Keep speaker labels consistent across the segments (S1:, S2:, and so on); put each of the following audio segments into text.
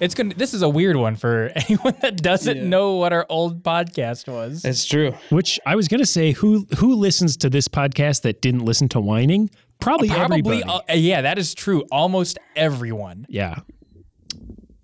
S1: It's gonna. This is a weird one for anyone that doesn't
S2: Yeah.
S1: know what our old podcast was.
S3: It's true.
S4: Which I was gonna say, who who listens to this podcast that didn't listen to whining? Probably,
S1: Probably,
S4: everybody.
S1: uh, yeah, that is true. Almost everyone.
S4: yeah.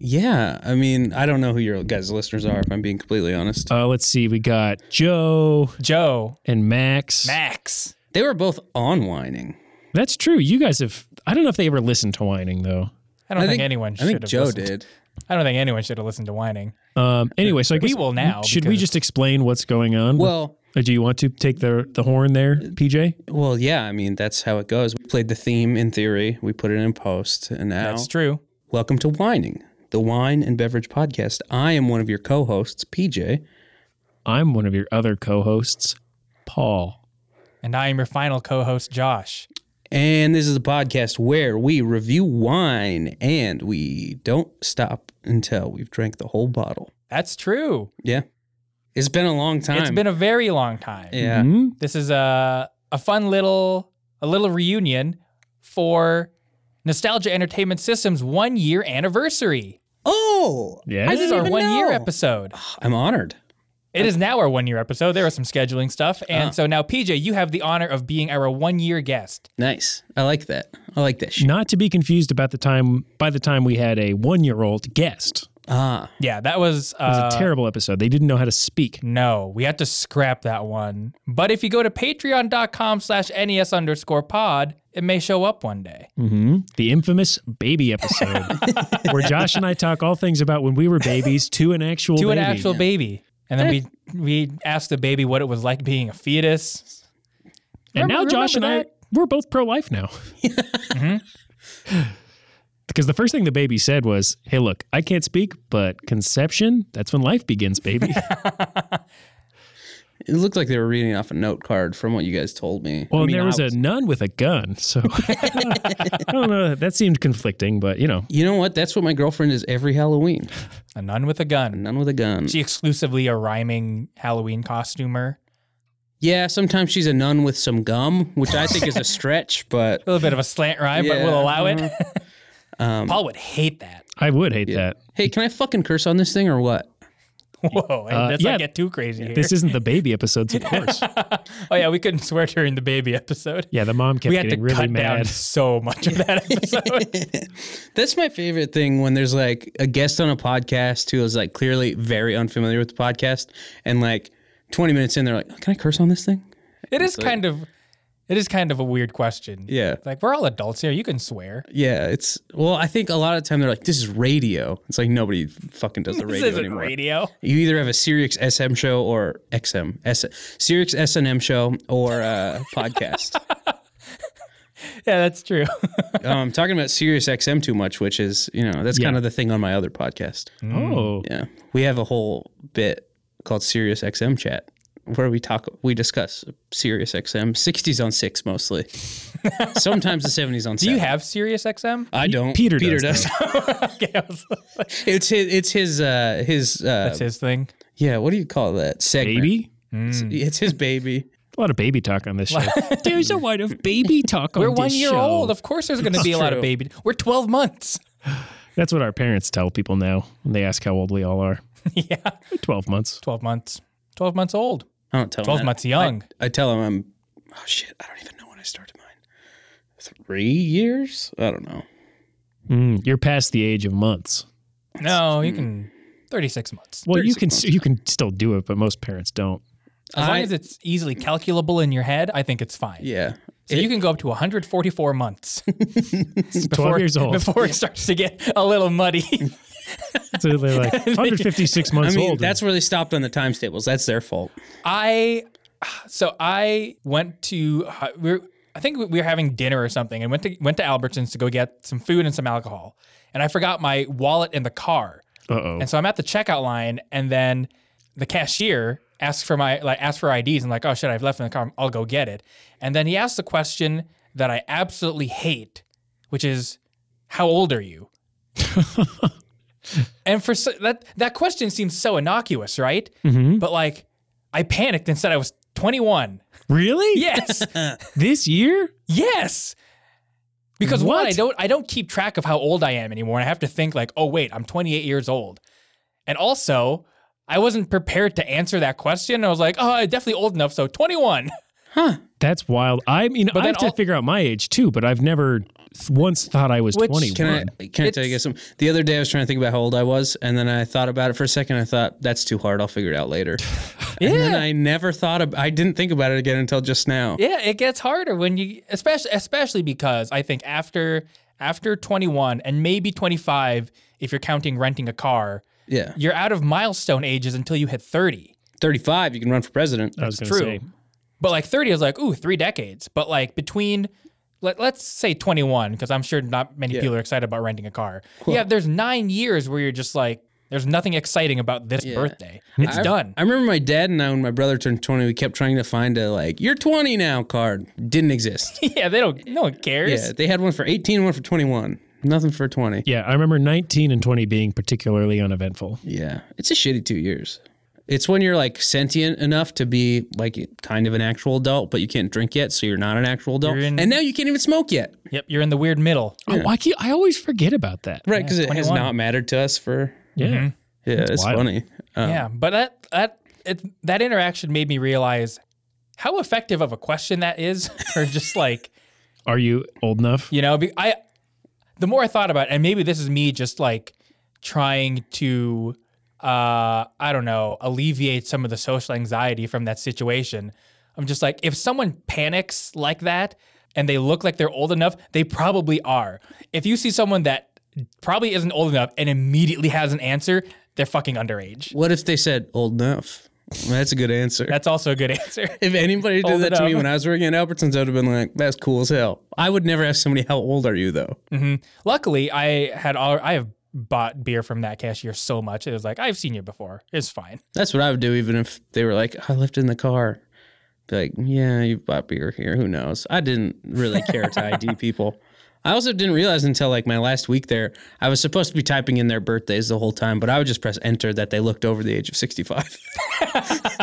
S2: Yeah, I mean, I don't know who your guys' listeners are. If I'm being completely honest,
S4: Uh, let's see. We got Joe
S1: Joe,
S4: and Max.
S1: Max.
S2: they were both on whining.
S4: That's true. You guys have. I don't know if they ever listened to whining though.
S1: I don't think, anyone.
S2: I
S1: should
S2: think
S1: have
S2: Joe
S1: listened-
S2: did.
S1: I don't think anyone should have listened to whining.
S4: Um, anyway, so I
S1: We
S4: guess
S1: will now,
S4: Should we
S1: because-
S4: just explain what's going on?
S2: Well,
S4: Or do you want to take the the horn there, PJ?
S2: well, yeah. I mean, that's how it goes. We played the theme in theory. We put it in post, and now
S1: That's true.
S2: welcome to whining, the wine and beverage podcast. I am one of your co-hosts, PJ.
S4: I'm one of your other co-hosts, Paul.
S1: And I am your final co-host, Josh.
S2: And this is a podcast where we review wine and we don't stop until we've drank the whole bottle.
S1: That's true.
S2: Yeah. It's been a long time.
S1: It's been a very long time.
S2: yeah.
S4: Mhm.
S1: This is a a fun little a little reunion for Nostalgia Entertainment Systems one year anniversary.
S2: Oh.
S4: Yeah.
S2: I
S1: This is
S2: didn't
S1: our
S2: even
S1: one year
S2: know.
S1: episode.
S2: I'm honored.
S1: It is now our one year episode. There was some scheduling stuff, and
S4: Uh-huh.
S1: so now PJ, you have the honor of being our one year guest.
S2: Nice. I like that. I like that shit.
S4: Not to be confused about the time by the time we had a one year old guest.
S2: Ah.
S1: Yeah, that was,
S4: It
S1: uh,
S4: was a terrible episode. They didn't know how to speak.
S1: No, we had to scrap that one. But if you go to patreon.com slash NES underscore pod, it may show up one day.
S4: hmm The infamous baby episode, where Josh and I talk all things about when we were babies to an actual
S1: to an
S4: baby. Eh.
S1: actual baby. And then we we asked the baby what it was like being a fetus.
S4: and now
S1: Remember-
S4: Josh and
S1: remember
S4: I we're both pro life now. Mm-hmm. Because the first thing the baby said was, "Hey, look, I can't speak, but conception—that's when life begins, baby."
S2: It looked like they were reading off a note card from what you guys told me.
S4: Well,
S2: I
S4: and
S2: mean,
S4: there
S2: I
S4: was, a nun with a gun, so I don't know. That seemed conflicting, but you know,
S2: You know what? That's what my girlfriend is every Halloween.
S1: A nun with a gun.
S2: None with a gun.
S1: She exclusively a rhyming Halloween costumer.
S2: yeah, sometimes she's a nun with some gum, which I think is a stretch, but
S1: A little bit of a slant rhyme, but we'll
S2: Yeah,
S1: allow it.
S4: mm-hmm. Um,
S1: Paul would hate that.
S4: I would hate that.
S2: hey, can I fucking curse on this thing or what?
S1: Whoa, hey, let's
S4: yeah,
S1: not get too crazy here.
S4: This isn't the baby episodes, of course.
S1: oh yeah, we couldn't swear during the baby episode.
S4: Yeah, the mom kept
S1: we had to
S4: getting really
S1: cut
S4: mad.
S1: down so much of that episode.
S2: That's my favorite thing when there's like a guest on a podcast who is like clearly very unfamiliar with the podcast, and like 20 minutes in, they're like, "Can I curse on this thing?"
S1: it is kind of it is kind of a weird question.
S2: Yeah.
S1: Like we're all adults here. You can swear.
S2: Yeah, it's well, I think a lot of the time they're like, "This is radio." It's like nobody fucking does the
S1: This
S2: radio
S1: isn't
S2: anymore.
S1: radio.
S2: You either have a Sirius SM show or XM, S- Sirius SNM show or uh, podcast.
S1: Yeah, that's true.
S2: Um, I'm talking about Sirius XM too much, which is you know that's kind of the thing on my other podcast.
S1: Mm.
S4: Oh,
S2: Yeah, we have a whole bit called Sirius XM Chat where we talk, we discuss Sirius XM, 60s on six mostly, sometimes the 70s on.
S1: Do you have Sirius XM?
S2: I don't.
S4: Peter
S2: Peter
S4: does,
S2: does.
S1: okay, I was like,
S2: it's his. It's his. Uh, his. Uh,
S1: that's his thing.
S2: yeah. What do you call that? Segment.
S4: baby.
S2: It's, it's his baby.
S4: A lot of baby talk on this show. There's a lot of baby talk on
S1: We're
S4: this
S1: one year
S4: show.
S1: old. Of course, there's going to be a lot of
S2: true.
S1: baby. We're 12 months.
S4: That's what our parents tell people now when they ask how old we all are.
S1: yeah,
S4: We're 12 months.
S1: 12 months. 12 months old.
S2: I don't tell
S1: 12
S2: him. that.
S1: months young.
S2: I tell him I'm. Oh shit! I don't even know when I started mine. Three years? I don't know.
S4: Mm, you're past the age of months.
S1: no, you can 36 months.
S4: Well, you
S2: 36
S4: can s you can still do it, but most parents don't.
S1: As long
S2: I-
S1: as it's easily calculable in your head, I think it's fine.
S2: Yeah.
S1: So you can go up to 144 months
S4: 12 years old.
S1: before it starts to get a little muddy.
S4: So they're like 156
S2: I
S4: months
S2: mean,
S4: old.
S2: that's where they stopped on the times tables. That's their fault.
S1: I so I went to we were, I think we were having dinner or something and went to went to Albertsons to go get some food and some alcohol. And I forgot my wallet in the car.
S4: Uh oh.
S1: And so I'm at the checkout line and then the cashier asks for my like asks for IDs and like, "Oh shit, I've left in the car. I'll go get it." And then he asks the question that I absolutely hate, which is how old are you? and for so, that that question seems so innocuous, right?
S4: Mm-hmm.
S1: But like I panicked and said I was 21.
S4: Really?
S1: Yes.
S4: This year?
S1: yes. Because one, I
S4: What?
S1: don't I don't keep track of how old I am anymore. And I have to think like, oh wait, I'm 28 years old. And also, I wasn't prepared to answer that question. I was like, oh, I'm definitely old enough, so 21.
S4: That's wild. I mean, I
S1: then
S4: have to
S1: all-
S4: figure out my age too, but I've never th- once thought I was
S1: Which-
S4: 21.
S2: Can I can I tell you guys something? The other day I was trying to think about how old I was, and then I thought about it for a second. I thought that's too hard. I'll figure it out later. And then I never thought of. I didn't think about it again until just now.
S1: Yeah, it gets harder when you especially especially because I think after after 21 and maybe 25 if you're counting renting a car,
S2: Yeah,
S1: you're out of milestone ages until you hit 30.
S2: thirty-five. You can run for president.
S4: I was gonna
S1: True.
S4: say.
S1: But like 30 is like, ooh, 3 decades. But like between let, let's say 21 because I'm sure not many people are excited about renting a car. Yeah, there's 9 years where you're just like there's nothing exciting about this birthday. It's
S2: I-
S1: done.
S2: I remember my dad and I, when my brother turned 20, we kept trying to find a like, you're 20 now card. Didn't exist.
S1: yeah, they don't no one cares.
S2: yeah, they had one for 18, one for 21. Nothing for 20.
S4: Yeah, I remember 19 and 20 being particularly uneventful.
S2: Yeah. It's a shitty two years. It's when you're like sentient enough to be like kind of an actual adult, but you can't drink yet, so you're not an actual adult.
S1: You're in-
S2: and now you can't even smoke yet.
S1: Yep, you're in the weird middle.
S4: Oh, I, keep, I always forget about that.
S2: Right, because it has
S1: 21.
S2: not mattered to us for.
S4: Yeah.
S1: Mm-hmm.
S2: Yeah, it's
S4: wild.
S2: funny. Uh,
S1: Yeah, but that that it, that interaction made me realize how effective of a question that is for just like
S4: Are you old enough?
S1: you know be- I the more I thought about it, and maybe this is me just like trying to uh I don't know alleviate some of the social anxiety from that situation. I'm just like if someone panics like that and they look like they're old enough, they probably are. If you see someone that probably isn't old enough and immediately has an answer, they're fucking underage.
S2: What if they said old enough? That's a good answer.
S1: That's also a good answer.
S2: If anybody did
S1: Hold
S2: that
S1: it
S2: to me
S1: up.
S2: when I was working at Albertsons, I would have been like, "That's cool as hell." I would never ask somebody how old are you though.
S1: Luckily, I had all I have bought beer from that cashier so much. It was like I've seen you before. It's fine.
S2: That's what I would do, even if they were like, "I left in the car." Be like, "Yeah, you bought beer here. Who knows?" I didn't really care to ID people. I also didn't realize until like my last week there, I was supposed to be typing in their birthdays the whole time, but I would just press enter that they looked over the age of sixty-five.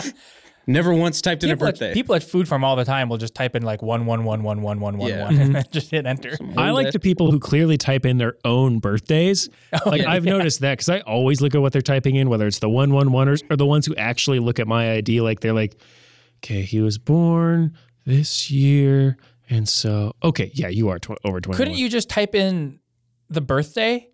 S2: never once typed in a
S1: People at,
S2: birthday.
S1: people at Food Farm all the time will just type in like one one one one one one one
S2: Yeah.
S1: one and then just hit enter.
S4: I like the people who clearly type in their own birthdays.
S1: Oh,
S4: Like I've noticed that because I always look at what they're typing in, whether it's the one one oneers or the ones who actually look at my ID. Like they're like, okay, he was born this year, and so okay, yeah, you are tw- over twenty.
S1: Couldn't you just type in the birthday?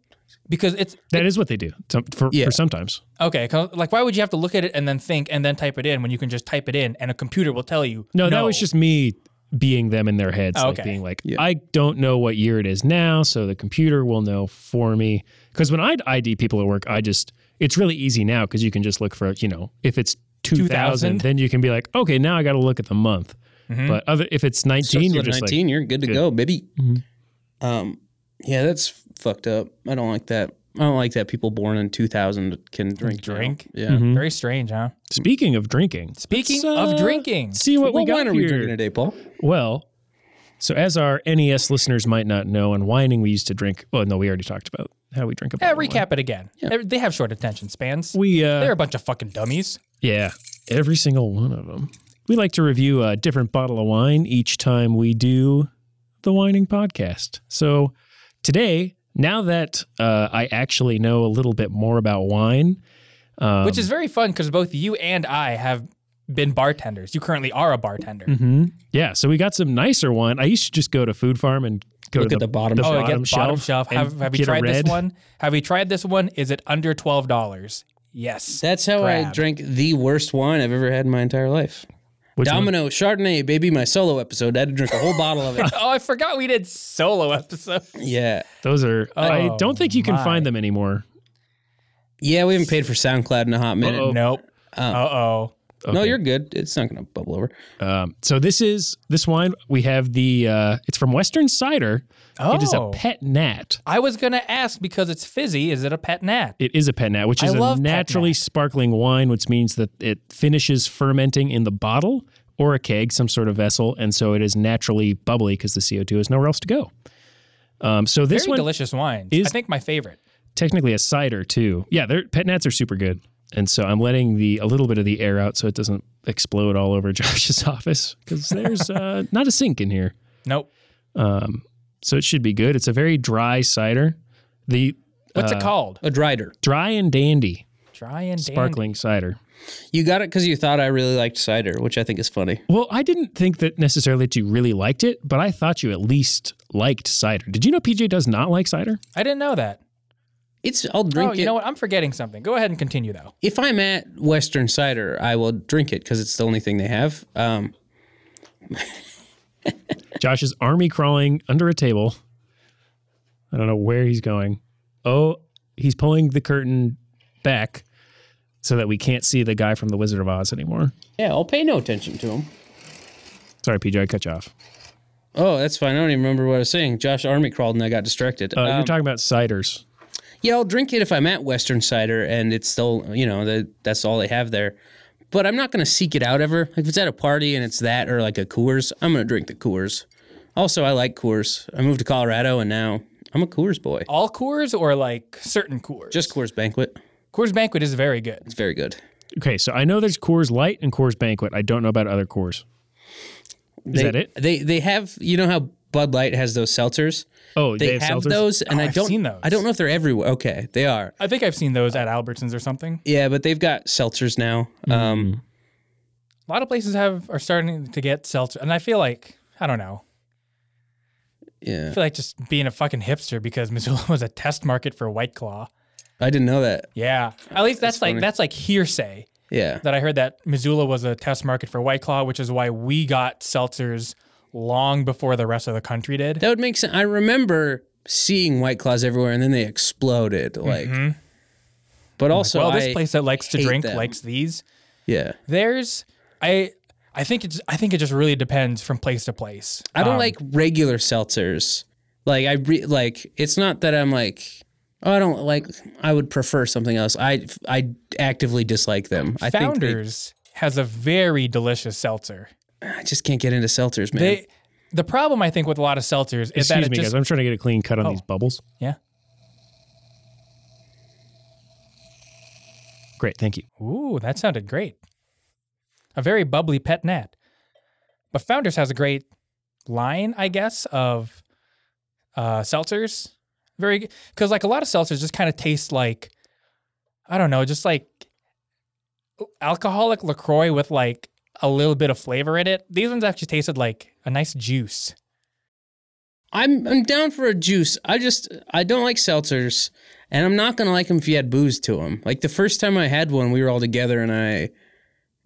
S1: Because it's
S4: That is what they do some, for,
S2: Yeah.
S4: for sometimes.
S1: okay. 'cause, Like, why would you have to look at it and then think and then type it in when you can just type it in and a computer will tell you?
S4: No, that was just me being them in their heads,
S1: Oh,
S4: like
S1: okay.
S4: being like, I don't know what year it is now, so the computer will know for me. Because when I ID people at work, I just it's really easy now because you can just look for you know if it's two
S1: 2000?
S4: thousand, then you can be like, okay, now I got to look at the month. But other if it's nineteen,
S2: Starts
S4: you're
S2: with
S4: just
S2: 19, you're good to go, baby.
S4: Mm-hmm.
S2: Um, yeah, that's fucked up. I don't like that. I don't like that people born in 2000 can drink. now.
S1: Drink?
S2: Yeah.
S4: Mm-hmm.
S1: very strange, huh?
S4: like, speaking of drinking,
S1: Speaking
S4: let's, uh,
S1: of drinking,
S4: see what,
S2: What
S4: we got
S2: wine are we
S4: here.
S2: drinking today, Paul?
S4: Well, so as our NES listeners might not know, and whining we used to drink. Well, no, we already talked about how we drink. A
S1: yeah,
S4: bottle of wine.
S1: recap it again. They have short attention spans.
S4: We uh,
S1: They're a bunch of fucking dummies.
S4: Yeah, every single one of them. We like to review a different bottle of wine each time we do the Whining Podcast. So today, now that uh, I actually know a little bit more about wine, um,
S1: which is very fun because both you and I have been bartenders. You currently are a bartender.
S4: Mhm. yeah, so we got some nicer wine. I used to just go to Food Farm and go
S2: Look
S4: to
S2: at the bottom
S1: Oh, I
S4: bottom
S1: get bottom
S4: shelf
S1: shelf.
S4: and
S1: Have, have you
S4: get a
S1: tried this
S4: red.
S1: one? Have you tried this one? Is it under twelve dollars? Yes.
S2: That's how I
S1: Grab.
S2: drank the worst wine I've ever had in my entire life.
S4: Which one?
S2: Domino Chardonnay, baby, my solo episode. I had to drink a whole bottle of it.
S1: oh, I forgot we did solo episode.
S2: Yeah.
S4: Those are. I
S1: Oh,
S4: don't think you can
S1: my.
S4: find them anymore.
S2: Yeah, we haven't paid for SoundCloud in a hot minute.
S1: Nope. Uh oh.
S2: No, you're good. It's not going to bubble over.
S4: Um, so this is this wine we have the. Uh, it's from Western Cider. It is a
S1: Oh.
S4: pet nat.
S1: I was gonna ask because it's fizzy. Is it a pet nat?
S4: It is a pet nat, which
S1: I
S4: is a
S1: love pet
S4: naturally
S1: nat.
S4: sparkling wine, which means that it finishes fermenting in the bottle or a keg, some sort of vessel, and so it is naturally bubbly because the CO2 has nowhere else to go. Um, so this
S1: Very
S4: one,
S1: delicious wine. I
S4: is-
S1: think my favorite.
S4: technically a cider too. Yeah, they're, pet nats are super good, and so I'm letting the a little bit of the air out so it doesn't explode all over Josh's office because there's uh, not a sink in here.
S1: Nope.
S4: so it should be good. It's a very dry cider. The uh,
S1: What's it called?
S2: A drider.
S4: dry and dandy
S1: Dry and dandy.
S4: sparkling cider.
S2: You got it because you thought I really liked cider, which I think is funny.
S4: Well, I didn't think that necessarily that you really liked it, but I thought you at least liked cider. Did you know PJ does not like cider?
S1: I didn't know that.
S2: It's I'll drink
S1: oh,
S2: it
S1: you know what? I'm forgetting something. Go ahead and continue though.
S2: if I'm at Western Cider, I will drink it because it's the only thing they have. Um,
S4: Josh is army crawling under a table. I don't know where he's going. Oh, he's pulling the curtain back so that we can't see the guy from The Wizard of Oz anymore.
S2: yeah, I'll pay no attention to them.
S4: Sorry, PJ, I cut you off.
S2: Oh, that's fine. I don't even remember what I was saying. Josh Army crawled and I got distracted.
S4: Uh,
S2: Um,
S4: you're talking about ciders.
S2: yeah, I'll drink it if I'm at Western Cider and it's still, you know, the, that's all they have there. But I'm not going to seek it out ever. Like if it's at a party and it's that or like a Coors, I'm going to drink the Coors. Also, I like Coors. I moved to Colorado and now I'm a Coors boy.
S1: All Coors or like certain Coors?
S2: Just Coors Banquet.
S1: Coors Banquet is very good.
S2: It's very good.
S4: Okay, so I know there's Coors Light and Coors Banquet. I don't know about other Coors. Is
S2: they,
S4: that it?
S2: They they have you know how Bud Light has those seltzers.
S4: Oh,
S2: They,
S4: they,
S2: have,
S4: seltzers?
S2: those, and I
S1: I've
S2: don't.
S1: seen those.
S2: I don't know if they're everywhere. Okay, they are.
S1: I think I've seen those at Albertsons or something.
S2: Yeah, but they've got seltzers now.
S1: Mm-hmm.
S2: Um,
S1: A lot of places have are starting to get seltzer, and I feel like I don't know. I
S2: yeah,
S1: feel like just being a fucking hipster because Missoula was a test market for White Claw.
S2: I didn't know that.
S1: Yeah, at least that's, like
S2: funny.
S1: that's like hearsay
S2: Yeah,
S1: that I heard that Missoula was a test market for White Claw, which is why we got seltzers long before the rest of the country did.
S2: that would make sense. I remember seeing White Claws everywhere, and then they exploded. Like, but also,
S1: Mm-hmm. well, this
S2: I-
S1: place that likes to
S2: hate
S1: drink
S2: them.
S1: likes these.
S2: yeah,
S1: There's I I think it's I think it just really depends from place to place.
S2: I don't like regular seltzers. Like I re- like it's not that I'm like oh I don't like I would prefer something else. I I actively dislike them. I think they-
S1: Founders has a very delicious seltzer.
S2: I just can't get into seltzers, man.
S1: They the problem I think with a lot of seltzers is that
S4: Excuse
S1: it
S4: me, guys.
S1: just
S4: I'm trying to get a clean
S2: Oh.
S4: cut on these bubbles.
S1: yeah.
S4: Great, thank you.
S1: Ooh, that sounded great. A very bubbly pet nat. But Founders has a great line, I guess, of uh, seltzers. Very because like a lot of seltzers just kind of taste like I don't know, just like alcoholic Lacroix with like a little bit of flavor in it. These ones actually tasted like a nice juice.
S2: I'm I'm down for a juice. I just I don't like seltzers, and I'm not gonna like them if you add booze to them. Like the first time I had one, we were all together, and I,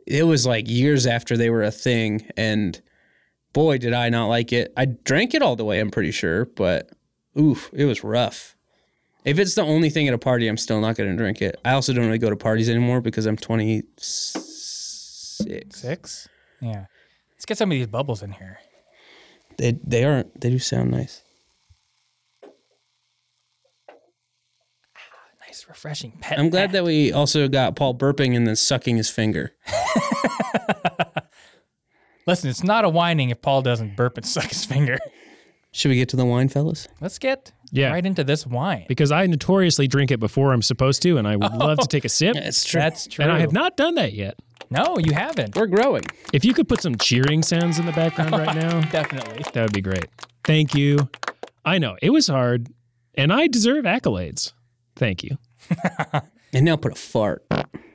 S2: it was like years after they were a thing, and boy did I not like it. I drank it all the way. I'm pretty sure, but oof, it was rough. If it's the only thing at a party, I'm still not gonna drink it. I also don't really go to parties anymore because I'm 26.
S1: Six. Yeah. Let's get some of these bubbles in here.
S2: They they aren't. They do sound nice.
S1: Nice refreshing pet.
S2: I'm glad
S1: nat.
S2: that we also got Paul burping and then sucking his finger.
S1: Listen, it's not a whining if Paul doesn't burp and suck his finger.
S2: Should we get to the wine, fellas?
S1: Let's get
S4: Yeah.
S1: right into this wine.
S4: Because I notoriously drink it before I'm supposed to, and I would love to take a sip.
S2: That's true.
S1: That's Oh. true.
S4: And I have not done that yet.
S1: No, you haven't.
S2: We're growing.
S4: If you could put some cheering sounds in the background right now,
S1: Definitely.
S4: that would be great. Thank you. I know it was hard, and I deserve accolades. Thank you.
S2: And now put a fart.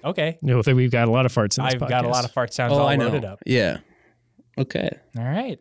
S1: Okay.
S4: You know, we've got a lot of farts in this
S1: I've got a
S4: podcast.
S1: lot of fart sounds
S2: Oh,
S1: all
S2: I know.
S1: loaded up.
S2: Yeah. Okay.
S1: All right.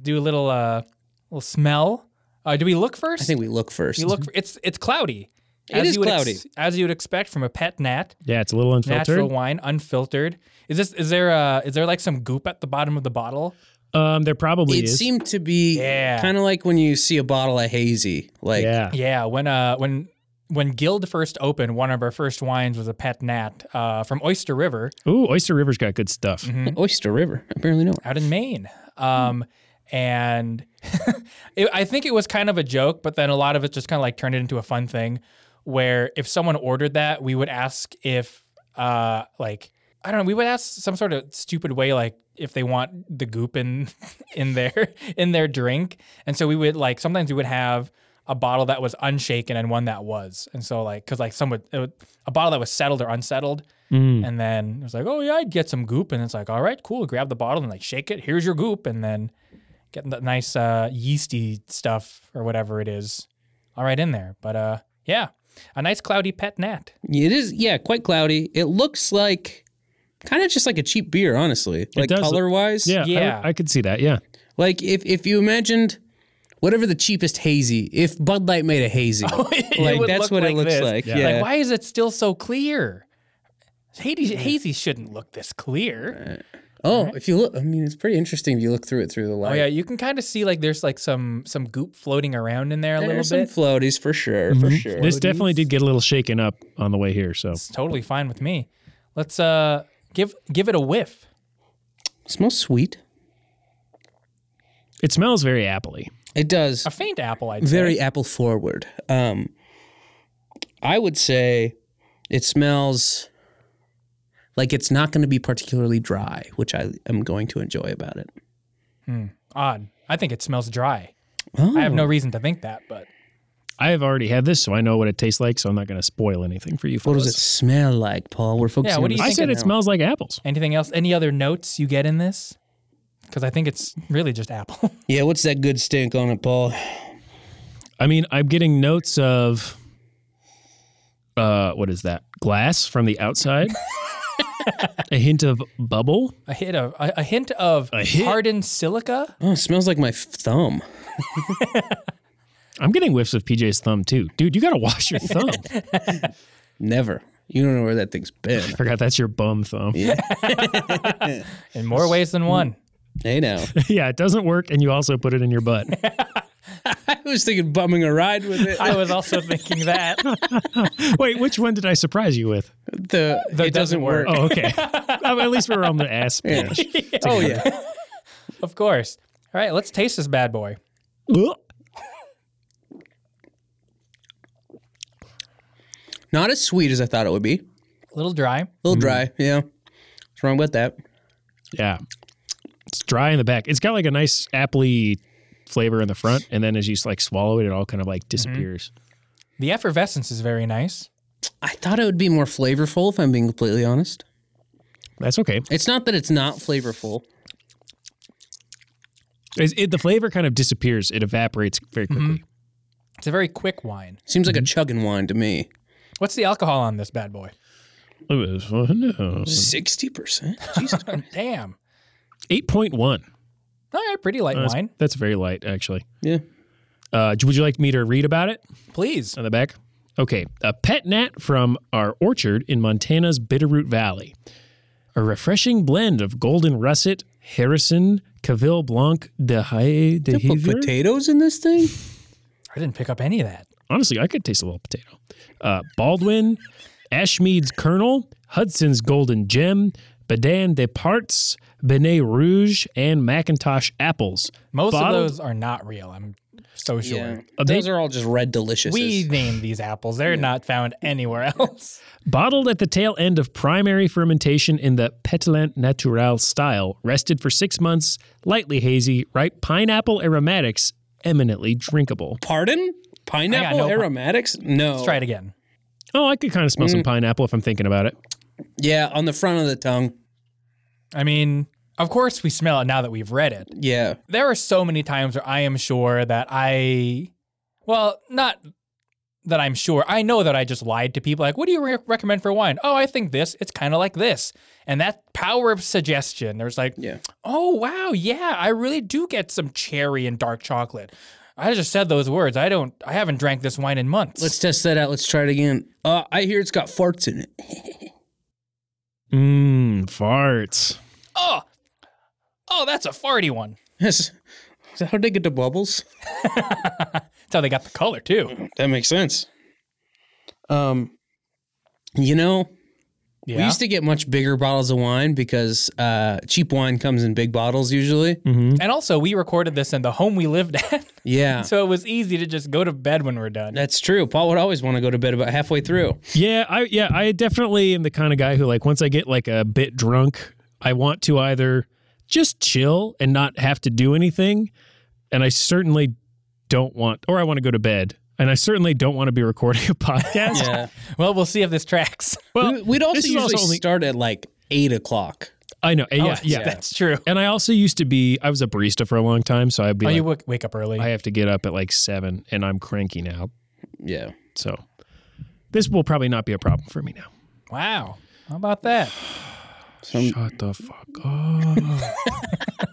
S1: Do a little uh little smell. Uh, do we look first?
S2: I think we look first.
S1: we look for, it's it's cloudy.
S2: It is
S1: you would
S2: cloudy.
S1: as you would expect from a pet nat,
S4: Yeah, it's a little
S1: natural
S4: unfiltered.
S1: wine, unfiltered. Is this is there uh is there like some goop at the bottom of the bottle?
S4: Um, there probably
S2: it
S4: is.
S2: seemed to be
S1: Yeah.
S2: kind of like when you see a bottle of hazy. Like,
S4: yeah.
S1: Yeah, when uh when when Guild first opened, one of our first wines was a pet nat uh, from Oyster River.
S4: Ooh, Oyster River's got good stuff.
S2: Oyster River. I barely know it.
S1: out in Maine. Um, and it, I think it was kind of a joke, but then a lot of it just kind of like turned it into a fun thing where if someone ordered that, we would ask if, uh, like, I don't know, we would ask some sort of stupid way, like, if they want the goop in in their in their drink, and so we would like sometimes we would have a bottle that was unshaken and one that was, and so like because like some would, it would a bottle that was settled or unsettled,
S4: Mm.
S1: and then it was like, oh yeah, I'd get some goop. And it's like, all right, cool. Grab the bottle and like shake it. Here's your goop. And then getting that nice uh, yeasty stuff or whatever it is, all right in there. But uh, yeah, a nice cloudy pet nat.
S2: It is, yeah, quite cloudy. It looks like kind of just like a cheap beer, honestly. Like
S4: does look-
S2: color wise.
S4: Yeah, I would-
S1: Yeah.
S4: I, could see that. Yeah,
S2: Like if if you imagined whatever the cheapest hazy, if Bud Light made a hazy,
S1: It
S2: like
S1: would look
S2: that's what
S1: like
S2: it looks
S1: this.
S2: like. Yeah.
S4: Yeah.
S1: Like, why is it still so clear? Hazy, hazy shouldn't look this clear.
S2: oh, if you look, I mean, it's pretty interesting if you look through it through the light.
S1: Oh yeah, you can kind of see like there's like some some goop floating around in there a
S2: There's
S1: little
S2: some Mm-hmm.
S1: bit.
S2: floaties for sure, for sure.
S4: this definitely did get a little shaken up on the way here. So
S1: it's totally fine with me. Let's uh give give it a whiff.
S2: smells sweet.
S4: it smells very appley.
S2: It does.
S1: A faint apple, I'd say.
S2: very apple forward. Um, I would say it smells like it's not going to be particularly dry, which I am going to enjoy about it.
S1: odd. I think it smells dry.
S2: Oh,
S1: I have
S4: Hmm.
S1: no reason to think that, but
S4: I have already had this, so I know what it tastes like. So I'm not going to spoil anything for you.
S2: what does
S4: fellas.
S2: it smell like, Paul? We're focusing.
S1: what
S2: on
S1: do
S2: the
S1: you
S4: I
S1: think
S4: said
S2: second
S4: it
S2: now.
S4: smells like apples.
S1: anything else? Any other notes you get in this? Because I think it's really just apple.
S2: Yeah, what's that good stink on it, Paul?
S4: I mean, I'm getting notes of uh what is that? Glass from the outside. a hint of bubble.
S1: a hint of a, a hint of
S4: A hint?
S1: hardened silica.
S2: Oh, it smells like my f- thumb.
S4: I'm getting whiffs of PJ's thumb too. Dude, you got to wash your thumb.
S2: Never. You don't know where that thing's been.
S4: Forgot that's your bum thumb. Yeah.
S1: In more ways
S4: Hmm.
S1: than one.
S2: Hey, now.
S4: it doesn't work and you also put it in your butt.
S2: I was thinking bumming a ride with it.
S1: I was also thinking that.
S4: Wait, which one did I surprise you with?
S2: The, it doesn't,
S1: doesn't
S2: work.
S1: work.
S4: Oh, okay. Um, at least we were on the ass page.
S2: Oh, yeah.
S1: Of course. All right, let's taste this bad boy.
S4: Ugh.
S2: Not as sweet as I thought it would be. A
S1: A little dry.
S2: little dry. Yeah. What's wrong with that?
S4: Yeah. It's dry in the back. It's got like a nice appley flavor in the front and then as you like swallow it it all kind of like disappears.
S1: The effervescence is very nice.
S2: I thought it would be more flavorful if I'm being completely honest.
S4: That's okay.
S2: It's not that it's not flavorful.
S4: It's, it, the flavor kind of disappears. It evaporates very quickly.
S1: It's a very quick wine.
S2: Seems like a chugging wine to me.
S1: What's the alcohol on this bad boy?
S2: Sixty percent.
S1: Damn.
S4: Eight point one.
S1: All right, pretty light
S4: That's,
S1: wine.
S4: that's very light, actually.
S2: Yeah.
S4: Uh, would you like me to read about it
S1: Please.
S4: on the back? Okay, a pet nat from our orchard in Montana's Bitterroot Valley, a refreshing blend of golden russet, Harrison, Cavil Blanc, de Haye de
S2: Put
S4: Hiver-
S2: potatoes in this thing?
S1: I didn't pick up any of that.
S4: Honestly, I could taste a little potato. Uh, Baldwin, Ashmead's Colonel, Hudson's Golden Gem, Badan des Parts, Benet Rouge, and Macintosh apples.
S1: Most
S4: Bottled-
S1: of those are not real. I'm so sure.
S2: Those are all just red delicious.
S1: We named these apples. They're not found anywhere else.
S4: Bottled at the tail end of primary fermentation in the Petillant Naturel style, rested for six months, lightly hazy, ripe pineapple aromatics, eminently drinkable.
S2: Pardon? Pineapple
S1: no-
S2: aromatics? No.
S1: Let's try it again.
S4: Oh, I could kind of smell
S1: Mm.
S4: some pineapple if I'm thinking about it.
S2: Yeah, on the front of the tongue.
S1: I mean, of course we smell it now that we've read it.
S2: Yeah.
S1: There are so many times where I am sure that I, well, not that I'm sure. I know that I just lied to people. Like, what do you re- recommend for wine? Oh, I think this. It's kind of like this. And that power of suggestion. There's like,
S2: Yeah.
S1: oh wow, yeah, I really do get some cherry and dark chocolate. I just said those words. I don't. I haven't drank this wine in months.
S2: Let's test that out. Let's try it again. Uh, I hear it's got farts in it.
S4: Mmm, farts.
S1: oh, oh, that's a farty one.
S2: Yes. Is that how they get the bubbles?
S1: That's how they got the color too.
S2: That makes sense. Um, you know, We
S1: Yeah.
S2: used to get much bigger bottles of wine because uh, cheap wine comes in big bottles usually.
S1: and also, we recorded this in the home we lived at,
S2: Yeah,
S1: so it was easy to just go to bed when we're done.
S2: that's true. Paul would always want to go to bed about halfway through.
S4: Yeah, I yeah, I definitely am the kind of guy who like once I get like a bit drunk, I want to either just chill and not have to do anything, and I certainly don't want or I want to go to bed. And I certainly don't want to be recording a podcast.
S2: Yeah,
S1: Well, we'll see if this tracks.
S4: Well,
S2: we, would also
S4: this is
S2: usually
S4: also only-
S2: start at like eight o'clock.
S4: I know.
S1: Oh,
S4: Yeah,
S1: that's-
S4: yeah.
S1: That's true.
S4: And I also used to be, I was a barista for a long time. So I'd be
S1: Oh,
S4: like,
S1: you wake, wake up early.
S4: I have to get up at like seven and I'm cranky now.
S2: Yeah.
S4: So this will probably not be a problem for me now.
S1: wow. How about that?
S2: Some,
S4: Shut the fuck up.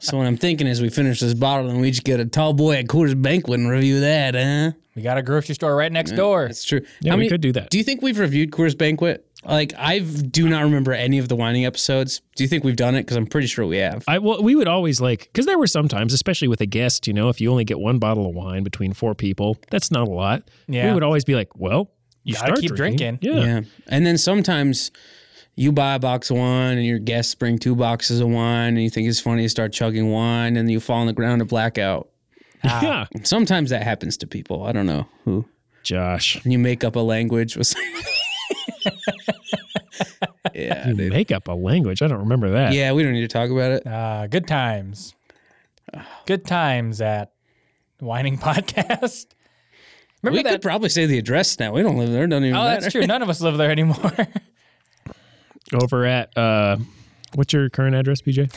S2: so what I'm thinking is we finish this bottle and we each get a tall boy at Coors Banquet and review that, huh?
S1: We got a grocery store right next door.
S2: That's true.
S4: Yeah,
S2: How
S4: we
S2: many-
S4: could do that.
S2: Do you think we've reviewed Coors Banquet? Like I do not remember any of the whining episodes. Do you think we've done it? Because I'm pretty sure we have.
S4: I well, we would always like because there were sometimes, especially with a guest, you know, if you only get one bottle of wine between four people, that's not a lot.
S1: Yeah.
S4: we would always be like, well, you
S1: Gotta
S4: start
S1: keep drinking.
S4: Yeah.
S2: Yeah. And then sometimes you buy a box of wine and your guests bring two boxes of wine and you think it's funny to start chugging wine and you fall on the ground and blackout.
S4: yeah,
S1: Ah.
S2: Sometimes that happens to people. I don't know who.
S4: Josh,
S2: You make up a language with somebody. yeah,
S4: you
S2: dude.
S4: make up a language. I don't remember that.
S2: Yeah, we don't need to talk about it.
S1: Ah, good times. Good times at Whining Podcast.
S2: We
S1: Remember
S2: could
S1: that?
S2: probably say the address now. We don't live there. Don't even
S1: Oh,
S2: matter.
S1: that's true. None of us live there anymore.
S4: Over at uh, what's your current address, PJ?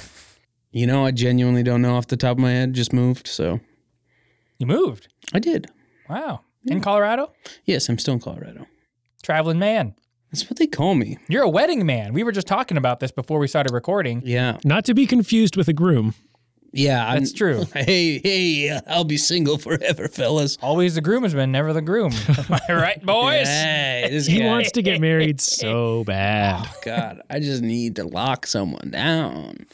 S2: You know, I genuinely don't know off the top of my head. Just moved, so
S1: you moved.
S2: I did.
S1: Wow. In Colorado?
S2: Yes, I'm still in Colorado.
S1: Traveling man.
S2: That's what they call me.
S1: You're a wedding man. We were just talking about this before we started recording.
S2: Yeah,
S4: Not to be confused with a groom.
S2: yeah. I'm,
S1: That's true.
S2: Hey, hey, uh, I'll be single forever, fellas.
S1: Always the groomsman, never the groom. Am I right, boys?
S2: Hey, this
S4: He
S2: guy-
S4: wants to get married so bad.
S2: God, I just need to lock someone down.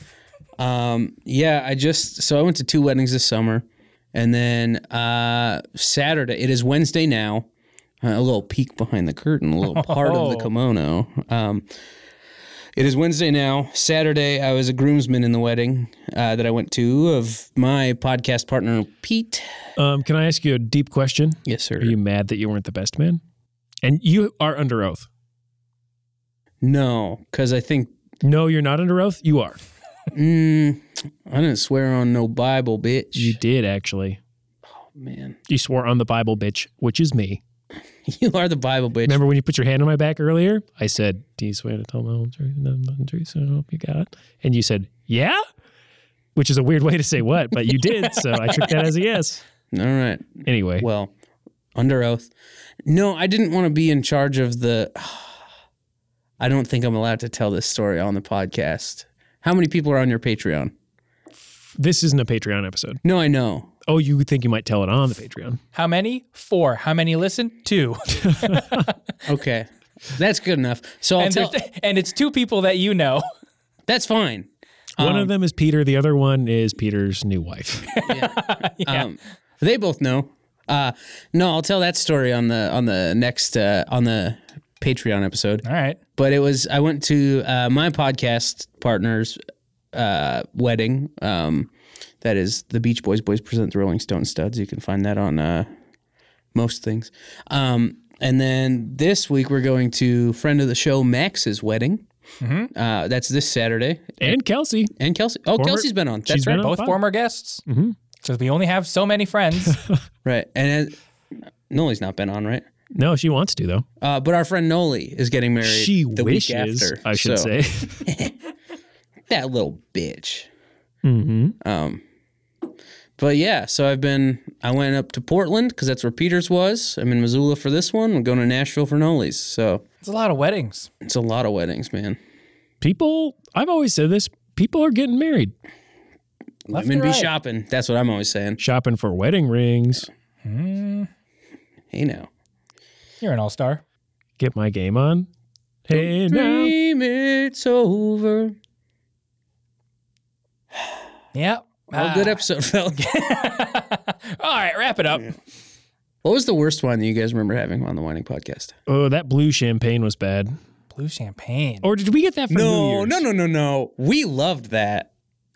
S2: Um, yeah, I just so I went to two weddings this summer, and then uh, Saturday it is Wednesday now. Uh, a little peek behind the curtain, a little part of the kimono. Um, it is Wednesday now. Saturday, I was a groomsman in the wedding uh, that I went to of my podcast partner Pete.
S4: Um, can I ask you a deep question?
S2: Yes, sir.
S4: Are you mad that you weren't the best man? And you are under oath.
S2: No, because I think
S4: No, you're not under oath. You are.
S2: mm, I didn't swear on no Bible, bitch.
S4: You did actually.
S2: Man,
S4: You swore on the Bible, bitch, which is me.
S2: you are the Bible, bitch.
S4: Remember when you put your hand on my back earlier? I said, "Do you swear to tell my own truth and none but the truth, so help you God?" And you said, "Yeah," which is a weird way to say what, but you did. So I took that as a yes.
S2: All right.
S4: Anyway,
S2: Well, under oath. No, I didn't want to be in charge of the. I don't think I'm allowed to tell this story on the podcast. How many people are on your Patreon?
S4: this isn't a Patreon episode.
S2: No, I know.
S4: Oh, you think you might tell it on the Patreon?
S1: How many? Four. How many listen? Two.
S2: Okay. That's good enough. So I'll
S1: and,
S2: tell.
S1: there's- and it's two people that you know.
S2: That's fine.
S4: one of them is Peter. The other one is Peter's new wife.
S2: Um, they both know. Uh, no, I'll tell that story on the on the next uh, on the Patreon episode.
S1: All right.
S2: but it was I went to uh, my podcast partner's uh, wedding. Um, that is the Beach Boys. Boys present the Rolling Stone Studs. You can find that on uh, most things. Um, and then this week we're going to friend of the show Max's wedding.
S4: Mm-hmm.
S2: Uh, that's this Saturday.
S4: and Kelsey,
S2: And Kelsey. Oh, Kelsey's been on. That's
S4: she's been
S2: right.
S4: on.
S1: Both
S4: fine.
S1: former guests. Because we only have so many friends.
S2: Right. And uh, Noli's not been on, right?
S4: no, she wants to though.
S2: Uh, but our friend Noli is getting married
S4: She
S2: the
S4: wishes,
S2: week after.
S4: I should
S2: So,
S4: say.
S2: That little bitch.
S4: hmm
S2: Um, but yeah, so I've been. I went up to Portland because that's where Peters was. I'm in Missoula for this one. I'm going to Nashville for Noli's. So
S1: It's a lot of weddings.
S2: it's a lot of weddings, man.
S4: People, I've always said this. People are getting married,
S1: Left
S2: Women
S1: to
S2: be
S1: right.
S2: shopping. That's what I'm always saying.
S4: shopping for wedding rings.
S2: Hey now,
S1: Hmm. You're an all star.
S4: Get my game on. Hey now.
S2: dream it's over.
S1: Yeah.
S2: Oh, good episode, fella.
S1: Ah. all right, wrap it up.
S2: what was the worst wine that you guys remember having on the Whining Podcast?
S4: Oh, that blue champagne was bad.
S1: Blue champagne.
S4: Or did we get that for New
S2: No,
S4: Year's?
S2: no, no, no, no. We loved that.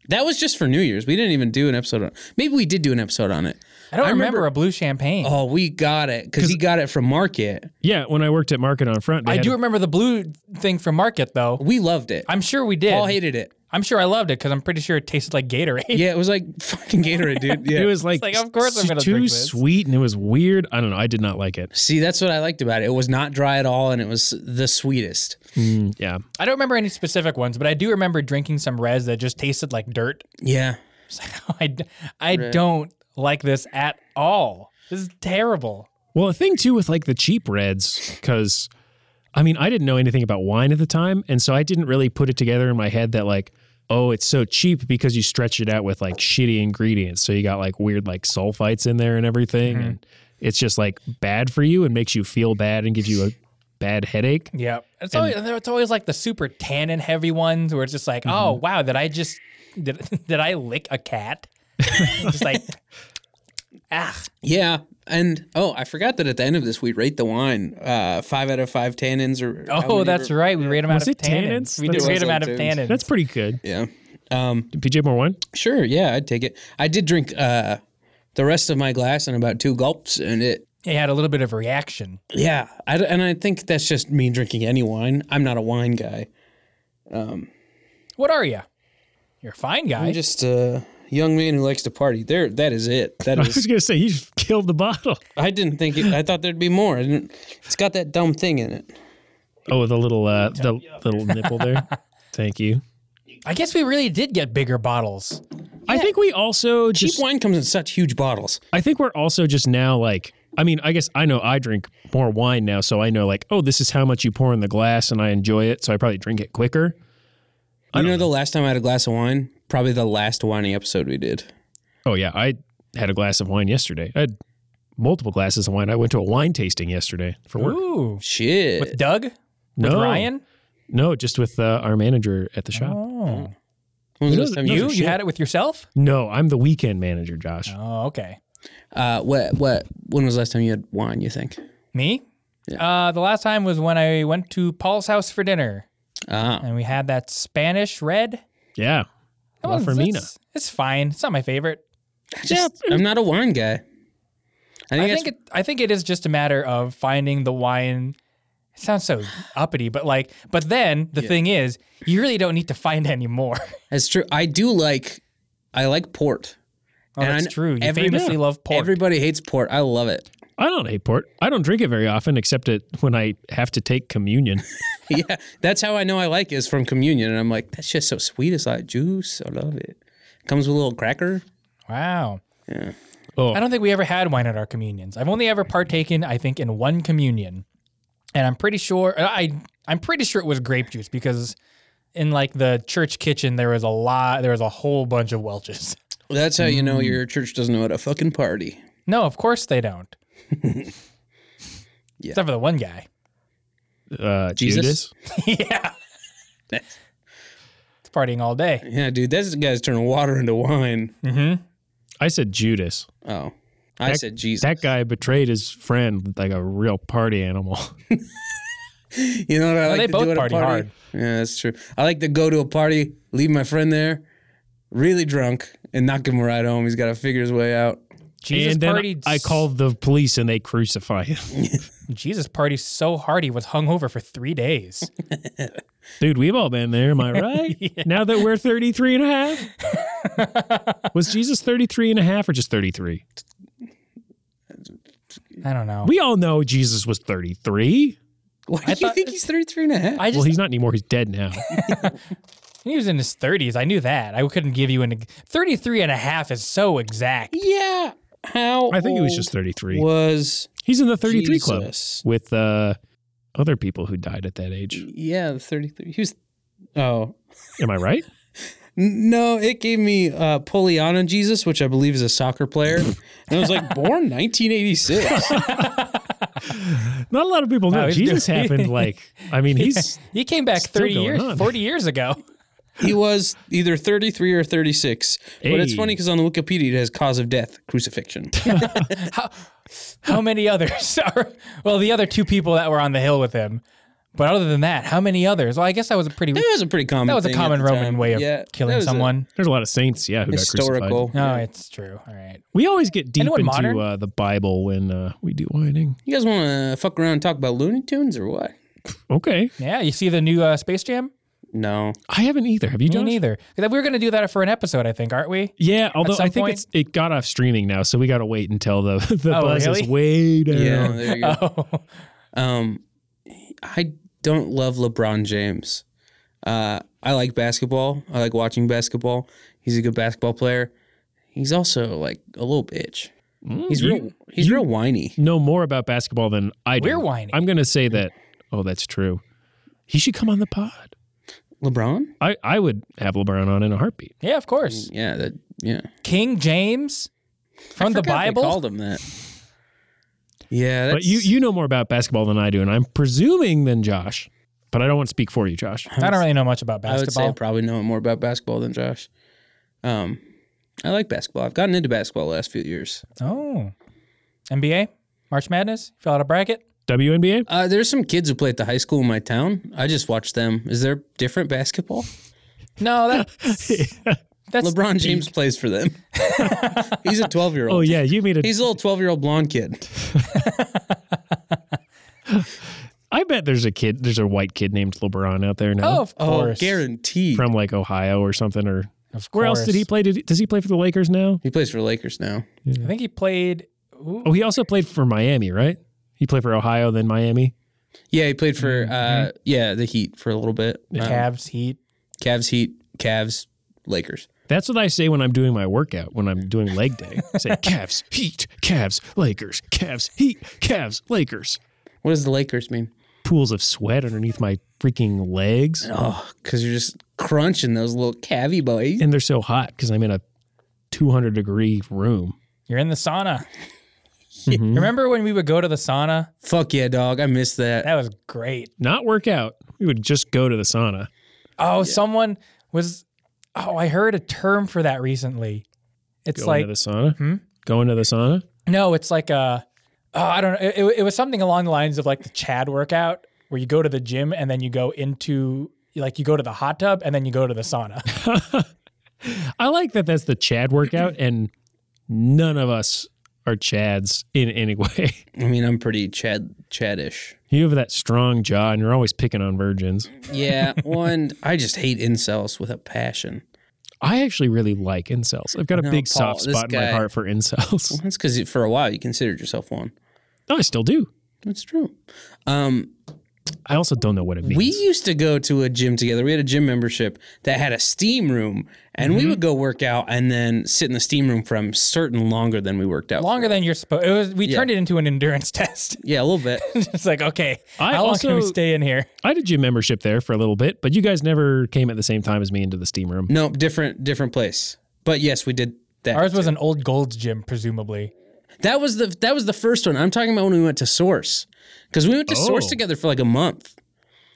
S2: That was just for New Year's. We didn't even do an episode on. Maybe we did do an episode on it.
S1: I don't
S2: I
S1: remember,
S2: remember-
S1: a blue champagne.
S2: Oh, we got it because he got it from Market.
S4: Yeah, when I worked at Market on Front, they
S1: I
S4: had-
S1: do remember the blue thing from Market, though.
S2: We loved it.
S1: I'm sure we did.
S2: Paul hated it.
S1: I'm sure I loved it because I'm pretty sure it tasted like Gatorade.
S2: Yeah, it was like fucking Gatorade, dude. Yeah.
S4: It was like,
S1: like, of course I'm
S4: s-
S1: gonna
S4: too
S1: drink this.
S4: sweet and it was weird. I don't know. I did not like it.
S2: See, that's what I liked about it. It was not dry at all, and it was the sweetest. Hmm.
S4: Mm, yeah.
S1: I don't remember any specific ones, but I do remember drinking some res that just tasted like dirt.
S2: Yeah.
S1: It's like, I, d- I don't like this at all. This is terrible.
S4: Well, the thing too with like the cheap reds, because I mean, I didn't know anything about wine at the time. And so I didn't really put it together in my head that like, oh, it's so cheap because you stretch it out with like shitty ingredients. So you got like weird like sulfites in there and everything. And it's just like bad for you and makes you feel bad and gives you a bad headache.
S1: Yeah. It's always it's always like the super tannin heavy ones where it's just like, oh wow, did I just did, did I lick a cat? just like ah.
S2: Yeah. And oh, I forgot that at the end of this we rate the wine. Uh five out of five tannins or how
S1: Oh,
S2: many
S1: that's
S2: were-
S1: right. We rate them out
S4: Was
S1: of
S4: it
S1: tannins.
S4: tannins?
S1: We did
S4: That's-
S1: rate them out of
S2: Tannins.
S1: tannins.
S4: That's pretty good.
S2: Yeah. Um
S4: PJ more wine?
S2: sure, yeah, I'd take it. I did drink uh the rest of my glass in about two gulps and it
S1: it had a little bit of reaction.
S2: yeah, I, d- and I think that's just me drinking any wine. I'm not a wine guy.
S1: What are you? You're a fine guy.
S2: I'm just a young man who likes to party. There that is it. That
S4: I
S2: is
S4: was gonna say you just killed the bottle.
S2: I didn't think it, I thought there'd be more. I didn't, it's got that dumb thing in it.
S4: Oh, with a little uh, the little nipple there. Thank you.
S1: I guess we really did get bigger bottles.
S4: I think we also
S2: Cheap
S4: just.
S2: wine comes in such huge bottles.
S4: I think we're also just now like. I mean, I guess I know I drink more wine now, so I know like, oh, this is how much you pour in the glass, and I enjoy it, so I probably drink it quicker.
S2: You know, the last time I had a glass of wine, probably the last whiny episode we did.
S4: Oh yeah, I had a glass of wine yesterday. I had multiple glasses of wine. I went to a wine tasting yesterday for work.
S1: Ooh.
S2: Shit.
S1: With Doug? With
S4: no,
S1: Ryan?
S4: No, just with uh, our manager at the shop.
S1: Oh.
S2: When was the last time
S1: You?
S2: drank
S1: You
S2: shit?
S1: had it with yourself?
S4: No, I'm the weekend manager, Josh.
S1: Oh, okay.
S2: Uh, what? What? When was the last time you had wine? You think?
S1: Me? Uh, the last time was when I went to Paul's house for dinner
S2: Ah,
S1: and we had that Spanish red.
S4: Yeah,
S1: That
S4: La
S1: was-
S4: Fermina.
S1: It's, it's fine. It's not my favorite.
S2: I just- I'm not a wine guy. I think,
S1: I
S2: that's
S1: think it, I think it is just a matter of finding the wine. It sounds so uppity, but like, but then the thing is, you really don't need to find any more.
S2: that's true. I do like. I like port.
S1: Oh,
S2: And I
S1: that's
S2: kn-
S1: true. You
S2: every-
S1: famously love pork.
S2: Everybody hates port. I love it.
S4: I don't hate port. I don't drink it very often, except it when I have to take communion.
S2: yeah, that's how I know I like it is from communion, and I'm like, that's just so sweet. It's like juice. I love it. Comes with a little cracker.
S1: wow.
S4: Oh,
S1: I don't think we ever had wine at our communions. I've only ever partaken, I think, in one communion, and I'm pretty sure uh, I I'm pretty sure it was grape juice because in like the church kitchen there was a lot there was a whole bunch of Welch's.
S2: That's how you know
S4: Mm.
S2: your church doesn't know how to fucking party.
S1: No, of course they don't. Except for the one guy.
S4: uh,
S2: Jesus?
S4: Judas.
S1: yeah, it's partying all day. Mm-hmm.
S2: Yeah, dude, that's the guy's turning water into wine.
S4: I said Judas.
S2: Oh, I said Jesus.
S4: That guy betrayed his friend like a real party animal.
S2: you know what I like
S1: they
S2: to
S1: both
S2: do at
S1: party
S2: a party?
S1: hard.
S2: Yeah, that's true. I like to go to a party, leave my friend there, really drunk, and not give him a ride home. He's got to figure his way out.
S1: Jesus
S4: and then
S1: partied.
S4: I
S1: s-
S4: called the police and they crucify him.
S1: Jesus partied so hard he was hungover for three days.
S4: Dude, we've all been there. Am I right? Now that we're 33 and a half. Was Jesus 33 and a half or just 33?
S1: I don't know.
S4: We all know Jesus was 33.
S2: Why do you
S1: thought-
S2: think he's 33 and a half?
S1: I just
S4: Well, he's not anymore. He's dead now.
S1: He was in his 30s. I knew that. I couldn't give you an 33 and a half is so exact.
S2: yeah. How?
S4: I think he was
S2: old
S4: just 33.
S2: Was
S4: he's in the 33 club
S2: Jesus?
S4: with uh, other people who died at that age.
S2: Yeah, 33. He was. Oh.
S4: Am I right?
S2: N- No, it gave me uh, Poliana Jesus, which I believe is a soccer player. and I was like, born 1986.
S4: Not a lot of people know.
S1: Wow, he's
S4: Jesus
S1: doing-
S4: happened like, I mean, he's
S1: He came back
S4: Still
S1: 30
S4: going
S1: years,
S4: on.
S1: 40 years ago.
S2: He was either 33 or 36. But it's
S4: Hey.
S2: funny because on the Wikipedia it has cause of death, crucifixion.
S1: How many others are, well, the other two people that were on the hill with him. But other than that, how many others? Well, I guess that was a pretty,
S2: that
S1: that
S2: was a pretty common
S1: was a
S2: thing at
S1: common
S2: the
S1: Roman
S2: time.
S1: way of
S2: Yeah, that
S1: killing
S2: was a
S1: someone.
S4: There's a lot of saints, yeah, who got
S2: Historical.
S4: crucified.
S1: No, it's true. All right.
S4: We always get deep
S1: Anyone
S4: into
S1: modern?
S4: uh, the Bible when uh, we do whining.
S2: You guys want to fuck around and talk about Looney Tunes or what?
S4: Okay,
S1: Yeah. You see the new uh, Space Jam?
S2: No.
S4: I haven't either. Have you
S1: Me
S4: done
S1: neither. We were going to do that for an episode, I think, aren't we?
S4: Yeah, although
S1: some
S4: I think
S1: point?
S4: it's it got off streaming now, so we got to wait until the the
S1: Oh,
S4: buzz
S1: really?
S4: is way down.
S2: Yeah, there you go.
S1: Oh,
S2: Um, I don't love LeBron James. Uh, I like basketball. I like watching basketball. He's a good basketball player. He's also like a little bitch.
S4: Mm,
S2: He's
S4: you
S2: real. He's real whiny.
S4: know more about basketball than I do.
S1: We're whiny.
S4: I'm going to say that. Oh, that's true. He should come on the pod.
S2: LeBron?
S4: I, I would have LeBron on in a heartbeat.
S1: yeah, of course.
S2: Yeah. That. Yeah.
S1: King James from the
S2: Forgot they
S1: Bible.
S2: called him that. Yeah. That's,
S4: But you you know more about basketball than I do, and I'm presuming than Josh. But I don't want to speak for you, Josh.
S1: I don't really know much about
S2: I would say I
S1: basketball.
S2: probably know more about basketball than Josh. Um, I like basketball. I've gotten into basketball the last few years.
S1: Oh, NBA March Madness. Fill out a bracket.
S4: WNBA?
S2: Uh, there's some kids who play at the high school in my town. I just watch them. Is there different basketball?
S1: No, that that's
S2: LeBron James plays for them. He's a 12 year old.
S4: Oh yeah, you mean a
S2: He's a little 12 year old blonde kid.
S4: I bet there's a kid, there's a white kid named LeBron out there
S1: Oh,
S4: now
S1: of course.
S2: guaranteed.
S4: from like Ohio or something. Or
S1: Of
S4: where else did he
S1: course.
S4: play? Did he, does he play for the Lakers now?
S2: he plays for the Lakers now.
S1: I think he played. ooh,
S4: Oh, he also played for Miami, right? He played for Ohio, then Miami.
S2: Yeah, he played for
S4: Mm-hmm.
S2: uh, yeah the Heat for a little bit. Um,
S1: Cavs, Heat.
S2: Cavs, Heat, Cavs, Lakers.
S4: That's what I say when I'm doing my workout, when I'm doing leg day. I say Cavs, Heat, Cavs, Lakers, Cavs, Heat, Cavs, Lakers.
S2: What does the Lakers mean?
S4: Pools of sweat underneath my freaking legs.
S2: Oh, because you're just crunching those little cavy boys.
S4: And they're so hot because I'm in a 200 degree room. Mm-hmm.
S1: You're in the sauna. Remember when we would go to the sauna?
S2: Fuck yeah, dog. I miss that.
S1: That was great.
S4: Not workout. We would just go to the sauna.
S1: Oh, someone was. Oh, I heard a term for that recently. It's
S4: Go
S1: like Hmm?
S4: into the sauna. Go into the sauna.
S1: no, it's like a. Oh, I don't know. It, it- it was something along the lines of like the Chad workout, where you go to the gym and then you go into like you go to the hot tub and then you go to the sauna.
S4: I like that that's the Chad workout, and none of us are Chads in any way.
S2: I mean, I'm pretty Chad Chadish.
S4: You have that strong jaw, and you're always picking on virgins.
S2: Yeah, one. I just hate incels with a passion.
S4: I actually really like incels. I've got a
S2: No,
S4: big
S2: Paul,
S4: soft
S2: this
S4: spot in
S2: guy-
S4: my heart for incels.
S2: Well, that's because for a while you considered yourself one.
S4: no, I still do.
S2: That's true. Um,
S4: I also don't know what it means.
S2: we used to go to a gym together. We had a gym membership that had a steam room, and we would go work out and then sit in the steam room for a certain longer than we worked out.
S1: Longer than you're supposed. It was. We turned it into an endurance test.
S2: Yeah, a little bit.
S1: it's like okay,
S4: I
S1: how long can we
S4: also-
S1: stay in here?
S4: I did gym membership there for a little bit, but you guys never came at the same time as me into the steam room.
S2: no, different different place. But yes, we did that.
S1: Ours was an old Gold's gym, presumably.
S2: That was the that was the first one. I'm talking about when we went to Source because we went to Source
S4: Oh.
S2: together for like a month.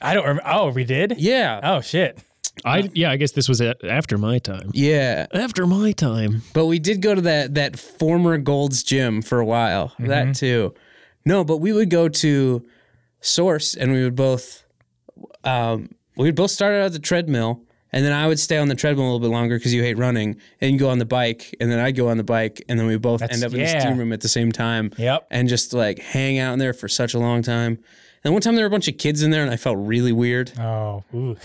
S1: I don't. Rem- oh, we did.
S2: Yeah,
S1: Oh shit.
S2: Oh.
S4: I yeah, I guess this was a- after my time.
S2: yeah.
S4: After my time.
S2: But we did go to that that former Gold's Gym for a while.
S1: Mm-hmm.
S2: That too. No, but we would go to Source and we would both um, we would both start out at the treadmill and then I would stay on the treadmill a little bit longer because you hate running and you go on the bike and then I'd go on the bike and then we both
S1: That's-
S2: end up in
S1: yeah.
S2: the steam room at the same time.
S1: Yep.
S2: and just like hang out in there for such a long time. And one time there were a bunch of kids in there, and I felt really weird.
S1: Oh. ooh.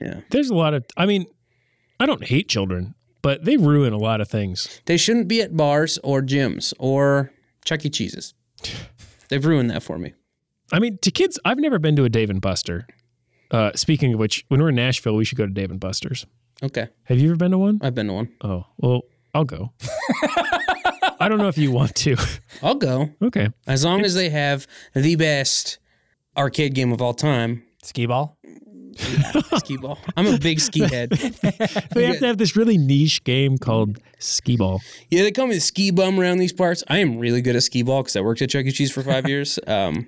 S2: Yeah,
S4: There's a lot of I mean, I don't hate children, but they ruin a lot of things.
S2: they shouldn't be at bars or gyms or Chuck E. Cheese's. They've ruined that for me.
S4: I mean, to kids, I've never been to a Dave and Buster. Uh, speaking of which, when we're in Nashville, we should go to Dave and Buster's.
S2: Okay,
S4: Have you ever been to one?
S2: I've been to one.
S4: Oh, well, I'll go. I don't know if you want to.
S2: I'll go
S4: okay.
S2: as long as they have the best arcade game of all time,
S1: Skee ball.
S2: skee ball. I'm a big ski head.
S4: They have to have this really niche game called Skee Ball.
S2: Yeah, they call me the ski bum around these parts. I am really good at skee ball because I worked at Chuck E. Cheese for five years. Um,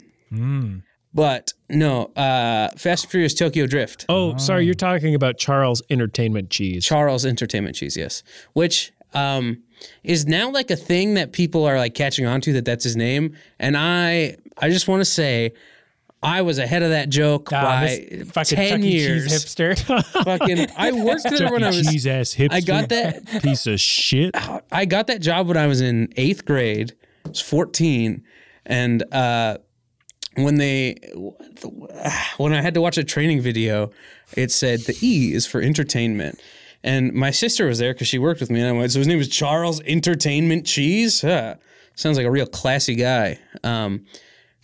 S2: But no, uh, Fast and Furious Tokyo Drift.
S4: Oh, sorry, you're talking about Charles Entertainment Cheese.
S2: Charles Entertainment Cheese, yes, which um, is now like a thing that people are like catching on to that that's his name. And I, I just want to say, I was ahead of that joke
S1: Ah,
S2: by
S1: this fucking
S2: ten
S1: Chuck E. Cheese E.
S2: years.
S1: hipster.
S2: fucking, I worked there when I was.
S4: Cheese ass hipster.
S2: I got that.
S4: piece of shit.
S2: I got that job when I was in eighth grade. I was fourteen, and uh, when they when I had to watch a training video, it said the E is for entertainment. And my sister was there because she worked with me, and I went. So his name was Charles Entertainment Cheese. Huh. Sounds like a real classy guy. Um,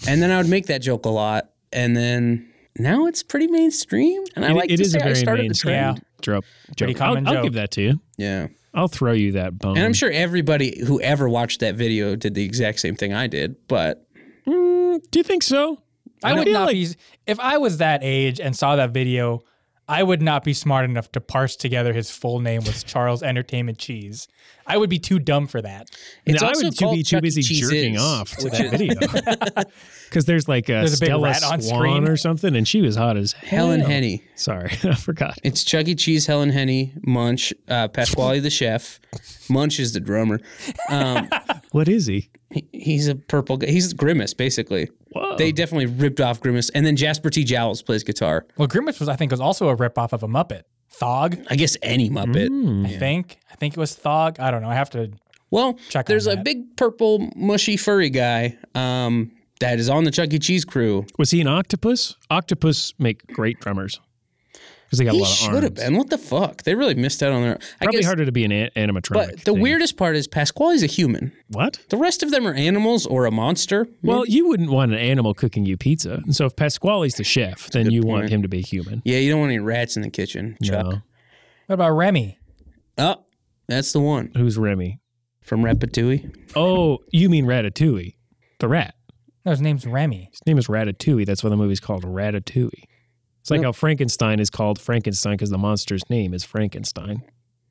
S2: and then I would make that joke a lot, and then now it's pretty mainstream. And I
S4: It-
S2: like
S4: it
S2: to
S4: is
S2: say
S4: a
S2: I
S4: very
S2: started the
S4: mainstream
S1: Yeah.
S2: trend.
S4: drop
S1: Pretty
S4: joke. I'll-
S1: common
S4: I'll,
S1: joke.
S4: give that to you.
S2: Yeah.
S4: I'll throw you that bone.
S2: And I'm sure everybody who ever watched that video did the exact same thing I did, but
S4: Mm, do you think so?
S1: I would
S4: feel
S1: not
S4: like-
S1: be if I was that age and saw that video. I would not be smart enough to parse together his full name was Charles Entertainment Cheese. I would be too dumb for that.
S2: it's
S4: no, I
S2: also
S4: would too
S2: called
S4: be too
S2: Chuck E.
S4: busy
S2: Cheese's,
S4: jerking off to
S2: which
S4: that
S2: is-
S4: video. Because there's like a
S1: There's a big
S4: Stella
S1: rat on
S4: Swan
S1: screen.
S4: or something, and she was hot as hell.
S2: Helen Henny.
S4: Sorry, I forgot.
S2: It's Chuck E. Cheese, Helen Henny, Munch, uh, Pasquale the chef. Munch is the drummer. Um,
S4: What is he?
S2: he- he's a purple guy. He's Grimace, basically.
S4: Whoa.
S2: They definitely ripped off Grimace. And then Jasper T. Jowls plays guitar.
S1: Well, Grimace was, I think, was also a ripoff of a Muppet. Thog,
S2: I guess any Muppet.
S4: Mm.
S1: I think. I think it was Thog. I don't know. I have to.
S2: Well,
S1: Check on
S2: there's a
S1: that.
S2: big purple, mushy, furry guy um, that is on the Chuck E. Cheese crew.
S4: was he an octopus? Octopus make great drummers because they got a
S2: He
S4: lot of
S2: should
S4: arms.
S2: have been. What the fuck? They really missed out on their. I
S4: Probably
S2: guess,
S4: harder to be an a- animatronic.
S2: But the
S4: thing.
S2: weirdest part is Pasquale's a human.
S4: what?
S2: The rest of them are animals or a monster.
S4: Well, you wouldn't want an animal cooking you pizza, and so if Pasquale's the chef, then you want him to be human.
S2: Yeah, you don't want any rats in the kitchen, Chuck.
S4: No,
S1: What about Remy?
S2: Oh, that's the one
S4: who's Remy?
S2: from Ratatouille.
S4: Oh, you mean Ratatouille, the rat.
S1: No, his name's Remy.
S4: His name is Ratatouille. That's why the movie's called Ratatouille. It's like how Frankenstein is called Frankenstein because the monster's name is Frankenstein.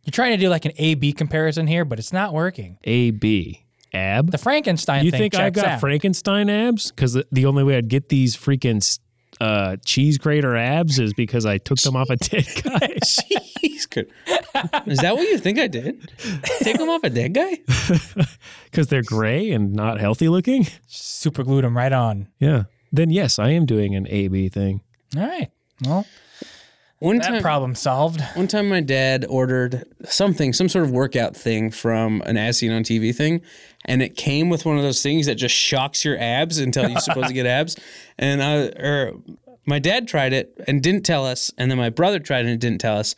S1: You're trying to do like an A B comparison here, but it's not working.
S4: A B ab.
S1: The Frankenstein
S4: you
S1: thing.
S4: think I've
S1: checks
S4: got
S1: out.
S4: Frankenstein abs? Because the, the only way I'd get these freaking uh, cheese grater abs is because I took them off a dead guy.
S2: He's good. Is that what you think I did? Take him off a dead guy?
S4: Because they're gray and not healthy looking.
S1: Super glued him right on.
S4: Yeah. Then yes, I am doing an A B thing.
S1: All right. Well,
S2: One
S1: that
S2: time,
S1: problem solved.
S2: one time, my dad ordered something, some sort of workout thing from an As Seen on TV thing, and it came with one of those things that just shocks your abs until you're supposed to get abs. And I, or my dad tried it and didn't tell us, and then my brother tried it and didn't tell us.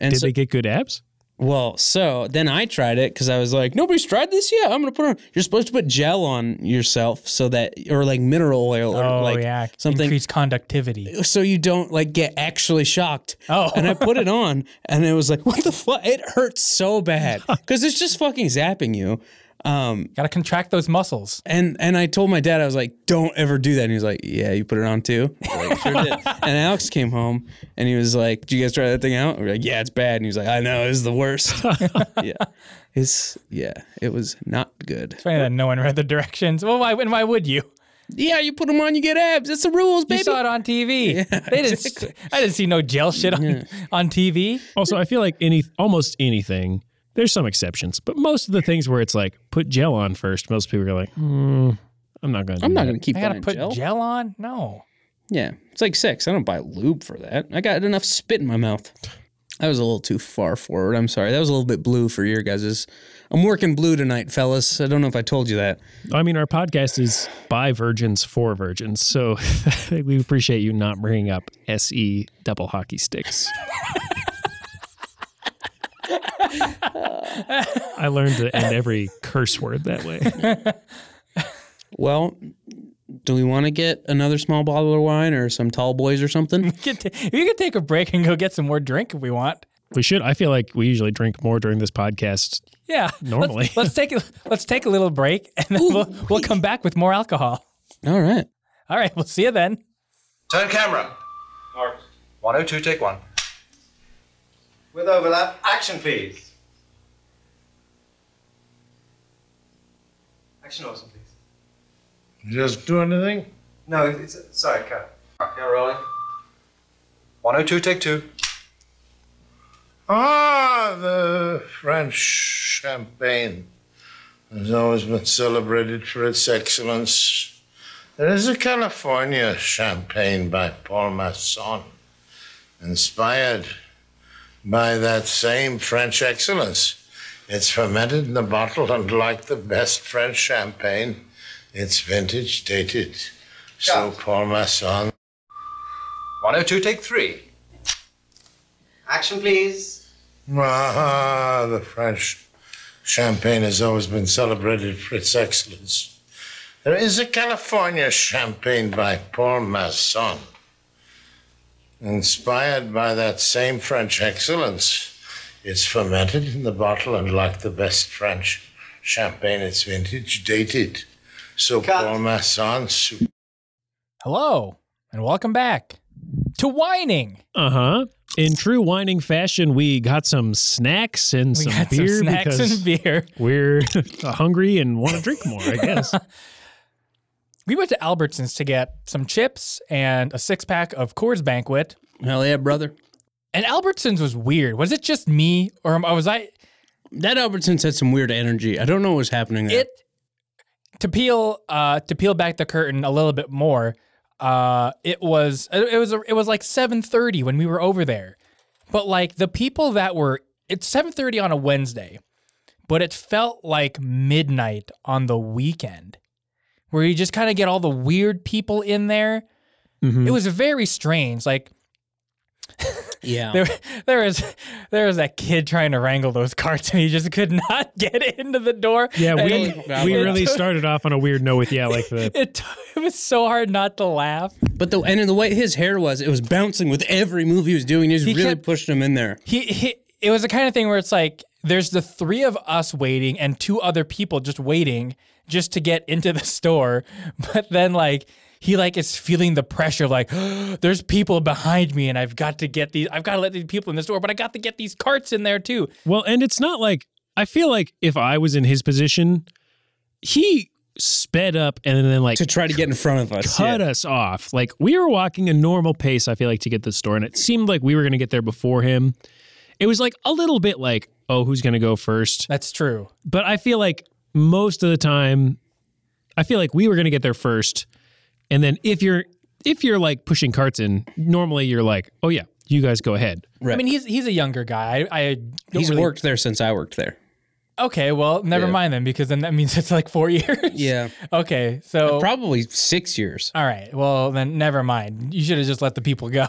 S2: And
S4: Did
S2: so
S4: they get good abs?
S2: Well, so then I tried it because I was like, nobody's tried this yet. I'm gonna put on. You're supposed to put gel on yourself so that, or like mineral oil, or
S1: Oh
S2: like
S1: yeah,
S2: something,
S1: increased conductivity.
S2: so you don't like get actually shocked.
S1: Oh.
S2: and I put it on, and it was like, what the fuck? It hurts so bad because it's just fucking zapping you. Um,
S1: Got to contract those muscles.
S2: and and I told my dad, I was like, "Don't ever do that." And he was like, "Yeah, you put it on too." I was like, "Sure did." and Alex came home and he was like, "Did you guys try that thing out?" We are like, "Yeah, it's bad." And he was like, "I know, it's the worst." yeah, it's yeah, it was not good.
S1: Funny that no one read the directions. Well, why? And why would you?
S2: Yeah, you put them on, you get abs. That's the rules,
S1: You
S2: baby.
S1: saw it on TV. they didn't. I didn't see no gel shit on, on TV.
S4: Also, I feel like any almost anything. There's some exceptions, but most of the things where it's like put gel on first, most people are like, hmm, I'm not going to.
S2: I'm not gonna keep
S1: I
S2: buying
S1: gotta put
S2: gel.
S1: gel? on. No.
S2: Yeah, it's like sex. I don't buy lube for that. I got enough spit in my mouth. That was a little too far forward. I'm sorry. That was a little bit blue for your guys's. I'm working blue tonight, fellas. I don't know if I told you that.
S4: I mean, our podcast is by virgins for virgins, so we appreciate you not bringing up se double hockey sticks. I learned to end every curse word that way.
S2: Well, do we want to get another small bottle of wine or some tall boys or something?
S1: We could, ta- we could take a break and go get some more drink if we want.
S4: We should. I feel like we usually drink more during this podcast.
S1: Yeah.
S4: Normally.
S1: Let's, let's take a, let's take a little break and then we'll, we'll come back with more alcohol.
S2: All right.
S1: All right, we'll see you then.
S3: Turn camera.
S5: Marked.
S3: 102, take one.
S5: With overlap, action please. Action awesome please.
S6: Just do anything?
S5: No, it's, sorry, cut. Yeah, rolling.
S3: 102, take two.
S6: Ah, the French champagne has always been celebrated for its excellence. There is a California champagne by Paul Masson, inspired by that same French excellence. It's fermented in the bottle, and like the best French champagne, its vintage dated So pour my son.
S3: 102 take 3.
S5: Action, please.
S6: Ah, the French champagne has always been celebrated for its excellence. There is a California champagne by Paul Masson, inspired by that same French excellence. It's fermented in the bottle, and like the best French champagne, it's vintage dated. So
S5: Cut.
S6: Paul Masson, su-
S1: Hello, and welcome back to Whining.
S4: Uh huh. In true whining fashion, we got some snacks and
S1: We
S4: some
S1: got
S4: beer
S1: some snacks
S4: because
S1: and beer.
S4: we're hungry and want to drink more. I guess.
S1: We went to Albertsons to get some chips and a six pack of Coors Banquet.
S2: Hell yeah, brother.
S1: And Albertsons was weird. Was it just me, or am- was I
S2: That Albertsons had some weird energy. I don't know what was happening there.
S1: it to peel uh to peel back the curtain a little bit more uh it was it was it was like 7:30 when we were over there but like the people that were it's 7:30 on a Wednesday but it felt like midnight on the weekend where you just kind of get all the weird people in there
S4: Mhm.
S1: it was very strange like
S2: yeah.
S1: there, there was there was that kid trying to wrangle those carts and he just could not get it into the door
S4: Yeah,
S1: And
S4: we
S1: it-
S4: we
S1: it
S4: really
S1: took-
S4: started off on a weird note with yeah, like the
S1: it, t- it was so hard not to laugh.
S2: But the and the way his hair was, it was bouncing with every move he was doing. He was
S1: He
S2: really
S1: kept-
S2: pushing him in there.
S1: He, he it was the kind of thing where it's like there's the three of us waiting and two other people just waiting just to get into the store, but then like he like is feeling the pressure of like there's people behind me and I've got to get these I've got to let these people in the store, but I got to get these carts in there too.
S4: Well, and it's not like I feel like if I was in his position, he sped up and then like
S2: To try to get in front of us.
S4: cut
S2: yeah.
S4: us off. Like we were walking a normal pace, I feel like, to get to the store, and it seemed like we were gonna get there before him. It was like a little bit like, oh, who's gonna go first?
S1: That's true.
S4: But I feel like most of the time, I feel like we were gonna get there first. And then if you're if you're like pushing carts in, normally you're like, oh yeah, you guys go ahead.
S1: I mean, he's he's a younger guy. I, I don't
S2: He's
S1: really-
S2: worked there since I worked there.
S1: Okay, well, never mind then because then that means it's like four years.
S2: Yeah.
S1: Okay, so
S2: Probably six years.
S1: All right. Well, then never mind. You should have just let the people go.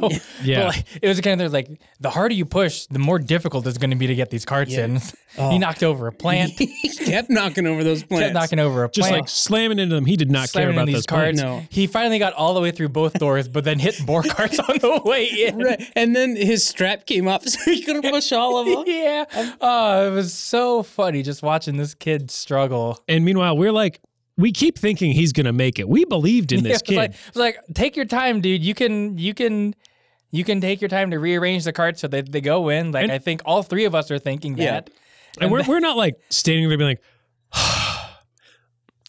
S4: Yeah.
S1: But, like, it was kind of like the harder you push, the more difficult it's going to be to get these carts in.
S4: Oh.
S1: he knocked over a plant. kept
S2: he kept knocking over those plants.
S1: knocking over a
S4: Just
S1: plant.
S4: like slamming into them. He did not
S1: slamming
S4: care about
S1: in
S4: those
S1: these carts.
S2: No.
S1: He finally got all the way through both doors, but then hit more carts on the way in.
S2: Right. And then his strap came off, so he couldn't push all of them.
S1: Yeah. Oh, it was so funny just watching this kid struggle.
S4: And meanwhile, we're like, we keep thinking he's going to make it. We believed in
S1: It
S4: this
S1: was
S4: kid.
S1: like, it was like, take your time, dude. You can, you can, you can take your time to rearrange the carts so that they go in. Like
S4: And-
S1: I think all three of us are thinking
S2: Yeah.
S1: that.
S4: and we're, we're not like standing there being like,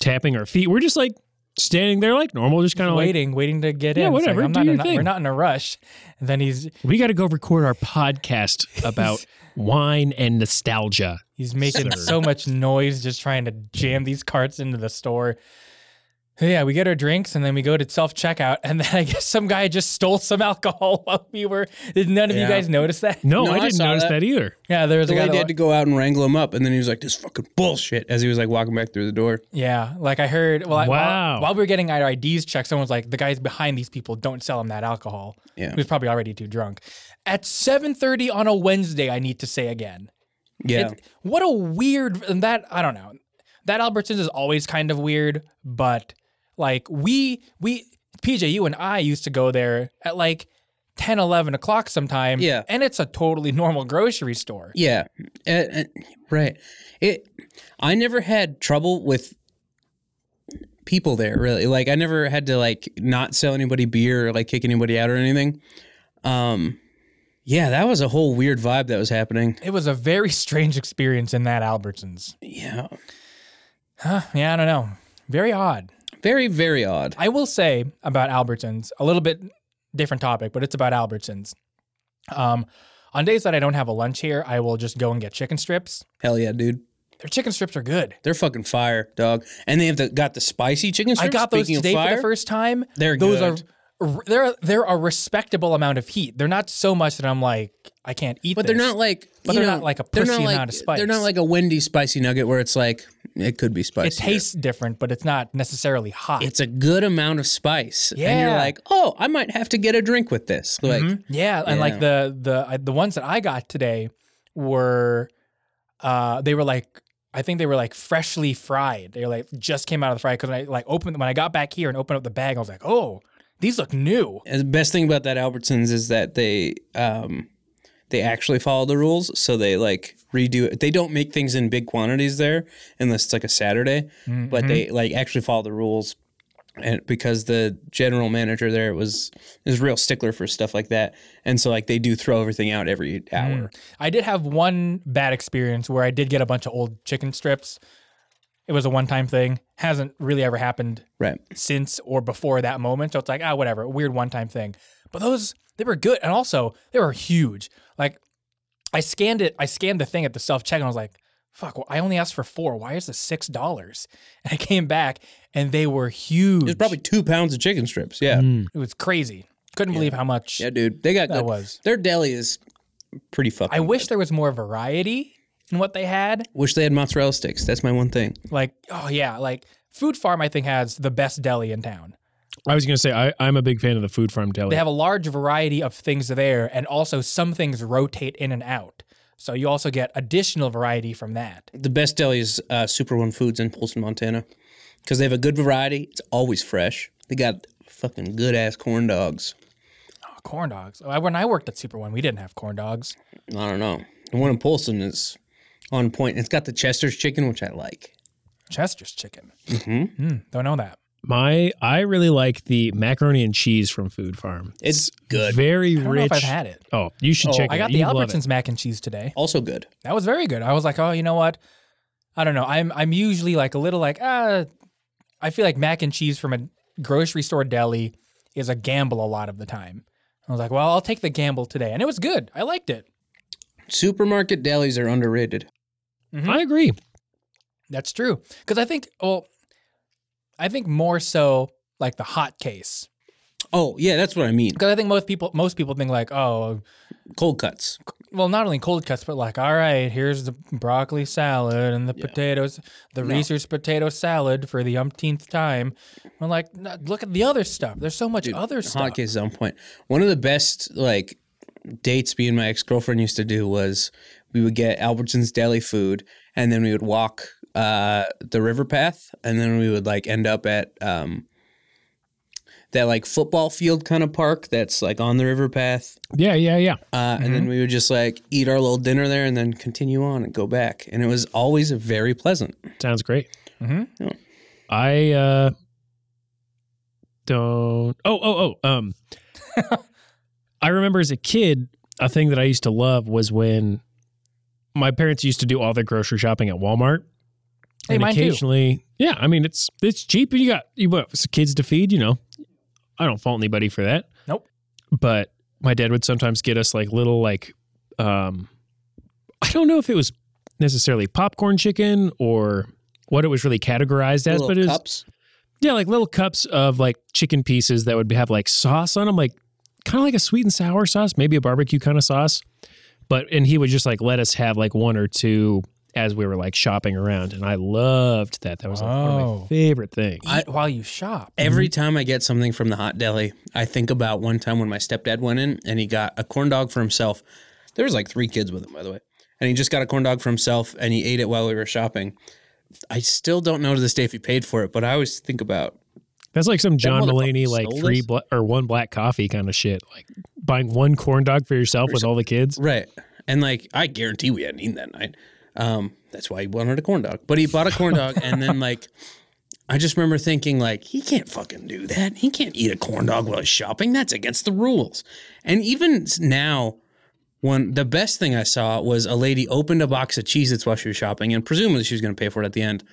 S4: tapping our feet. We're just like standing there like normal, just kind of like,
S1: waiting, waiting to get
S4: Yeah,
S1: in. It's
S4: whatever,
S1: Like, I'm
S4: do
S1: not
S4: your
S1: in a-
S4: thing.
S1: We're not in a rush. And then he's
S4: we got to go record our podcast about wine and nostalgia.
S1: he's making
S4: Sir.
S1: so much noise just trying to jam these carts into the store. Yeah, we get our drinks and then we go to self checkout. And then I guess some guy just stole some alcohol while we were. Did none of you
S2: Yeah.
S1: guys notice that?
S4: No,
S2: No,
S4: I
S2: I
S4: didn't
S2: saw
S4: notice that,
S2: that.
S4: either.
S1: Yeah, there was
S2: The
S1: a guy.
S2: lady
S1: that
S2: had to go out and wrangle him up, and then he was like, "This fucking bullshit." As he was like walking back through the door,
S1: Yeah, like I heard. Well, I-
S4: Wow.
S1: while, while we were getting our IDs checked, someone's like, "The guys behind these people don't sell them that alcohol."
S2: Yeah.
S1: he was probably already too drunk. At seven thirty on a Wednesday, I need to say again.
S2: yeah,
S1: It- what a weird and that I don't know. That Albertsons is always kind of weird, but like we we PJ you and I used to go there at like 10, 11 o'clock sometime.
S2: Yeah.
S1: and it's a totally normal grocery store.
S2: yeah, Uh, uh, right. It. I never had trouble with people there. Really, like I never had to like not sell anybody beer or like kick anybody out or anything. Um, yeah, that was a whole weird vibe that was happening.
S1: It was a very strange experience in that Albertsons.
S2: Yeah,
S1: Huh, yeah, I don't know. Very odd.
S2: very very odd.
S1: I will say about Albertsons, a little bit different topic, but it's about Albertsons. Um, on days that I don't have a lunch here, I will just go and get chicken strips.
S2: Hell yeah, dude.
S1: Their chicken strips are good.
S2: They're fucking fire, dog. And they have the, got the spicy chicken
S1: I
S2: strips.
S1: got those
S2: Speaking of
S1: today for
S2: fire,
S1: the first time.
S2: They're
S1: those
S2: good.
S1: are r- they're they're a respectable amount of heat. They're not so much that I'm like I can't eat.
S2: But they're
S1: this.
S2: not like,
S1: But
S2: you
S1: they're
S2: know,
S1: not like a
S2: they're
S1: pussy
S2: not
S1: amount
S2: like-
S1: of spice.
S2: They're not like a Wendy's spicy nugget where it's like it could be spicy.
S1: It tastes different, but it's not necessarily hot.
S2: It's a good amount of spice, and you're
S1: Yeah. Mm-hmm.
S2: like, oh, I might have to get a drink with this. Like,
S1: yeah, and like the the I- the ones that I got today were, uh, they were like I think they were like freshly fried. They were like just came out of the fry because I like opened when I got back here and opened up the bag. I was like, oh, these look new.
S2: And the best thing about that Albertsons is that they um, they actually follow the rules, so they like redo it. They don't make things in big quantities there unless it's like a Saturday,
S1: Mm-hmm.
S2: but they like actually follow the rules. And because the general manager there was is a real stickler for stuff like that, and so like they do throw everything out every
S1: Mm.
S2: hour.
S1: I did have one bad experience where I did get a bunch of old chicken strips. It was a one time thing. Hasn't really ever happened
S2: Right?
S1: since or before that moment. So it's like, ah, whatever, a weird one time thing. But those, they were good. And also, they were huge. Like, I scanned it, I scanned the thing at the self check and I was like, fuck, well, I only asked for four. Why is this $6? And I came back and they were huge.
S2: There's probably two pounds of chicken strips. Yeah,
S1: it was crazy. Couldn't believe how much.
S2: yeah, dude. They got
S1: Mm. That
S2: good-
S1: was.
S2: their deli is pretty fucking.
S1: I wish there was more variety in what they had.
S2: wish they had mozzarella sticks. That's my one thing.
S1: Like, oh yeah, like Food Farm, I think has the best deli in town.
S4: I was gonna say I, I'm a big fan of the food farm deli.
S1: They have a large variety of things there, and also some things rotate in and out. So you also get additional variety from that.
S2: The best deli is uh, Super One Foods in Polson, Montana, because they have a good variety. It's always fresh. They got fucking good ass corn dogs.
S1: Oh, corn dogs. Oh, I- When I worked at Super One, we didn't have corn dogs.
S2: I don't know. The one in Polson is on point. It's got the Chester's chicken, which I like.
S1: Chester's chicken. Mm, don't know that.
S4: My I really like the macaroni and cheese from Food Farm.
S2: It's good.
S4: Very
S1: I don't
S4: rich.
S1: know if I've had it.
S4: Oh, you should check it.
S1: I got the
S4: You'd love it.
S1: Albertsons mac and cheese today.
S2: Also good.
S1: That was very good. I was like, oh, you know what? I don't know. I'm I'm usually like a little like ah. I feel like mac and cheese from a grocery store deli is a gamble a lot of the time. I was like, well, I'll take the gamble today, and it was good. I liked it.
S2: Supermarket delis are underrated.
S4: I agree.
S1: That's true. Because I think, well, I think more so like the hot case.
S2: Oh yeah, that's what I mean.
S1: Because I think most people, most people think like, oh,
S2: Cold cuts.
S1: well, not only cold cuts, but like, all right, here's the broccoli salad and the potatoes, the Reese's potato salad for the umpteenth time. I'm like, "No, look at the other stuff. There's so much other stuff.
S2: Hotcakes is on point. One of the best like dates me and my ex girlfriend used to do was we would get Albertson's deli food and then we would walk uh, the river path and then we would like end up at um, that like football field kind of park that's like on the river path
S4: Yeah, yeah, yeah.
S2: uh, and then we would just like eat our little dinner there and then continue on and go back and it was always very pleasant.
S4: Sounds great.
S1: Mhm.
S2: Yeah.
S4: I uh, don't. Oh, oh, oh. Um, I remember as a kid, a thing that I used to love was when my parents used to do all their grocery shopping at Walmart.
S1: Hey,
S4: and
S1: mine too.
S4: occasionally, yeah, I mean it's it's cheap, and you got you got kids to feed. You know, I don't fault anybody for that.
S1: Nope.
S4: But my dad would sometimes get us like little like, um, I don't know if it was necessarily popcorn chicken or what it was really categorized as,
S2: Little
S4: but it was
S2: cups.
S4: yeah, like little cups of like chicken pieces that would have like sauce on them, like kind of like a sweet and sour sauce, maybe a barbecue kind of sauce. But and he would just like let us have like one or two as we were like shopping around, and I loved that. That was like one of
S1: Oh.
S4: my favorite things.
S1: Eat while you shop.
S2: Every time I get something from the hot deli, I think about one time when my stepdad went in and he got a corn dog for himself. There was like three kids with him, by the way, and he just got a corn dog for himself and he ate it while we were shopping. I still don't know to this day if he paid for it, but I always think about
S4: That's like some John
S2: motherfucker
S4: Mulaney, like
S2: sold
S4: three
S2: us?
S4: bla- or one black coffee kind of shit. Like buying one corn dog for yourself with all the kids.
S2: right, and like I guarantee we hadn't eaten that night. Um, that's why he wanted a corn dog, but he bought a corn dog and then like. I just remember thinking, like, he can't fucking do that. He can't eat a corn dog while he's shopping. That's against the rules. And even s- now, when the best thing I saw was a lady opened a box of Cheez Its while she was shopping, and presumably she was going to pay for it at the end.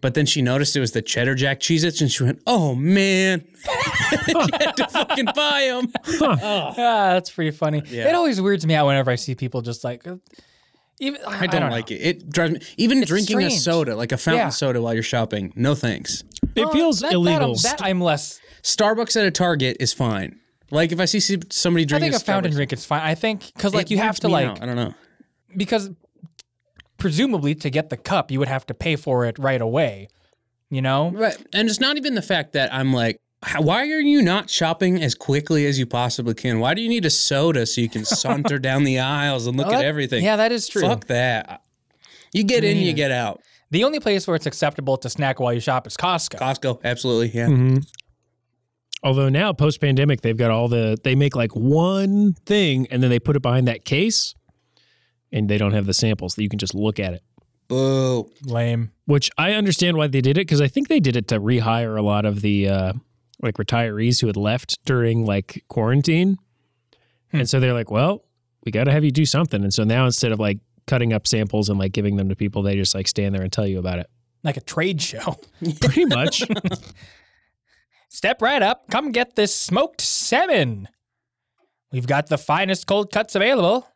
S2: But then she noticed it was the cheddar jack Cheez Its, and she went, oh man. she had to fucking buy them.
S1: Ah, that's pretty funny. It always weirds me out whenever I see people just like, uh, even I,
S2: I don't,
S1: know.
S2: like it. It drives me, even drinking a
S1: strange.
S2: soda, like a fountain
S1: Yeah.
S2: soda while you're shopping, no thanks.
S4: it feels
S1: that, that I'm,
S4: illegal.
S1: that I'm less.
S2: Starbucks at a Target is fine. Like if I see some- somebody
S1: I
S2: drinking,
S1: think a fountain
S2: Starbucks,
S1: drink is fine. I think because
S2: it
S1: like you have
S2: weirds
S1: to
S2: me
S1: like
S2: out. I don't know.
S1: because presumably to get the cup you would have to pay for it right away. You know,
S2: Right. And it's not even the fact that I'm like, "How- why are you not shopping as quickly as you possibly can? Why do you need a soda so you can saunter down the aisles and look
S1: Well,
S2: at
S1: that-
S2: everything?
S1: Yeah, that is true.
S2: Fuck that. You get in, you get out.
S1: The only place where it's acceptable to snack while you shop is Costco.
S2: Costco, absolutely.
S1: Hmm.
S2: Yeah.
S4: Although now post pandemic, they've got all the they make like one thing and then they put it behind that case, and they don't have the samples that you can just look at it.
S2: Boo.
S1: Lame.
S4: Which I understand why they did it because I think they did it to rehire a lot of the uh, like retirees who had left during like quarantine,
S2: Hmm.
S4: and so they're like, well, we got to have you do something, and so now instead of like cutting up samples and like giving them to people, they just like stand there and tell you about it.
S1: Like a trade show.
S4: Pretty much.
S1: Step right up. Come get this smoked salmon. We've got the finest cold cuts available.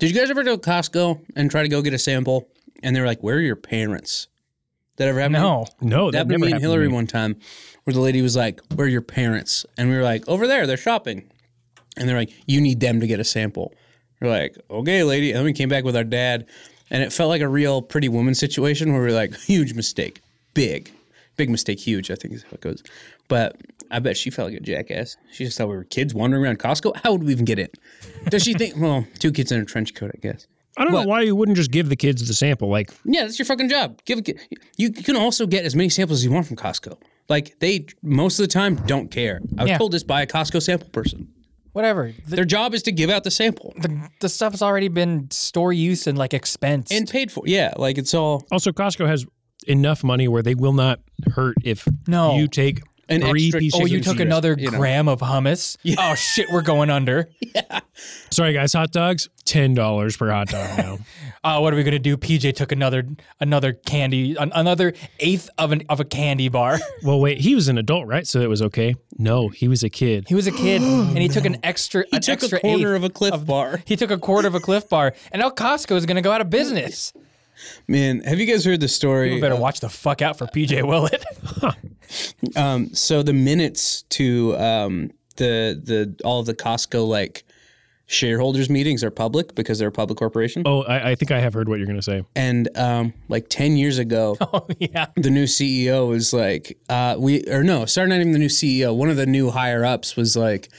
S2: Did you guys ever go to Costco and try to go get a sample? And they were like, where are your parents? That ever happened? to you?
S1: No.
S4: No,
S2: That
S4: Oh, that,
S2: happened to
S4: never
S2: me
S4: happened.
S2: and
S4: to
S2: Hillary
S4: me.
S2: one time, where the lady was like, "Where are your parents?" And we were like, "Over there, they're shopping." And they're like, "You need them to get a sample." We're like, "Okay, lady." And then we came back with our dad, and it felt like a real Pretty Woman situation where we were like, "Huge mistake, big, big mistake, huge." I think is how it goes. But I bet she felt like a jackass. She just thought we were kids wandering around Costco. How would we even get in? Does she think? Well, two kids in a trench coat, I guess.
S4: I don't know why you wouldn't just give the kids the sample. Like,
S2: Yeah, that's your fucking job. Give a ki- you can also get as many samples as you want from Costco. Like they most of the time don't care. I was
S1: Yeah.
S2: told this by a Costco sample person.
S1: Whatever. The,
S2: Their job is to give out the sample
S1: the stuff's already been store use and like expense.
S2: and paid for. Yeah, like it's all
S4: also Costco has enough money where they will not hurt if
S1: No.
S4: you take
S2: An
S4: three
S2: extra-
S1: oh,
S4: pieces.
S2: chicken
S1: you
S4: of
S1: took
S4: cheese.
S1: another gram of hummus? Oh, shit, we're going under.
S4: Sorry, guys, hot dogs ten dollars per hot dog now.
S1: Oh, what are we going to do? PJ took another another candy, an, another eighth of, an, of a candy bar.
S4: well, wait, he was an adult, right? So it was okay. No, he was a kid.
S1: He was a kid and he took an extra an
S2: took
S1: extra
S2: a corner
S1: eighth
S2: of a Cliff Bar.
S1: He took a quarter of a Cliff Bar, and now Costco is going to go out of business.
S2: Man, have you guys heard the
S1: You
S2: story? Uh,
S1: better watch the fuck out for PJ Willett.
S2: Um, so the minutes to um, the the all of the Costco like shareholders meetings are public because they're a public corporation.
S4: Oh, I, I think I have heard what you're gonna say.
S2: And um, like ten years ago,
S1: oh yeah,
S2: the new CEO was like, uh, we or no, sorry, not even the new CEO. One of the new higher ups was like,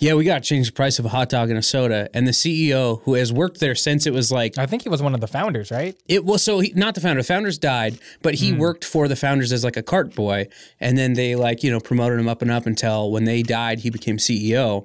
S2: yeah, we got to change the price of a hot dog and a soda. And the CEO, who has worked there since it was like
S1: I think he was one of the founders, right?
S2: it was so he, not the founder. The founders died, but he worked for the founders as like a cart boy, and then they like you know promoted him up and up until when they died, he became CEO,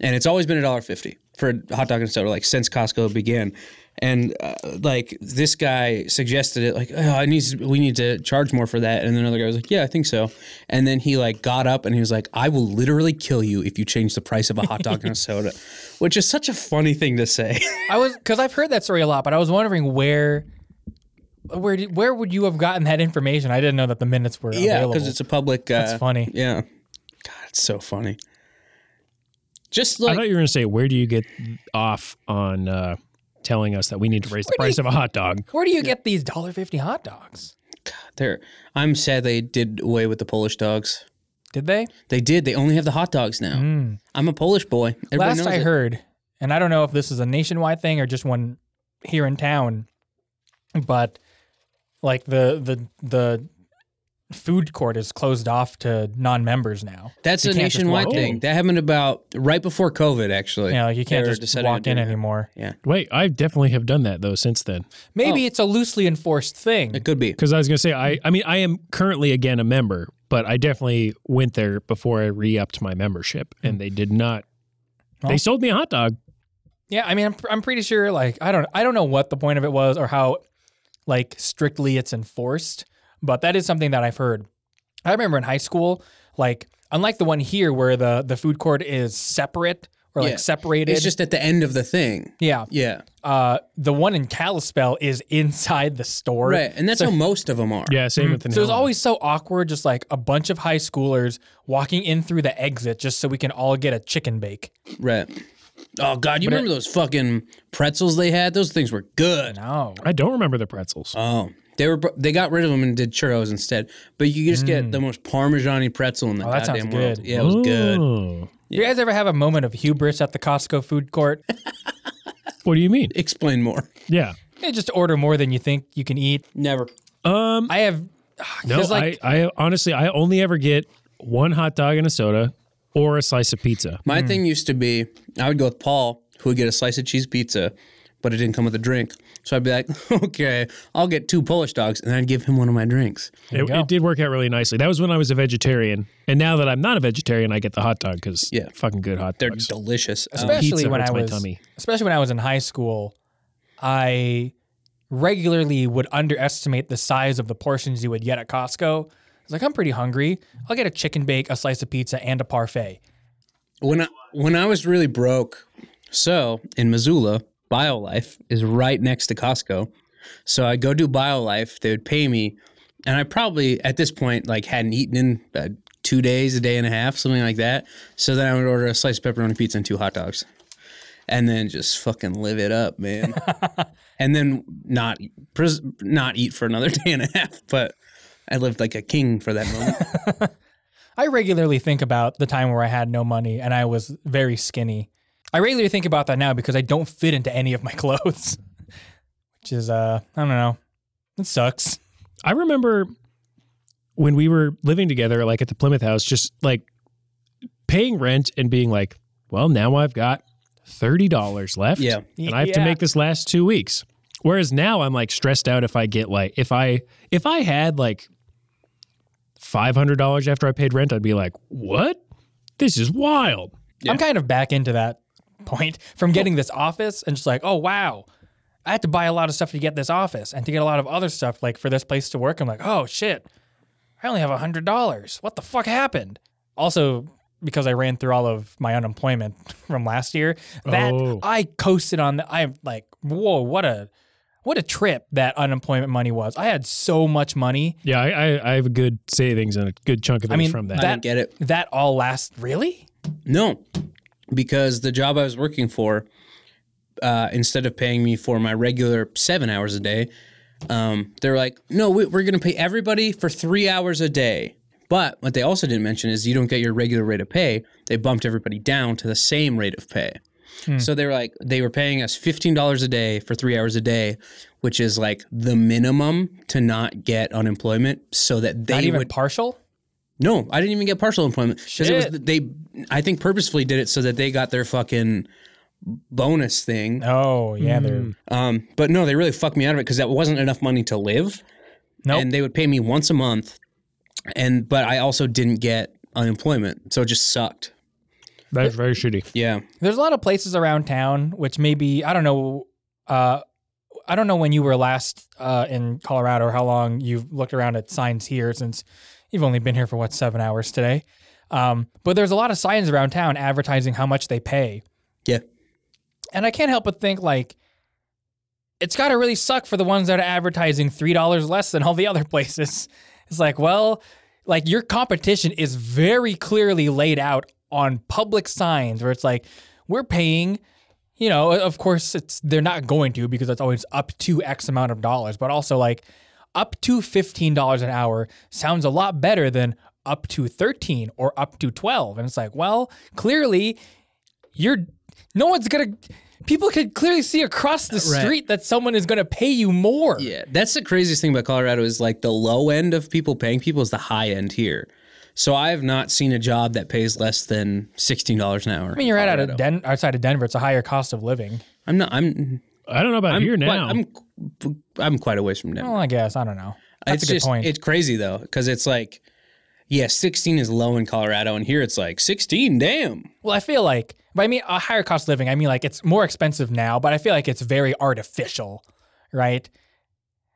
S2: and it's always been a dollar fifty for a hot dog and soda, like since Costco began, and uh, like this guy suggested it, like oh, I need we need to charge more for that, and then another guy was like, yeah, I think so, and then he like got up and he was like, I will literally kill you if you change the price of a hot dog and a soda, which is such a funny thing to say.
S1: I was because I've heard that story a lot, but I was wondering where. Where, did, where would you have gotten that information? I didn't know that the minutes were
S2: Yeah,
S1: available.
S2: because it's a public. Uh,
S1: That's funny.
S2: Yeah, God, it's so funny. Just
S4: I
S2: like
S4: thought you were gonna say, where do you get off on uh, telling us that we need to raise the price of a hot dog?
S1: Where do you get these dollar fifty hot dogs?
S2: they're, I'm sad they did away with the Polish dogs.
S1: Did they?
S2: They did. They only have the hot dogs now. I'm a Polish boy. Everybody
S1: Hmm. Last
S2: knows
S1: I
S2: it.
S1: heard, and I don't know if this is a nationwide thing or just one here in town, but like the the the food court is closed off to non-members now.
S2: that's
S1: You
S2: a
S1: can't just
S2: nationwide
S1: walk in.
S2: thing. That happened about right before COVID, actually.
S1: You know, like you can't
S2: They were
S1: just
S2: deciding to
S1: walk
S2: do
S1: in
S2: that. Oh.
S1: anymore.
S4: Wait, I definitely have done that though since then.
S1: Maybe it's a loosely enforced thing.
S2: It could be.
S4: Because I was gonna say, I I mean, I am currently again a member, but I definitely went there before I re-upped my membership,
S1: Hmm.
S4: and they did not. They
S1: Well.
S4: sold me a hot dog.
S1: Yeah, I mean, I'm, I'm pretty sure. Like, I don't, I don't know what the point of it was or how, like, strictly it's enforced. But that is something that I've heard. I remember in high school, like, unlike the one here where the the food court is separate or like
S2: Yeah.
S1: separated.
S2: It's just at the end of the thing.
S1: yeah.
S2: Yeah,
S1: Uh, the one in Kalispell is inside the store.
S2: right. And that's how most of them are.
S4: Yeah, same with the.
S1: Hmm. So it was always so awkward, just like a bunch of high schoolers walking in through the exit just so we can all get a chicken bake.
S2: Right. Oh God, you remember those fucking pretzels they had? Those things were good.
S1: No.
S4: I don't remember the pretzels.
S2: Oh, They were they got rid of them and did churros instead. But you just get the most parmesan pretzel in the
S1: Mm. Oh, that sounds
S2: goddamn world.
S1: good.
S2: Yeah, it was good.
S4: Oh.
S1: You guys ever have a moment of hubris at the Costco food court?
S4: What do you mean?
S2: Explain more.
S4: Yeah.
S1: Yeah, just order more than you think you can eat.
S2: Never.
S4: Um.
S1: I have
S4: No.
S1: 'cause, like-
S4: I. I honestly, I only ever get one hot dog and a soda, or a slice of pizza.
S1: Mm.
S2: My thing used to be I would go with Paul, who would get a slice of cheese pizza, but it didn't come with a drink. So I'd be like, okay, I'll get two Polish dogs, and I'd give him one of my drinks.
S4: It,
S1: go.
S4: it did work out really nicely. That was when I was a vegetarian, and now that I'm not a vegetarian, I get the hot dog because
S2: Yeah.
S4: fucking good hot
S2: They're
S4: dogs.
S2: delicious. Um,
S1: especially
S4: pizza
S1: when
S4: hurts
S1: I
S4: my
S1: was
S4: tummy.
S1: especially when I was in high school, I regularly would underestimate the size of the portions you would get at Costco. I was like, I'm pretty hungry. I'll get a chicken bake, a slice of pizza, and a parfait.
S2: when I when I was really broke, so in Missoula, BioLife is right next to Costco. So I go do BioLife. They would pay me, and I probably at this point like hadn't eaten in uh, two days, a day and a half, something like that. So then I would order a slice of pepperoni pizza and two hot dogs, and then just fucking live it up, man. and then not pres- not eat for another day and a half, but. I lived like a king for that moment.
S1: I regularly think about the time where I had no money and I was very skinny. I regularly think about that now because I don't fit into any of my clothes, which is uh, I don't know, it sucks.
S4: I remember when we were living together, like at the Plymouth house, just like paying rent and being like, well, now I've got $30 left.
S2: Yeah.
S4: And I have to
S1: Yeah.
S4: make this last two weeks. Whereas now I'm like stressed out if I get like, if I, if I had like $500 after I paid rent, I'd be like, what? This is wild.
S1: I'm kind of back into that point from getting this office and just like, oh wow, I had to buy a lot of stuff to get this office and to get a lot of other stuff like for this place to work. I'm like, oh shit, I only have a hundred dollars. What the fuck happened? Also, because I ran through all of my unemployment from last year, that
S4: Oh.
S1: I coasted on. The, I'm like, whoa, what a what a trip that unemployment money was. I had so much money.
S4: Yeah. I, I, I have a good savings and a good chunk of it
S1: I
S4: is
S1: mean,
S4: from that.
S2: I didn't get it.
S1: That all last really?
S2: No, because the job I was working for, uh, instead of paying me for my regular seven hours a day, um, they're like, no, we, we're going to pay everybody for three hours a day. But what they also didn't mention is you don't get your regular rate of pay. They bumped everybody down to the same rate of pay.
S1: Hmm.
S2: So they were like, they were paying us $15 a day for three hours a day, which is like the minimum to not get unemployment so that they
S1: Not even
S2: would
S1: partial?
S2: no, I didn't even get partial employment because it was
S1: Shit.
S2: they. I think purposefully did it so that they got their fucking bonus thing.
S1: Oh yeah, they're
S2: Um, but no, they really fucked me out of it because that wasn't enough money to live.
S1: Nope.
S2: and they would pay me once a month, and but I also didn't get unemployment, so it just sucked.
S4: That's very shitty.
S2: Yeah,
S1: There's a lot of places around town, which maybe I don't know. Uh, I don't know when you were last uh, in Colorado or how long you've looked around at signs here since you've only been here for what seven hours today. Um, but there's a lot of signs around town advertising how much they pay,
S2: yeah,
S1: and I can't help but think like it's got to really suck for the ones that are advertising three dollars less than all the other places. It's like, well, like your competition is very clearly laid out on public signs where it's like, we're paying, you know, of course it's they're not going to because it's always up to X amount of dollars, but also like up to fifteen dollars an hour sounds a lot better than up to thirteen or up to twelve. And it's like, well, clearly you're no one's gonna people could clearly see across the
S2: Right.
S1: street that someone is gonna pay you more.
S2: yeah. That's the craziest thing about Colorado is like the low end of people paying people is the high end here. So I have not seen a job that pays less than sixteen dollars an hour.
S1: I mean, you're right out of Den- outside of Denver. It's a higher cost of living.
S2: I'm not. I'm.
S4: I don't know about
S2: I'm
S4: here
S2: quite-
S4: now.
S2: I'm. I'm quite a ways from Denver.
S1: Well, I guess I don't know. That's
S2: it's
S1: a good
S2: just,
S1: point.
S2: It's crazy though, because it's like, yeah, 16 is low in Colorado, and here it's like 16. Damn.
S1: well, I feel like by I mean a higher cost of living. I mean like it's more expensive now, but I feel like it's very artificial, right?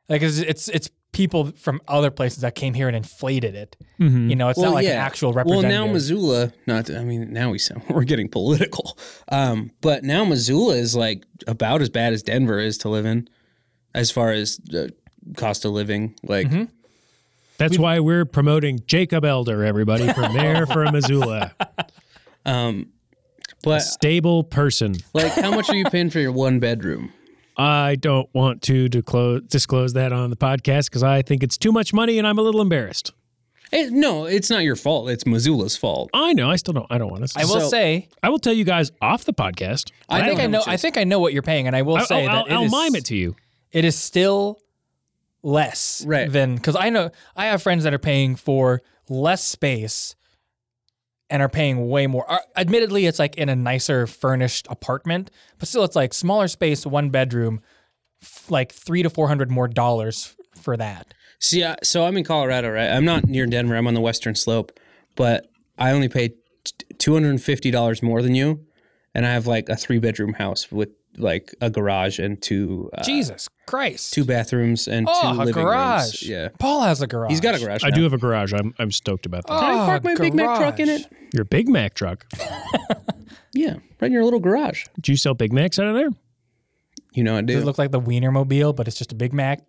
S1: Like it's it's, it's people from other places that came here and inflated it. You know, it's not like an actual
S2: Mm-hmm. Well,
S1: representative.
S2: now Missoula. Not. I mean, now we sound we're getting political. Um, but now Missoula is like about as bad as Denver is to live in, as far as uh, cost of living. Like,
S1: Mm-hmm.
S4: That's why we're promoting Jacob Elder, everybody, from there for Missoula.
S2: but um,
S4: Stable person.
S2: like, how much are you paying for your one bedroom?
S4: I don't want to disclose, disclose that on the podcast because I think it's too much money and I'm a little embarrassed.
S2: Eh, no, it's not your fault. It's Missoula's fault.
S4: I know. I still don't. I don't want to.
S1: I will
S2: So-
S1: say,
S4: I will tell you guys off the podcast.
S1: I, think
S2: don't
S1: I know.
S2: what it
S1: I
S2: is.
S1: think I know what you're paying, and I will
S4: I,
S1: say
S4: I'll,
S1: that
S4: I'll
S1: it is-
S4: mime it to you.
S1: It is still less
S2: Right.
S1: than because I know I have friends that are paying for less space and are paying way more. Uh, admittedly, it's like in a nicer furnished apartment, but still, it's like smaller space, one bedroom, f- like three to four hundred more dollars f- for that.
S2: See, I, so I'm in Colorado, right? I'm not near Denver. I'm on the western slope, but I only paid t- $250 more than you, and I have like a three bedroom house with like a garage and two uh,
S1: Jesus Christ!
S2: two bathrooms and two
S1: oh, a
S2: living
S1: garage.
S2: rooms. Yeah,
S1: Paul has a garage.
S2: he's got a garage.
S4: I
S2: now.
S4: do have a garage. I'm I'm stoked about that.
S1: Oh,
S2: Can I park my Big Mac truck in
S1: garage.
S2: it?
S4: Your Big Mac truck.
S2: Yeah, right in your little garage.
S4: Do you sell Big Macs out of there?
S2: You know, I do.
S1: Does it look like the Wienermobile, but it's just a Big Mac?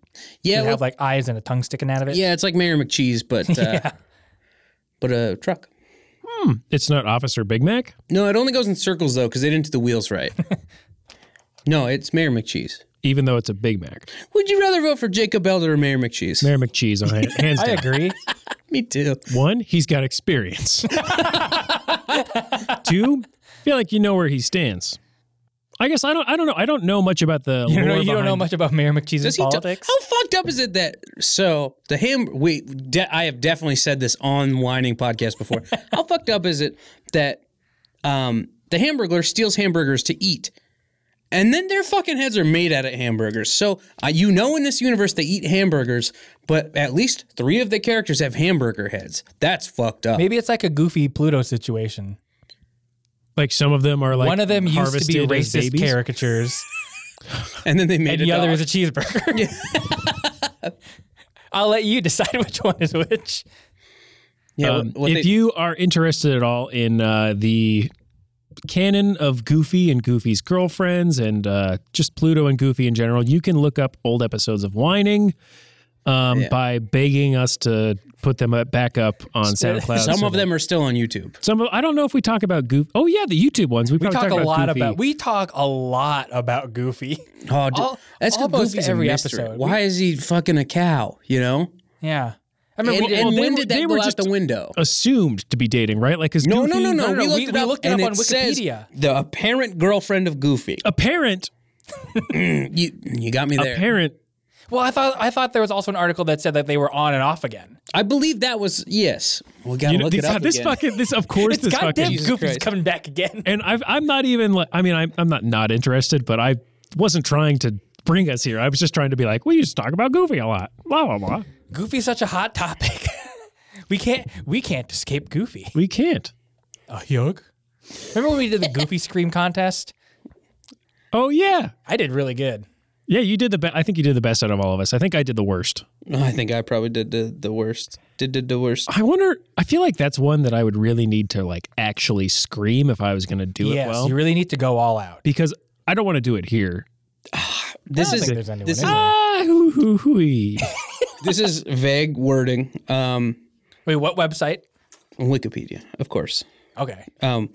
S2: yeah,
S1: Yeah,
S2: well,
S1: have like eyes and a tongue sticking out of it.
S2: yeah, it's like Mayor McCheese, but uh, but a truck.
S4: It's not Officer Big Mac.
S2: No, it only goes in circles though, because they didn't do the wheels right. no, it's Mayor McCheese.
S4: Even though it's a Big Mac,
S2: Would you rather vote for Jacob Elder or Mayor McCheese?
S4: Mayor McCheese on it, hands
S1: I
S4: down.
S1: agree.
S2: Me too.
S4: One, he's got experience. Two, I feel like you know where he stands. I guess I don't. I don't know. I don't know much about the.
S1: You,
S4: lore
S1: know, you don't know
S4: behind-
S1: much about Mayor
S2: Does
S1: McCheese's
S2: he ta-
S1: politics.
S2: how fucked up is it that so the ham we de- I have definitely said this on whining podcast before. how fucked up is it that um, the hamburger steals hamburgers to eat, and then their fucking heads are made out of hamburgers. So uh, you know in this universe they eat hamburgers, but at least three of the characters have hamburger heads. That's fucked up.
S1: Maybe it's like a goofy Pluto situation.
S4: Like some of them are like
S1: One of them used to be
S4: harvested as
S1: racist
S4: babies.
S1: caricatures,
S2: And then they made
S1: and
S2: a
S1: the other is
S2: dog.
S1: a cheeseburger. I'll let you decide which one is which.
S2: yeah,
S4: Um,
S2: what
S4: if
S2: they-
S4: you are interested at all in uh, the canon of Goofy and Goofy's girlfriends and uh, just Pluto and Goofy in general, you can look up old episodes of Whining um, by begging us to put them up- back up on SoundCloud.
S2: some
S4: So
S2: of them are still on YouTube.
S4: Some of, I don't know if we talk about Goof. Oh yeah, the YouTube ones. We,
S1: We
S4: probably
S1: talk a lot
S4: Goofy.
S1: about we talk a lot about Goofy.
S2: Oh, d-
S1: Al-
S2: that's 'cause
S1: almost
S2: Goofy's a
S1: every
S2: mystery.
S1: episode.
S2: Why is he fucking a cow? You know.
S1: Yeah, I
S2: And,
S1: remember. we,
S2: and
S4: well, they
S2: when
S4: were-
S2: did
S4: they
S2: that
S4: were
S2: go out
S4: just-
S2: the window?
S4: assumed to be dating, right? Like is
S2: No,
S4: Goofy,
S2: no, no, no,
S1: no, no,
S2: We looked
S1: we-
S2: it
S1: we
S2: up,
S1: looked it
S2: and
S1: up on
S2: it says
S1: Wikipedia.
S2: the apparent girlfriend of Goofy.
S4: A parent,
S2: You, you got me
S4: a
S2: there.
S4: parent.
S1: well, I thought I thought there was also an article that said that they were on and off again.
S2: I believe that was yes. We got to
S4: You know,
S2: look it
S4: this,
S2: up
S4: this
S2: again.
S4: fucking this of course this fucking
S1: Goddamn,
S2: Jesus
S1: Goofy's
S2: Christ.
S1: coming back again.
S4: and I've, I'm not even like, I mean, I'm, I'm not not interested, but I wasn't trying to bring us here. I was just trying to be like, we used to talk about Goofy a lot, blah, blah, blah.
S1: Goofy's such a hot topic. we can't we can't escape Goofy.
S4: We can't.
S1: A yug. Remember when we did the Goofy Scream contest?
S4: Oh, yeah.
S1: I did really good.
S4: Yeah, you did the best. I think you did the best out of all of us. I think I did the worst.
S2: No, Oh, I think I probably did the, the worst. Did, did the worst.
S4: I wonder, I feel like that's one that I would really need to like actually scream if I was going to do
S1: yes,
S4: it well.
S1: you really need to go all out.
S4: because I don't want to do it here.
S2: This
S1: I don't
S2: is
S1: think there's anyone
S2: this
S1: in
S2: is
S1: there.
S4: Ah, hoo, hoo, hooey.
S2: this is vague wording. Um,
S1: Wait, what website?
S2: Wikipedia, of course.
S1: Okay.
S2: Um,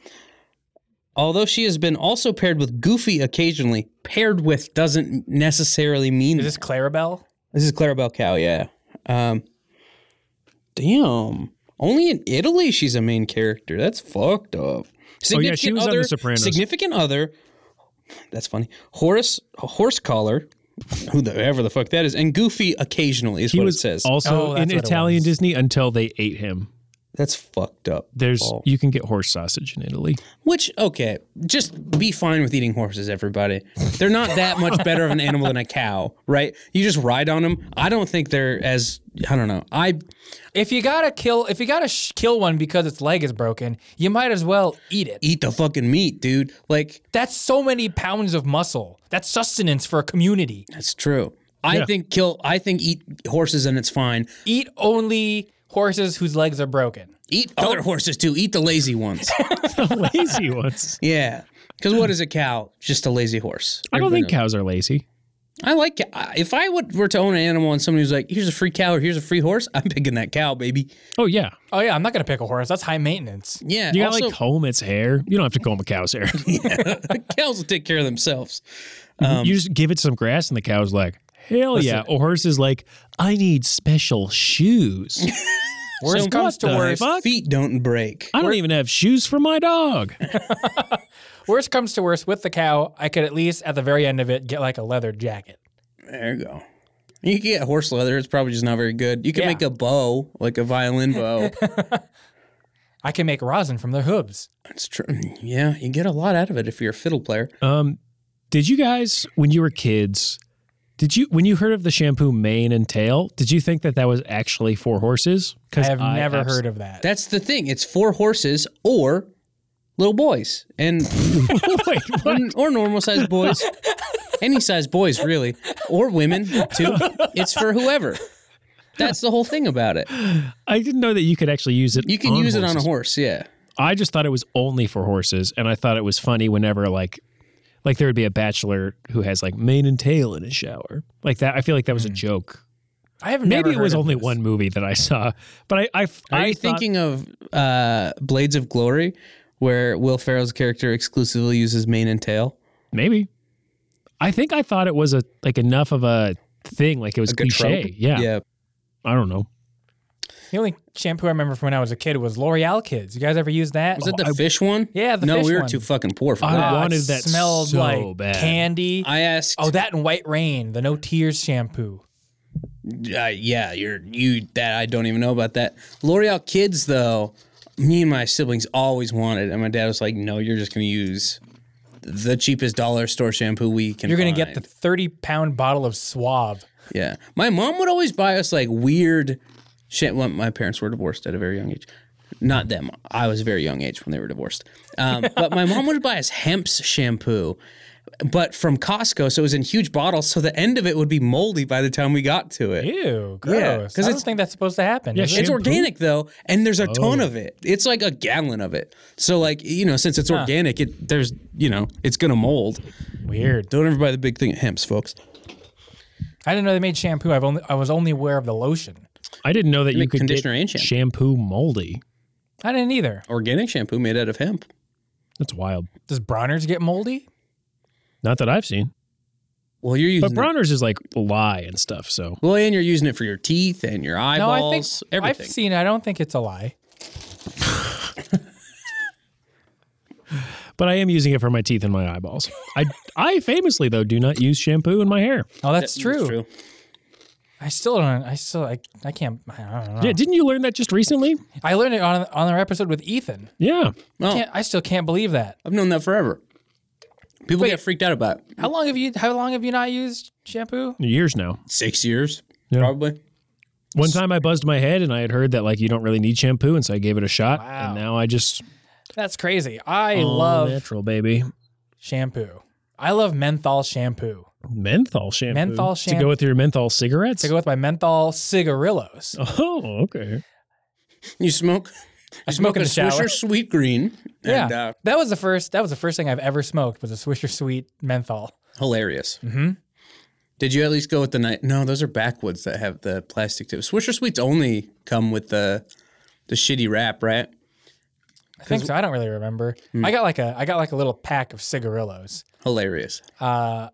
S2: although she has been also paired with Goofy occasionally, paired with doesn't necessarily mean
S1: Is this Clarabelle?
S2: This is Clarabelle Cow, yeah. Um, damn. Only in Italy she's a main character. That's fucked up.
S4: Oh, yeah, she was on The Sopranos.
S2: Significant other. That's funny. Horace horse collar. Who the ever the fuck that is, and Goofy occasionally is
S4: he
S2: what
S4: was
S2: it says.
S1: Oh,
S4: also in
S1: that's what it
S4: Italian
S1: was.
S4: Disney until they ate him.
S2: That's fucked up.
S4: There's
S1: Oh.
S2: Paul.
S4: you can get horse sausage in Italy.
S2: which okay, just be fine with eating horses, everybody. They're not that much better of an animal than a cow, right? You just ride on them. I don't think they're as I don't know. I
S1: If you gotta kill, if you gotta sh- kill one because its leg is broken, you might as well eat it.
S2: eat the fucking meat, dude. Like
S1: That's so many pounds of muscle. That's sustenance for a community.
S2: That's true. I think kill. I think eat horses and it's fine.
S1: Eat only horses whose legs are broken.
S2: Eat other horses too. Eat the lazy ones.
S4: lazy ones.
S2: yeah. Because what is a cow? Just a lazy horse.
S4: I don't think
S2: Everybody
S4: cows are lazy.
S2: knows. I like. ca- I- If I would, were to own an animal and somebody was like, "Here's a free cow or here's a free horse," I'm picking that cow, baby.
S4: Oh yeah,
S1: Oh yeah, I'm not gonna pick a horse. That's high maintenance.
S2: Yeah.
S4: you gotta
S2: also,
S4: like comb its hair. You don't have to comb a cow's hair.
S2: cows will take care of themselves.
S1: Um,
S4: you just give it some grass, and the cow's like, "Hell yeah!" Or hers is like, "I need special shoes.
S1: Worst
S2: So
S1: comes to
S4: what the
S1: worst.
S4: fuck?
S2: Feet don't break.
S4: I don't even have shoes for my dog."
S1: Worst comes to worst with the cow, I could at least at the very end of it get like a leather jacket.
S2: There you go. You can get horse leather. It's probably just not very good. You can
S1: Yeah.
S2: make a bow, like a violin bow.
S1: I can make rosin from their hooves.
S2: That's true. Yeah, you get a lot out of it if you're a fiddle player.
S4: Um, Did you guys, when you were kids, did you when you heard of the shampoo mane and tail? Did you think that that was actually for horses?
S1: I
S4: Because
S1: have never heard of that.
S2: That's the thing. It's for horses or little boys and
S4: Wait,
S2: or,
S4: what?
S2: or normal sized boys. Any size boys, really, or women too. It's for whoever. That's the whole thing about it.
S4: I didn't know that you could actually use it.
S2: You can use it on a horse. Yeah.
S4: I just thought it was only for horses, and I thought it was funny whenever like like there would be a bachelor who has like mane and tail in his shower like that. I feel like that was a joke.
S1: I have Hmm. never
S4: Maybe it
S1: heard
S4: was
S1: of
S4: only
S1: this.
S4: one movie that I saw, but I I,
S2: Are
S4: I
S2: you
S4: thought-
S2: thinking of uh, Blades of Glory, where Will Ferrell's character exclusively uses mane and tail?
S4: maybe. I think I thought it was a like enough of a thing, like it was
S2: Like a
S4: cliche.
S2: trope?
S4: Yeah,
S2: Yeah.
S4: I don't know.
S1: The only shampoo I remember from when I was a kid was L'Oreal Kids. You guys ever use that?
S2: Was it
S4: Oh,
S2: the fish one?
S1: Yeah, the
S2: no,
S1: fish
S2: we were
S1: one.
S2: too fucking poor for
S4: I
S1: Oh,
S2: that.
S1: it
S4: wanted that
S1: smelled
S4: so
S1: like
S4: bad.
S1: candy.
S2: I asked.
S1: oh, that and White Rain, the No Tears shampoo.
S2: uh, yeah, you're you that I don't even know about that. L'Oreal Kids though, me and my siblings always wanted, and my dad was like, "No, you're just gonna use the cheapest dollar store shampoo we can."
S1: You're gonna
S2: find.
S1: get the 30 pound bottle of Suave.
S2: yeah. My mom would always buy us like weird shit. Well, my parents were divorced at a very young age. Not them. I was a very young age when they were divorced. Um, but my mom would buy us hemp's shampoo, but from Costco, so it was in huge bottles. So the end of it would be moldy by the time we got to it.
S1: Ew, gross.
S2: Yeah, 'cause
S1: I don't
S2: it's-
S1: think that's supposed to happen.
S4: Yeah,
S1: is it?
S2: It's
S4: Shampoo?
S2: organic though, and there's a
S1: Oh.
S2: ton of it. It's like a gallon of it. So like you know, since it's organic, it there's you know, it's gonna mold.
S1: weird.
S2: Don't ever buy the big thing at Hemp's, folks.
S1: I didn't know they made shampoo. I've only I was only aware of the lotion.
S4: I didn't know that you
S2: make
S4: could
S2: conditioner
S4: get
S2: and shampoo.
S4: moldy.
S1: I didn't either.
S2: Organic shampoo made out of hemp.
S4: That's wild.
S1: Does Bronner's get moldy?
S4: Not that I've seen,
S2: Well, you're using
S4: but
S2: it-
S4: Bronner's is like lye and stuff. So
S2: well, and you're using it for your teeth and your
S1: No, I think
S2: eyeballs, everything.
S1: I've seen. I don't think it's a lie.
S4: But I am using it for my teeth and my eyeballs. I I famously though do not use shampoo in my hair.
S1: Oh, that's true.
S2: It's true.
S1: I still don't. I still. I, I can't. I don't know.
S2: Oh.
S4: Yeah, didn't you learn that just recently?
S1: I learned it on on our episode with Ethan.
S4: Yeah.
S2: Oh.
S1: Can't, I still can't believe that.
S2: I've known that forever. People get freaked out about it.
S1: How long have you? How long have you not used shampoo?
S4: Years now.
S2: six years,
S4: Yeah.
S2: probably.
S4: One time I buzzed my head and I had heard that like you don't really need shampoo and so I gave it a shot
S1: Wow.
S4: and now I just
S1: That's crazy. I
S4: all
S1: love
S4: natural baby.
S1: shampoo. I love menthol shampoo.
S4: Menthol shampoo.
S1: Menthol
S4: To
S1: shampoo.
S4: go with your menthol cigarettes?
S1: To go with my menthol cigarillos.
S4: oh, okay.
S2: You smoke.
S1: I smoke in the shower.
S2: Swisher Sweet Green.
S1: Yeah,
S2: And, uh,
S1: that was the first. That was the first thing I've ever smoked was a Swisher Sweet menthol.
S2: hilarious.
S1: Mm-hmm.
S2: Did you at least go with the night? No, those are backwoods that have the plastic tips. Swisher Sweets only come with the the shitty wrap, right?
S1: I think so. I don't really remember. I got like a. I got like a little pack of cigarillos.
S2: Hilarious.
S1: Uh,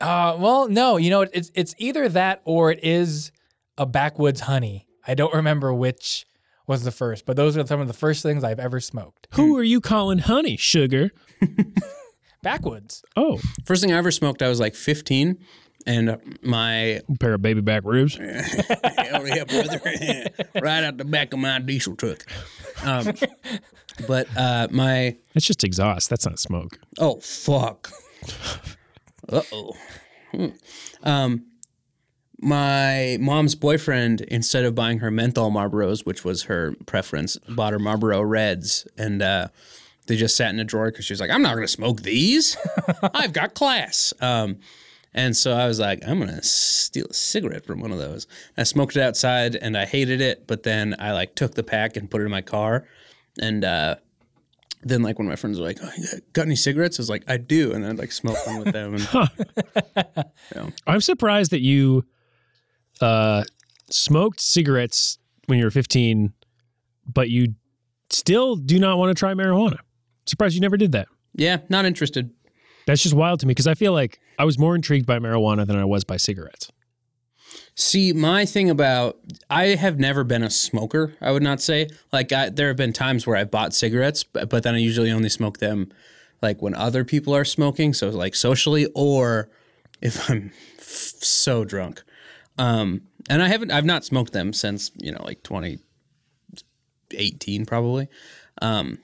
S1: uh, well, no, you know, it's it's either that or it is a backwoods honey. I don't remember which was the first, but those are some of the first things I've ever smoked.
S4: Who are you calling honey, sugar?
S1: Backwoods.
S4: Oh,
S2: First thing I ever smoked, I was like 15, and my
S4: pair of baby back ribs.
S2: hell yeah, brother, right out the back of my diesel truck. Um, but uh, my
S4: That's just exhaust. That's not smoke.
S2: oh fuck, uh oh. Um, my mom's boyfriend, instead of buying her menthol Marlboros, which was her preference, bought her Marlboro Reds, and uh, they just sat in a drawer because she was like, "I'm not gonna smoke these. I've got class." Um, and so I was like, "I'm gonna steal a cigarette from one of those." I smoked it outside, and I hated it. But then I like took the pack and put it in my car, and uh, then like when my friends were like, oh, you "Got any cigarettes?" I was like, "I do," and I'd like smoke one with them. And
S4: I'm surprised that you uh, smoked cigarettes when you were 15, but you still do not want to try marijuana. Surprised you never did that.
S2: Yeah, not interested.
S4: That's just wild to me because I feel like I was more intrigued by marijuana than I was by cigarettes.
S2: See, my thing about I have never been a smoker. I would not say like I, there have been times where I bought cigarettes, but, but then I usually only smoke them like when other people are smoking, so like socially or if I'm f- so drunk. Um, and I haven't I've not smoked them since you know like 2018 probably. Um,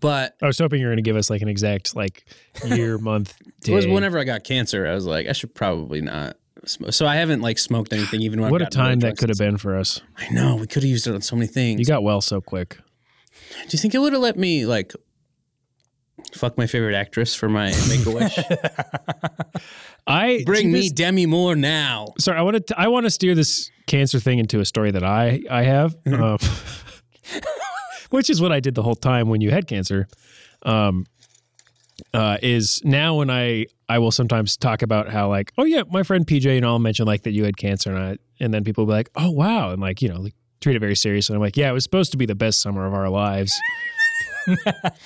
S2: but
S4: I was hoping you were going to give us like an exact like year, month, day.
S2: It was whenever I got cancer. I was like, I should probably not smoke. So I haven't like smoked anything even when I
S4: what a
S2: got really
S4: time that
S2: drunk.
S4: could have been for us.
S2: I know we could have used it on so many
S4: You
S2: things.
S4: got well so quick.
S2: Do you think it would have let me like fuck my favorite actress for my make a wish?
S4: I
S2: Bring
S4: see
S2: me
S4: this-
S2: Demi Moore now.
S4: Sorry, I want to. I want to steer this cancer thing into a story that I I have, um, which is what I did the whole time when you had cancer. Um, uh, is now when I I will sometimes talk about how like oh yeah my friend PJ and I'll mention like that you had cancer and I and then people will be like oh wow and like you know like treat it very seriously and I'm like yeah it was supposed to be the best summer of our lives.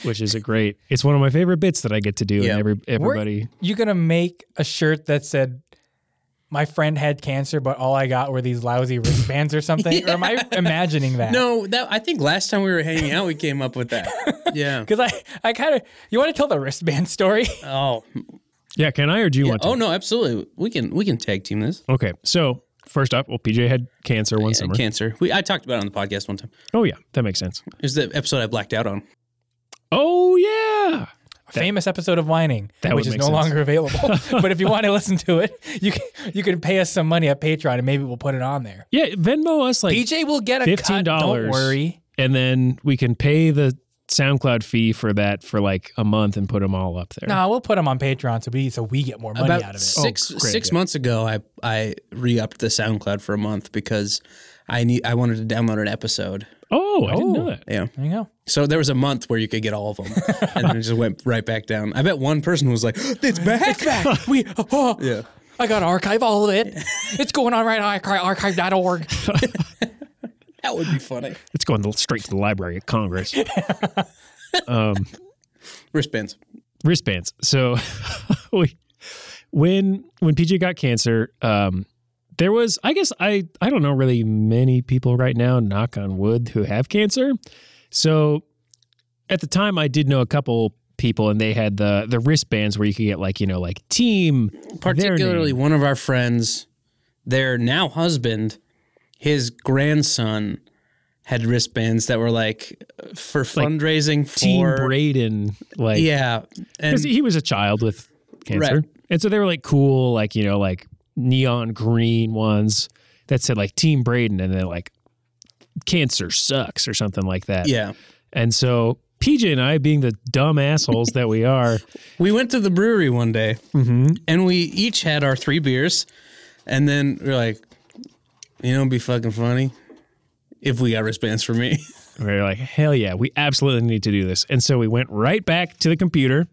S4: Which is a great. It's one of my favorite bits that I get to do,
S2: Yeah.
S4: and every
S1: Were
S4: everybody.
S1: you gonna make a shirt that said, "My friend had cancer, but all I got were these lousy wristbands or something"? Or am I imagining that?
S2: No, that I think last time we were hanging out, we came up with that. Yeah.
S1: because I, I kind of. You want to tell the wristband story?
S2: Oh.
S4: Yeah, can I or do you
S2: yeah.
S4: want to?
S2: Oh no, absolutely. We can we can tag team this.
S4: Okay, so first up, well, PJ had cancer one
S2: Yeah,
S4: summer.
S2: cancer. We I talked about it on the podcast one time.
S4: Oh yeah, that makes sense.
S2: It was the episode I blacked out on.
S4: Oh yeah,
S1: A famous episode of whining,
S4: That
S1: which
S4: would
S1: is
S4: make
S1: no
S4: sense.
S1: longer available. but if you want to listen to it, you can, you can pay us some money at Patreon, and maybe we'll put it on there.
S4: yeah. Venmo us like
S1: PJ will get a
S4: fifteen
S1: cut. Don't
S4: dollars.
S1: worry.
S4: and then we can pay the SoundCloud fee for that for like a month and put them all up there.
S1: No, we'll put them on Patreon so we so we get more money
S2: About
S1: out of it.
S2: six
S4: Oh, great
S2: six
S4: idea.
S2: months ago, I I re upped the SoundCloud for a month because I need I wanted to download an episode.
S4: Oh, I didn't know that.
S2: Yeah,
S1: There you go.
S2: so there was a month where you could get all of them, and then it just went right back down. I bet one person was like, "It's back."
S1: It's back. we oh,
S2: Yeah.
S1: I gotta archive all of it. it's going on right on archi- archive.org.
S2: That would be funny.
S4: It's going straight to the Library of Congress.
S2: Wristbands.
S4: wristbands. So we, when when PJ got cancer, um, there was I guess I I don't know really many people right now, knock on wood, who have cancer. So at the time, I did know a couple people, and they had the the wristbands where you could get like you know like team their name.
S2: Particularly one of our friends, their now husband, his grandson had wristbands that were like for fundraising
S4: team
S2: for
S4: Braden like
S2: yeah, and
S4: because he was a child with cancer,
S2: Right.
S4: and so they were like cool, like you know, like neon green ones that said like Team Braden, and then like cancer sucks or something like that.
S2: yeah.
S4: And so PJ and I, being the dumb assholes that we are,
S2: We went to the brewery one day, and we each had our three beers, and then we are like, you know, it'd be fucking funny if we got wristbands for me.
S4: we were like, hell yeah, we absolutely need to do this. And so we went right back to the computer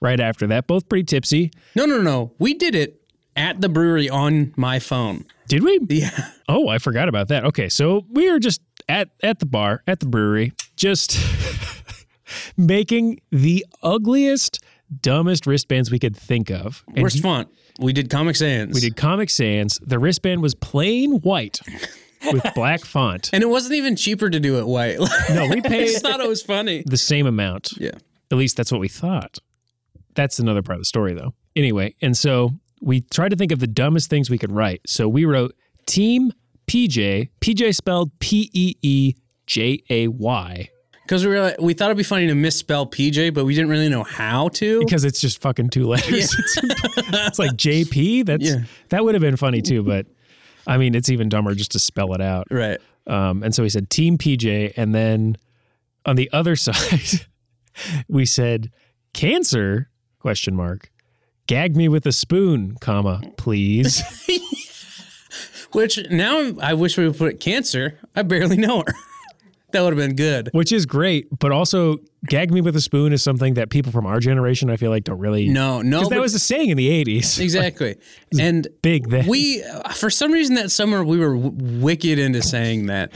S4: right after that, both pretty tipsy.
S2: no, no, no. We did it at the brewery on my phone.
S4: Did we?
S2: Yeah,
S4: Oh, I forgot about that. Okay, so we are just at at the bar at the brewery, just making the ugliest, dumbest wristbands we could think of. And
S2: worst font. We did Comic Sans. We
S4: did Comic Sans. The wristband was plain white with black font.
S2: and it wasn't even cheaper to do it white.
S4: No, we
S2: I
S4: paid
S2: just thought it was funny.
S4: the same amount.
S2: Yeah.
S4: At least that's what we thought. That's another part of the story, though. Anyway, and so we tried to think of the dumbest things we could write. So we wrote Team PJ, PJ spelled P E E J A Y,
S2: Because we were like, we thought it'd be funny to misspell PJ, but we didn't really know how to.
S4: because it's just fucking two letters. it's, it's like JP. That's
S2: Yeah.
S4: That would have been funny too, but I mean, it's even dumber just to spell it out.
S2: right.
S4: Um, and so we said Team PJ, and then on the other side, we said cancer question mark. Gag me with a spoon, comma, please.
S2: Which now I wish we would put cancer. I barely know her. that would have been good.
S4: Which is great, but also gag me with a spoon is something that people from our generation, I feel like, don't really.
S2: No, no,
S4: Because that
S2: but-
S4: was a saying in the 80s.
S2: Exactly. and
S4: big then.
S2: We, uh, for some reason, that summer we were w- wicked into saying that.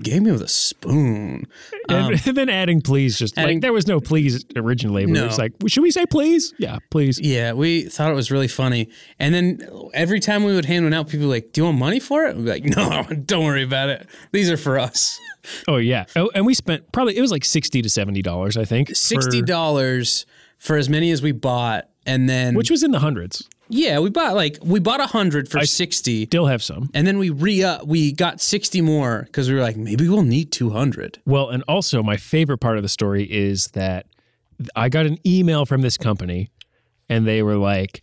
S2: Gave me with a spoon.
S4: and, and then adding please, just
S2: um, adding-
S4: like there was no please originally, but
S2: No.
S4: it was like, should we say please? Yeah, please.
S2: Yeah, we thought it was really funny. And then every time we would hand one out, people were like, "Do you want money for it?" We'd be like, "No, don't worry about it. These are for us."
S4: Oh, yeah. Oh, and we spent probably, it was like 60 to $70, I think. for-
S2: Sixty dollars for as many as we bought, and then
S4: Which was in the hundreds.
S2: yeah, we bought like we bought a hundred for sixty.
S4: Still have some.
S2: And then we re up, we got 60 more because we were like, maybe we'll need 200.
S4: Well, and also my favorite part of the story is that I got an email from this company and they were like,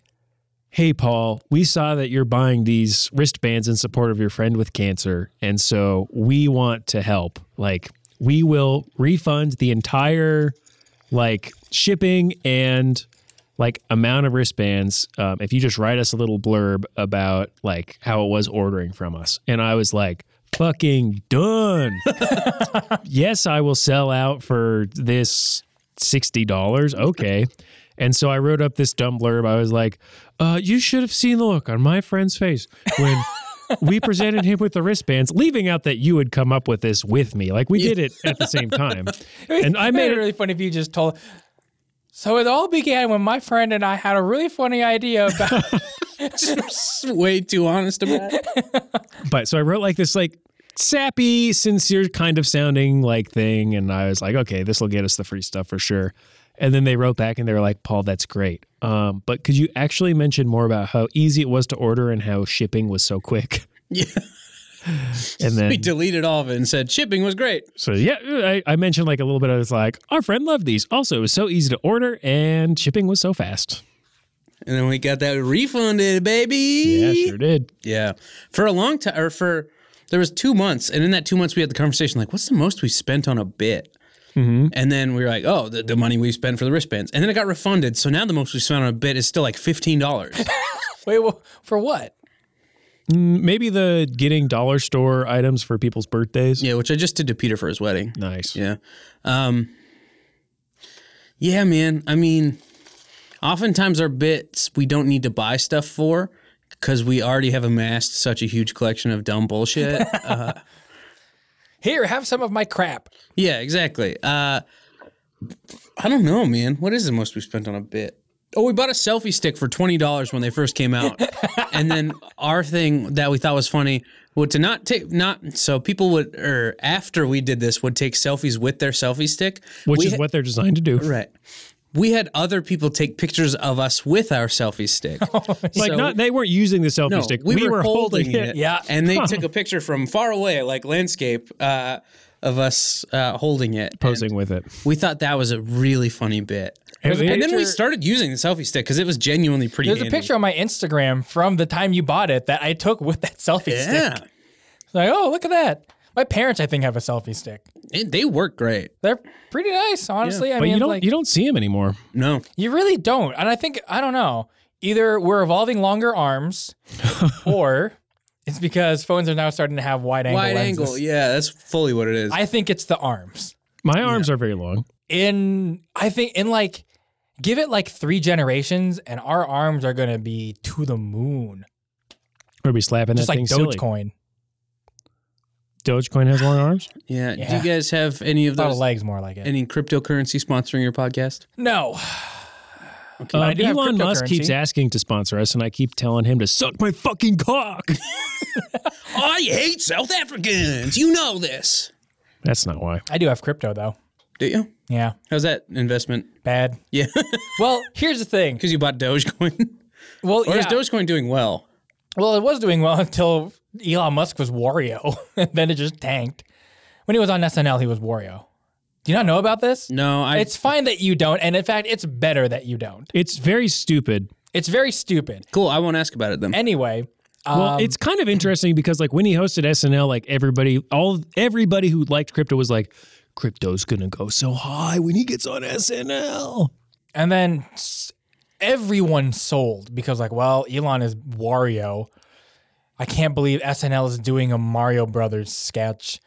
S4: Hey, Paul, we saw that you're buying these wristbands in support of your friend with cancer. And so we want to help. Like, we will refund the entire like shipping and like amount of wristbands um, if you just write us a little blurb about like how it was ordering from us and i was like fucking done yes, I will sell out for this $60. Okay. And so I wrote up this dumb blurb. I was like, uh, you should have seen the look on my friend's face when we presented him with the wristbands, leaving out that you had come up with this with me. Like we did it at the same time. and I made
S1: it
S4: it.
S1: really funny if you just told. So it all began when my friend and I had a really funny idea about.
S2: Way too honest about it.
S4: But so I wrote like this, like, sappy, sincere kind of sounding like thing. And I was like, okay, this will get us the free stuff for sure. And then they wrote back and they were like, Paul, that's great. Um, but could you actually mention more about how easy it was to order and how shipping was so quick?
S2: Yeah.
S4: And then,
S2: We deleted all of it and said, shipping was great.
S4: so yeah, I, I mentioned like a little bit. I was like, our friend loved these. Also, it was so easy to order and shipping was so fast.
S2: And then we got that refunded, baby.
S4: Yeah, sure did.
S2: Yeah. For a long time, or for, there was two months. And in that two months, we had the conversation like, what's the most we spent on a bit?
S4: Mm-hmm.
S2: And then we were like, oh, the, the money we spent for the wristbands. And then it got refunded. So now the most we spent on a bit is still like $15.
S1: Wait, well, for what?
S4: Maybe the getting dollar store items for people's birthdays.
S2: yeah, which I just did to Peter for his wedding.
S4: Nice.
S2: Yeah. Um, yeah, man. I mean, oftentimes our bits we don't need to buy stuff for because we already have amassed such a huge collection of dumb bullshit. Uh,
S1: Here, have some of my crap.
S2: yeah, exactly. Uh, I don't know, man. What is the most we spent on a bit? Oh, we bought a selfie stick for twenty dollars when they first came out, and then our thing that we thought was funny would to not take not so people would or after we did this would take selfies with their selfie stick,
S4: Which
S2: We
S4: is
S2: ha-
S4: what they're designed to do.
S2: Right. We had other people take pictures of us with our selfie stick.
S1: Oh,
S4: Like
S2: So-
S4: not they weren't using the selfie
S2: no,
S4: stick.
S2: We, were, holding, it.
S1: Yeah.
S2: And they took a picture from far away, like landscape, uh, of us uh, holding it.
S4: posing with it.
S2: And we thought that was a really funny bit.
S4: There's a
S2: and then we
S1: picture-
S2: started using the selfie stick because it was genuinely pretty.
S1: There's a
S2: handy.
S1: picture on my Instagram from the time you bought it that I took with that selfie
S2: Yeah,
S1: stick. It's like, oh, look at that. My parents, I think, have a selfie stick.
S2: It- they work great.
S1: They're pretty nice, honestly. I
S4: But
S1: mean,
S4: you don't
S1: like,
S4: you don't see him anymore.
S2: No,
S1: You really don't. And I think, I don't know, either we're evolving longer arms or it's because phones are now starting to have wide angle
S2: wide
S1: lenses.
S2: angle. Yeah, that's fully what it is.
S1: I think it's the arms.
S4: My arms are very long.
S1: In, I think, in like, give it like three generations and our arms are going to be to the moon.
S4: Or be slapping
S1: Just
S4: that
S1: like
S4: thing silly.
S1: Dogecoin.
S4: Dogecoin has long arms.
S2: yeah.
S1: yeah.
S2: Do you guys have any of
S1: A lot of
S2: those?
S1: legs more like it.
S2: Any cryptocurrency sponsoring your podcast?
S1: no.
S4: Um,
S1: I do have
S4: Elon Musk
S1: cryptocurrency.
S4: keeps asking to sponsor us, and I keep telling him to suck my fucking cock.
S2: I hate South Africans. You know this.
S4: That's not why.
S1: I do have crypto though.
S2: Do you?
S1: Yeah.
S2: How's that investment?
S1: Bad.
S2: Yeah,
S1: Well, here's the thing.
S2: because you bought Dogecoin.
S1: Well,
S2: Or
S1: yeah.
S2: is Dogecoin doing well?
S1: Well, it was doing well until Elon Musk was Wario, and then it just tanked. When he was on SNL, he was Wario. Do you not know about this?
S2: No, I.
S1: It's fine that you don't, and in fact, it's better that you don't.
S4: It's very stupid.
S1: It's very stupid.
S2: cool. I won't ask about it then.
S1: Anyway,
S4: Well,
S1: Um,
S4: it's kind of interesting because like when he hosted SNL, like everybody, all everybody who liked crypto was like, "Crypto's gonna go so high when he gets on SNL."
S1: and then s- everyone sold because, like, well, Elon is Wario. I can't believe SNL is doing a Mario Brothers sketch.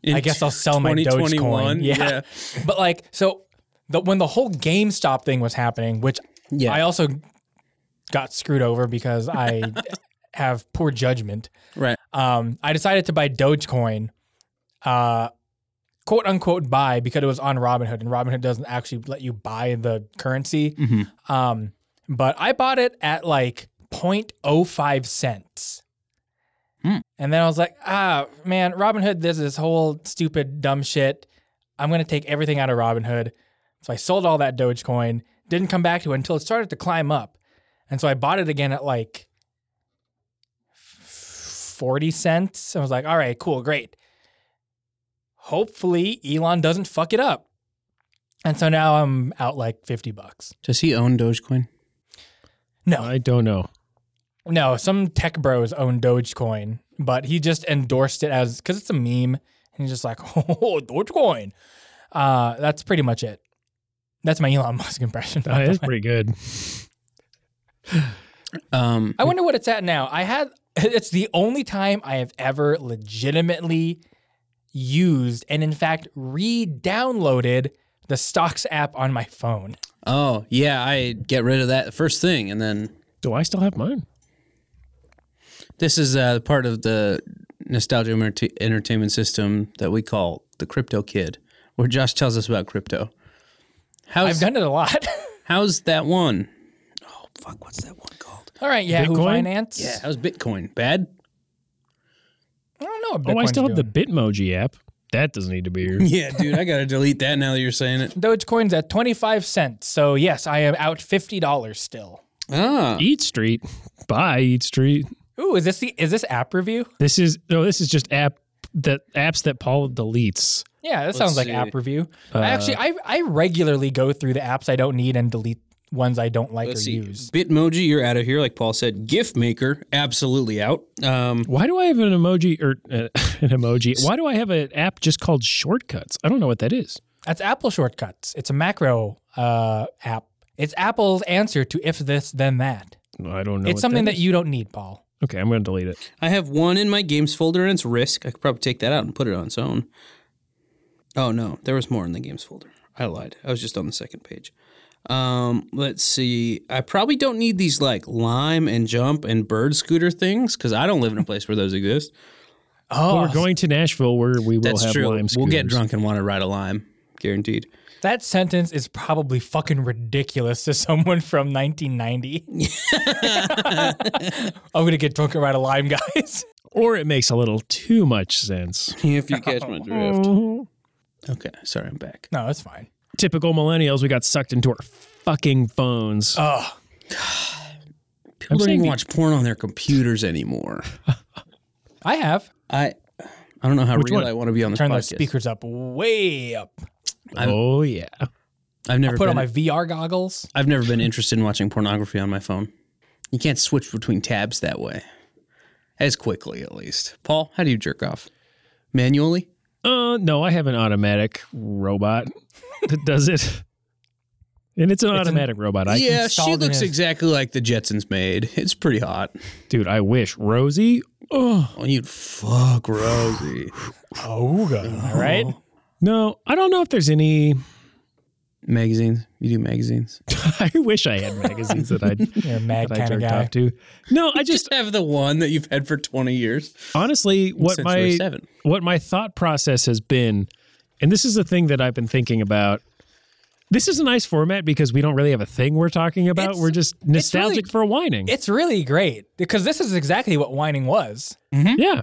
S2: In
S1: I guess I'll sell my
S2: 2021,
S1: Dogecoin. Yeah. But like, so the, when the whole GameStop thing was happening, which
S2: Yeah.
S1: I also got screwed over because I have poor judgment.
S2: Right.
S1: Um, I decided to buy Dogecoin, uh, quote unquote, buy because it was on Robinhood, and Robinhood doesn't actually let you buy the currency.
S2: Mm-hmm.
S1: Um, but I bought it at like 0.05 cents. And then I was like, ah, man, Robinhood does this whole stupid, dumb shit. I'm going to take everything out of Robinhood. So I sold all that Dogecoin, didn't come back to it until it started to climb up. And so I bought it again at like 40 cents. I was like, all right, cool, great. Hopefully Elon doesn't fuck it up. And so now I'm out like 50 bucks.
S2: Does he own Dogecoin?
S1: No.
S4: I don't know. Uh,
S1: No, some tech bros own Dogecoin, but he just endorsed it as because it's a meme, and he's just like, "Oh, Dogecoin." Uh, that's pretty much it. That's my Elon Musk impression. by
S4: That
S1: the
S4: is
S1: way.
S4: pretty good.
S2: Um,
S1: I wonder what it's at now. I had it's the only time I have ever legitimately used and in fact re-downloaded the stocks app on my phone.
S2: oh yeah, I get rid of that first thing, and then
S4: Do I still have mine?
S2: this is uh, part of the nostalgia enter- entertainment system that we call the crypto kid, where Josh tells us about crypto.
S1: I've
S2: How's
S1: done it a lot.
S2: how's that one? Oh fuck, what's that one called?
S1: All right, Yahoo
S4: Bitcoin?
S1: Finance.
S2: Yeah, how's Bitcoin? Bad?
S1: I don't know. What
S4: Oh, I
S1: Bitcoin's
S4: still have
S1: doing.
S4: the Bitmoji app. That doesn't need to be here.
S2: Yeah, dude, I gotta delete that now that you're saying it.
S1: Dogecoin's at 25 cents. So, yes, I am out $50 still.
S2: Ah,
S4: Eat Street. Bye, Eat Street.
S1: Ooh, is this the is this app review?
S4: This is no, this is just app that apps that Paul deletes.
S1: Yeah, that sounds like
S2: see.
S1: app review. I actually I I regularly go through the apps I don't need and delete ones I don't like or
S2: let's see.
S1: use.
S2: Bitmoji, you're out of here, like Paul said. GIF maker, absolutely out. Um,
S4: Why do I have an emoji or uh, an emoji? Why do I have an app just called Shortcuts? I don't know what that is.
S1: That's Apple Shortcuts. It's a macro uh, app. It's Apple's answer to if this then that.
S4: I don't know.
S1: it's something that, you don't need, Paul.
S4: you. Okay, I'm going to delete it.
S2: I have one in my games folder, and it's Risk. I could probably take that out and put it on its own. Oh no, there was more in the games folder. I lied. I was just on the second page. Um, let's see. I probably don't need these like lime and jump and bird scooter things because I don't live in a place where those exist.
S1: Oh,
S4: We're going to Nashville where we will
S2: That's
S4: have
S2: true.
S4: lime
S2: We'll get
S4: scooters.
S2: drunk and want to ride a lime, guaranteed.
S1: that sentence is probably fucking ridiculous to someone from 1990. I'm gonna get drunk and ride a lime, guys.
S4: Or it makes a little too much sense.
S2: If you catch my drift. Okay, sorry, I'm back.
S1: No, it's fine.
S4: Typical millennials, we got sucked into our fucking phones.
S1: Oh,
S2: People don't
S4: saying
S2: even
S4: the-
S2: watch porn on their computers anymore.
S1: I have
S2: I I don't know how
S4: Which
S2: real
S4: one?
S2: I want to be on this
S1: turned
S2: podcast.
S1: those speakers up way up.
S2: I'm-
S4: oh yeah.
S2: I've never
S1: Put on
S2: been-
S1: my VR goggles.
S2: I've never been interested in watching pornography on my phone. You can't switch between tabs that way. As quickly, at least. Paul, how do you jerk off? Manually?
S4: Uh, no, I have an automatic robot that does it, and it's an automatic robot. I
S2: yeah, she
S1: installed in
S2: looks
S1: his-
S2: exactly like the Jetsons made. It's pretty hot.
S4: dude, I wish Rosie. Oh
S2: Oh, you'd fuck Rosie.
S1: Oh, God. All right.
S4: no, I don't know if there's any.
S2: magazines? You do magazines?
S4: I wish I had magazines that I'd
S1: You're a mad
S4: that I
S1: kind of
S4: jerked
S1: guy.
S4: off to. No, I just
S2: Just have the one that you've had for 20 years.
S4: honestly what
S2: Since you were
S4: my
S2: seven.
S4: what my thought process has been, and this is the thing that I've been thinking about. This is a nice format because we don't really have a thing we're talking about.
S1: It's-
S4: we're just nostalgic for whining.
S1: It's really great because this is exactly what whining was.
S4: Yeah.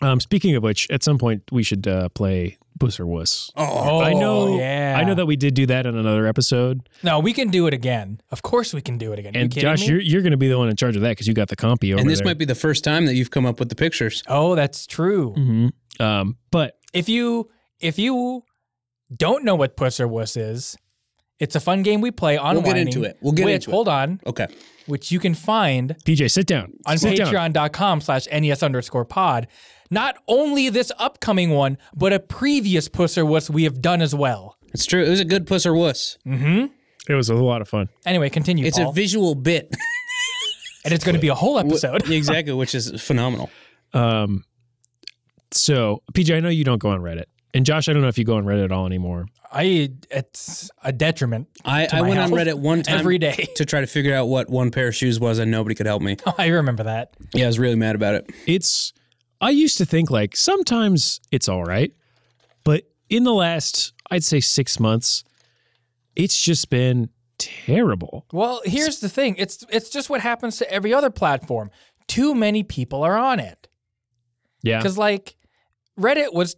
S4: Um, speaking of which, at some point we should uh, play Puss or Wuss.
S1: Oh,
S4: I know.
S1: Yeah.
S4: I know that we did do that in another episode.
S1: No, we can do it again. Of course, we can do it again.
S4: And
S1: you kidding
S4: Josh,
S1: me?
S4: you're you're going to be the one in charge of that because you got the compy over
S2: And this
S4: there.
S2: might be the first time that you've come up with the pictures.
S1: Oh, that's true.
S4: um, but
S1: If you if you don't know what Puss or Wuss is, it's a fun game we play on.
S2: We'll get
S1: whining,
S2: into it. We'll get
S1: which,
S2: into it.
S1: Hold on,
S2: Okay.
S1: which you can find
S4: PJ, sit down
S1: on
S4: sit down.
S1: patreon.com slash nes underscore pod not only this upcoming one but a previous puss or wuss we have done as well
S2: It's true. It was a good puss or wuss.
S1: Mm-hmm.
S4: It was a lot of fun.
S1: anyway continue
S2: It's
S1: Paul.
S2: a visual bit.
S1: and it's going to be a whole episode
S4: Um,
S2: exactly, which is phenomenal.
S4: So PJ, I know you don't go on Reddit. And Josh, I don't know if you go on Reddit at all anymore.
S1: I it's a detriment.
S2: I,
S1: to
S2: I
S1: my
S2: went on
S1: health
S2: Reddit one time
S1: every day.
S2: to try to figure out what one pair of shoes was, and nobody could help me.
S1: I remember that.
S2: Yeah, I was really mad about it.
S4: It's I used to think like sometimes it's all right, but in the last I'd say 6 months it's just been terrible.
S1: Well, here's the thing. It's it's just what happens to every other platform. Too many people are on it.
S4: Yeah.
S1: Cuz like Reddit was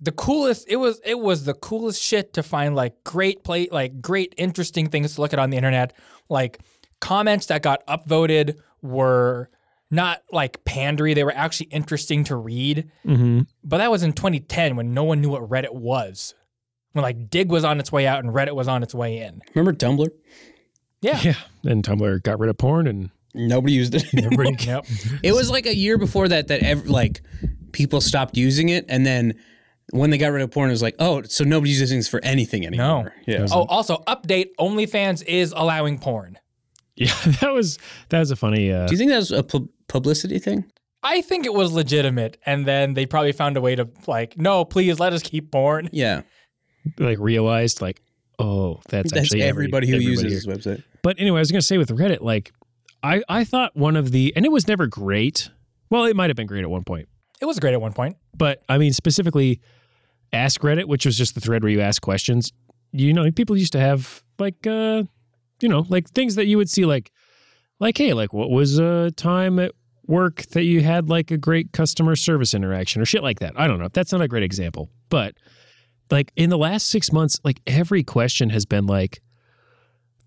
S1: the coolest it was it was the coolest shit to find like great play like great interesting things to look at on the internet. Like comments that got upvoted were not like pandery, they were actually interesting to read.
S2: Mm-hmm.
S4: Mhm.
S1: But that was in 2010 when no one knew what Reddit was. When like Dig was on its way out and Reddit was on its way in.
S2: Remember Tumblr?
S1: Yeah.
S4: Yeah. And Tumblr got rid of porn and
S2: Nobody used it.
S4: everybody
S1: Yep.
S2: It was like a year before that that ev- like people stopped using it, and then when they got rid of porn, it was like, oh, so nobody's using this for anything anymore. No. Yeah.
S1: Oh, also update: OnlyFans is allowing porn.
S4: Yeah, that was that was a funny uh
S2: Do you think that was a pu- publicity thing?
S1: I think it was legitimate, and then they probably found a way to like, no, please let us keep porn.
S2: Yeah.
S4: like realized like oh that's,
S2: That's
S4: actually every-
S2: everybody who
S4: everybody
S2: uses
S4: here.
S2: this website.
S4: But anyway, I was going to say with Reddit, like, I, I thought one of the, and it was never great. Well, it might have been great at one point.
S1: It was great at one point.
S4: But I mean, specifically, Ask Reddit, which was just the thread where you ask questions. You know, people used to have like, uh, you know, like things that you would see, like, like, hey, like, what was a time at work that you had like a great customer service interaction or shit like that? I don't know. That's not a great example, but like in the last six months, like every question has been like,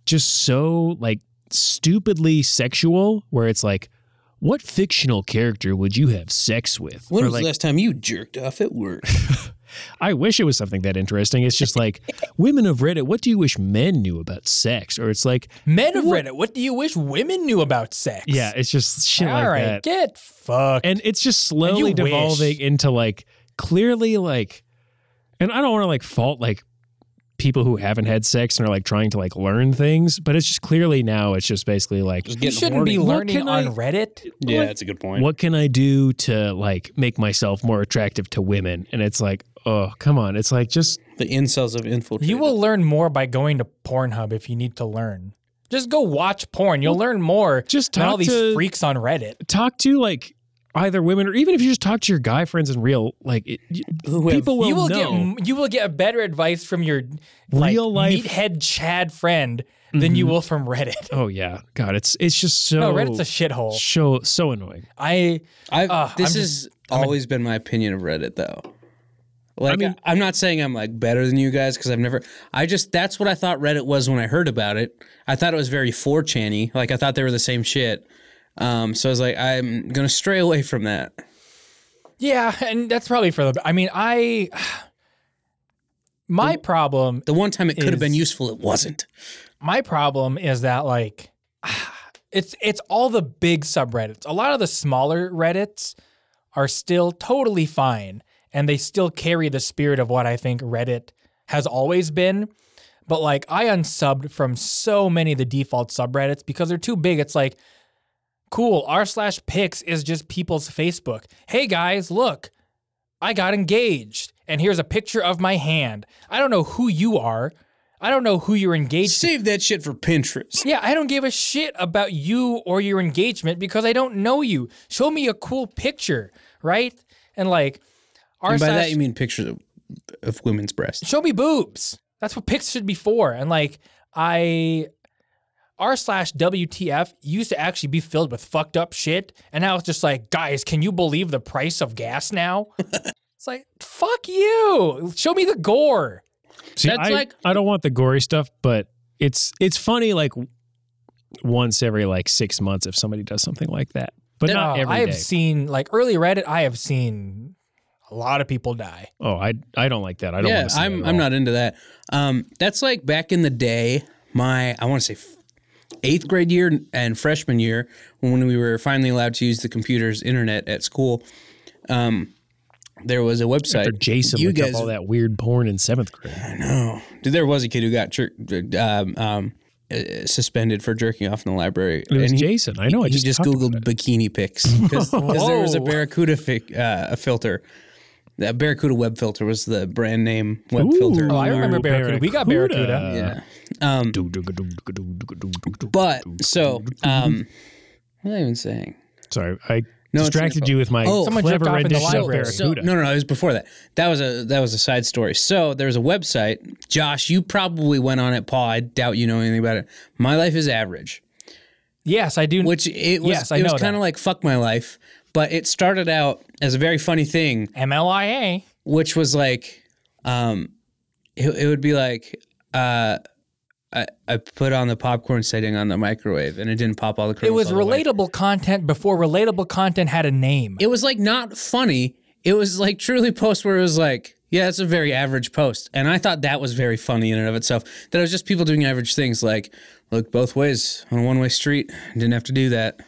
S4: just so like stupidly sexual, where it's like, what fictional character would you have sex with?
S2: When
S4: Or,
S2: was
S4: like,
S2: the last time you jerked off at work?
S4: I wish it was something that interesting. It's just like women of Reddit. What do you wish men knew about sex? Or it's like,
S1: Men of Reddit, what do you wish women knew about sex?
S4: yeah, it's just shit
S1: All right,
S4: like that.
S1: get fucked.
S4: and it's just
S1: And
S4: slowly
S1: you
S4: devolving
S1: wish.
S4: into like clearly like, and I don't want to like fault like people who haven't had sex and are like trying to like learn things, but it's just clearly now it's just basically like
S1: you shouldn't be
S4: horny. What
S1: learning
S4: can
S1: on
S4: I-
S1: Reddit.
S2: yeah, that's a good point.
S4: what can I do to like make myself more attractive to women? And it's like, oh come on, it's like just
S2: The incels have infiltrated.
S1: You will learn more by going to Pornhub if you need to learn. Just go watch porn. You'll learn more
S4: just
S1: than all
S4: talk
S1: these
S4: to-
S1: freaks on Reddit.
S4: talk to like either women or even if you just talk to your guy friends in real like it, you- people will,
S1: you will
S4: know.
S1: get you will get better advice from your like,
S4: Real life- Mm-hmm.
S1: meathead Chad friend than you will from Reddit.
S4: oh yeah, God, it's it's just so
S1: No, Reddit's a shithole.
S4: so so annoying.
S1: I
S2: I've,
S1: Uh,
S2: this
S1: I'm
S2: has always been my opinion of Reddit, though. Like, I
S4: mean-
S2: am not saying I'm like better than you guys because I've never. I just that's what I thought Reddit was when I heard about it. I thought it was very 4chan-y. Like I thought they were the same shit. Um, so I was like, I'm gonna stray away from that.
S1: yeah, and that's probably for the. I mean, I my problem
S2: The one time it could have been
S1: Is-
S2: useful, it wasn't.
S1: my problem is that like it's it's all the big subreddits. A lot of the smaller reddits are still totally fine and they still carry the spirit of what I think Reddit has always been. But like I unsubbed from so many of the default subreddits because they're too big. It's like cool, r slash pics is just people's Facebook. Hey guys, look, I got engaged. And here's a picture of my hand. I don't know who you are. I don't know who you're engaged to.
S2: Save that shit for Pinterest.
S1: Yeah, I don't give a shit about you or your engagement because I don't know you. Show me a cool picture, right? And like, r
S2: And by
S1: slash-
S2: that you mean pictures of, of women's breasts.
S1: show me boobs. That's what pics should be for. And like, I r slash WTF used to actually be filled with fucked up shit, and now it's just like, guys, can you believe the price of gas now? it's like, fuck you. Show me the gore.
S4: See,
S2: That's
S4: I,
S2: like-
S4: I don't want the gory stuff, but it's it's funny like once every like six months if somebody does something like that, but not
S1: Uh,
S4: every
S1: I have
S4: day.
S1: seen like early Reddit. I have seen a lot of people die.
S4: oh, I I don't like that. I don't.
S2: yeah,
S4: want to see
S2: I'm
S4: that at
S2: I'm
S4: all.
S2: not into that. Um, that's like back in the day, my I want to say f- eighth grade year and freshman year when we were finally allowed to use the computer's internet at school. Um, there was a website.
S4: After Jason
S2: you
S4: looked up
S2: guys,
S4: all that weird porn in seventh grade.
S2: Dude, there was a kid who got jer- um, um, uh, suspended for jerking off in the library,
S4: It was
S2: and he,
S4: Jason. I know. I
S2: he
S4: just,
S2: just
S4: talked about
S2: googled bikini pics because there was a
S1: Whoa.
S2: Barracuda fi- uh, filter. The Barracuda web filter was the brand name web filter.
S1: Oh, I remember
S4: Ooh,
S1: Barracuda. We got Barracuda.
S2: Yeah. Um, but so um, what am I even saying?
S4: Sorry, I
S2: No, it's
S4: distracted you with my
S2: Oh.
S1: Someone
S4: clever
S1: jerked off in the
S4: rendition of
S1: library. So-
S4: Barracuda.
S2: No, no, no, it was before that. That was a that was a side story. So there's a website. Josh, you probably went on it. Paul, I doubt you know anything about it. My life is average.
S1: Yes, I do.
S2: which it was
S1: Yes, I
S2: it
S1: know
S2: was kind
S1: that.
S2: of like fuck my life but it started out as a very funny thing
S1: MLIA.
S2: which was like um it, it would be like uh I, I put on the popcorn setting on the microwave and it didn't pop all the
S1: It
S2: kernels
S1: was
S2: all the way.
S1: relatable content before relatable content had a name.
S2: it was like not funny it was like truly post where it was like yeah it's a very average post and i thought that was very funny in and of itself that it was just people doing average things like look both ways on a one-way street didn't have to do that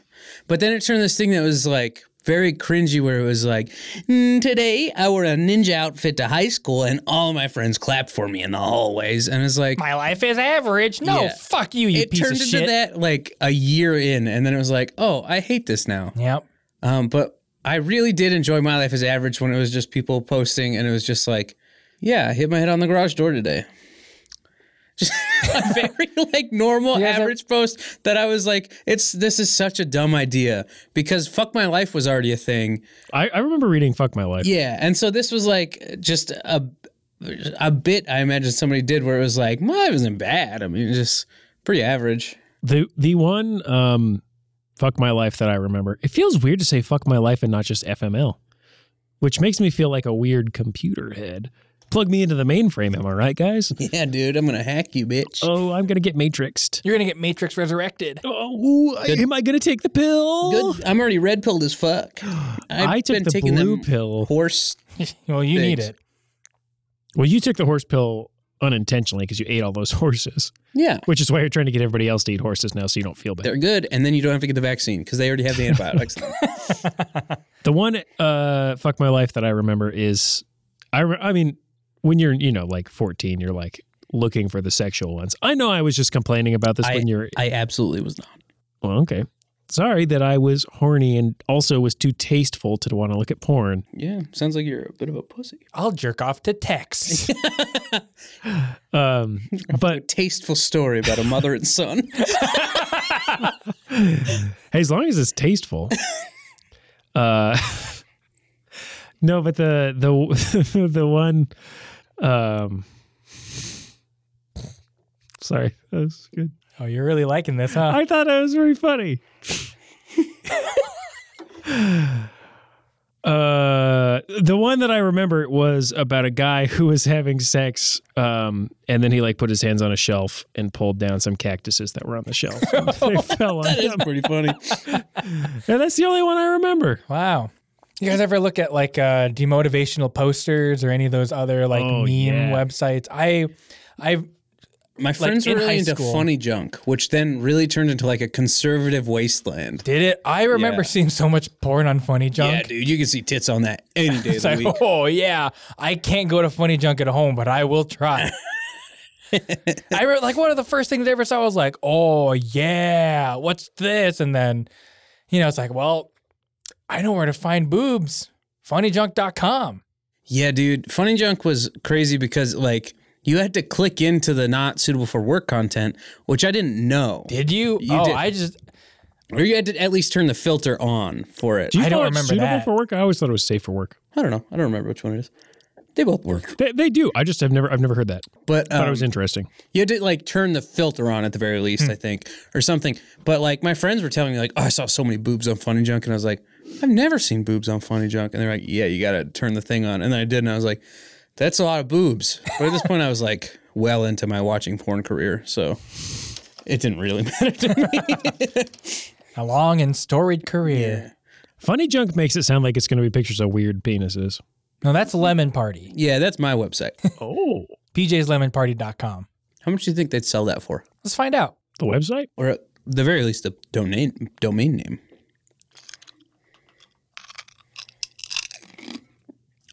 S2: but then it turned this thing that was like very cringy where it was like "Mm, today i wore a ninja outfit to high school and all my friends clapped for me in the hallways and it's like
S1: My life is average. No,
S2: Yeah.
S1: fuck you, you
S2: it
S1: piece
S2: turned
S1: of
S2: into
S1: shit.
S2: that like a year in and then it was like oh i hate this now
S1: Yep.
S2: um, but I really did enjoy my life as average when it was just people posting and it was just like, yeah, I hit my head on the garage door today. Just a very like normal
S1: Yeah, that-
S2: average post that I was like, it's this is such a dumb idea because fuck my life was already a thing.
S4: I, I remember reading "Fuck My Life."
S2: Yeah, and so this was like just a a bit I imagine somebody did where it was like, my life isn't bad. I mean, just pretty average.
S4: The the one um, "Fuck My Life" that I remember. It feels weird to say "Fuck My Life" and not just FML, which makes me feel like a weird computer head. Plug me into the mainframe, am I right, guys?
S2: Yeah, dude, I'm gonna hack you, bitch.
S4: Oh, I'm gonna get matrixed.
S1: You're gonna get Matrix resurrected.
S4: Oh,
S2: Good.
S4: am I gonna take the pill?
S2: Good. I'm already red pilled as fuck. I've
S4: I took
S2: been
S4: the
S2: taking
S4: blue
S2: them
S4: pill.
S2: horse
S1: well, you need
S2: Thanks.
S1: it.
S4: Well, you took the horse pill unintentionally because you ate all those horses,
S2: Yeah,
S4: which is why you're trying to get everybody else to eat horses now, so you don't feel bad.
S2: they're good, and then you don't have to get the vaccine because they already have the antibiotics.
S4: The one uh fuck my life that I remember is I re- I mean when you're you know like 14 you're like looking for the sexual ones. I know I was just complaining about this when you're
S2: I absolutely was not.
S4: well okay. Sorry that I was horny and also was too tasteful to want to look at porn.
S2: Yeah, sounds like you're a bit of a pussy.
S1: I'll jerk off to text.
S4: Um but
S2: Tasteful story about a mother and son.
S4: hey, as long as it's tasteful. uh No, but the the the one um Sorry, that was good.
S1: oh, you're really liking this, huh?
S4: I thought that was very funny. uh, the one that I remember was about a guy who was having sex, um, and then he like put his hands on a shelf and pulled down some cactuses that were on the shelf. they fell on him,
S2: Pretty funny.
S4: and that's the only one I remember.
S1: Wow. You guys ever look at like uh, demotivational posters or any of those other like
S4: Oh,
S1: meme
S4: yeah.
S1: websites? I, I
S2: My friends
S1: in
S2: were
S1: high
S2: really into
S1: school.
S2: funny junk, which then really turned into like a conservative wasteland.
S1: did it. I remember
S2: Yeah.
S1: seeing so much porn on Funny
S2: Yeah,
S1: Junk.
S2: dude, you can see tits on that any day of
S1: it's
S2: the
S1: like,
S2: week.
S1: oh yeah, I can't go to Funny Junk at home, but I will try. I remember, like one of the first things I ever saw was like, oh yeah, what's this? And then, you know, it's like, well, I know where to find boobs. Funnyjunk.com.
S2: Yeah, dude, funny junk was crazy because like you had to click into the not suitable for work content, which I didn't know.
S1: Did you?
S2: You
S1: oh,
S2: did.
S1: I just
S2: Or you had to at least turn the filter on for it.
S4: Do you
S1: I don't
S4: know it's
S1: remember
S4: suitable
S1: that.
S4: for work? I always thought it was safe for work.
S2: I don't know. I don't remember which one it is. They both work.
S4: They, they do. I just have never I've never heard that.
S2: But
S4: Thought
S2: um,
S4: it
S1: Mm.
S4: was Hmm. interesting.
S2: you had to like turn the filter on at the very least, I think, or something. But like my friends were telling me, like, oh, I saw so many boobs on Funny Junk, and I was like, I've never seen boobs on Funny Junk. And they're like, Yeah, you got to turn the thing on. And then I did, and I was like, That's a lot of boobs. But at this point, I was like, well into my watching porn career, so it didn't really matter. To me.
S1: a long and storied career.
S4: Funny junk makes it sound like it's going to be pictures of weird penises.
S1: No, that's Lemon Party.
S2: yeah, that's my website.
S4: Oh,
S1: PJsLemonParty.com.
S2: How much do you think they'd sell that for,
S1: Let's find out.
S4: the website.
S2: or at the very least, the domain domain name?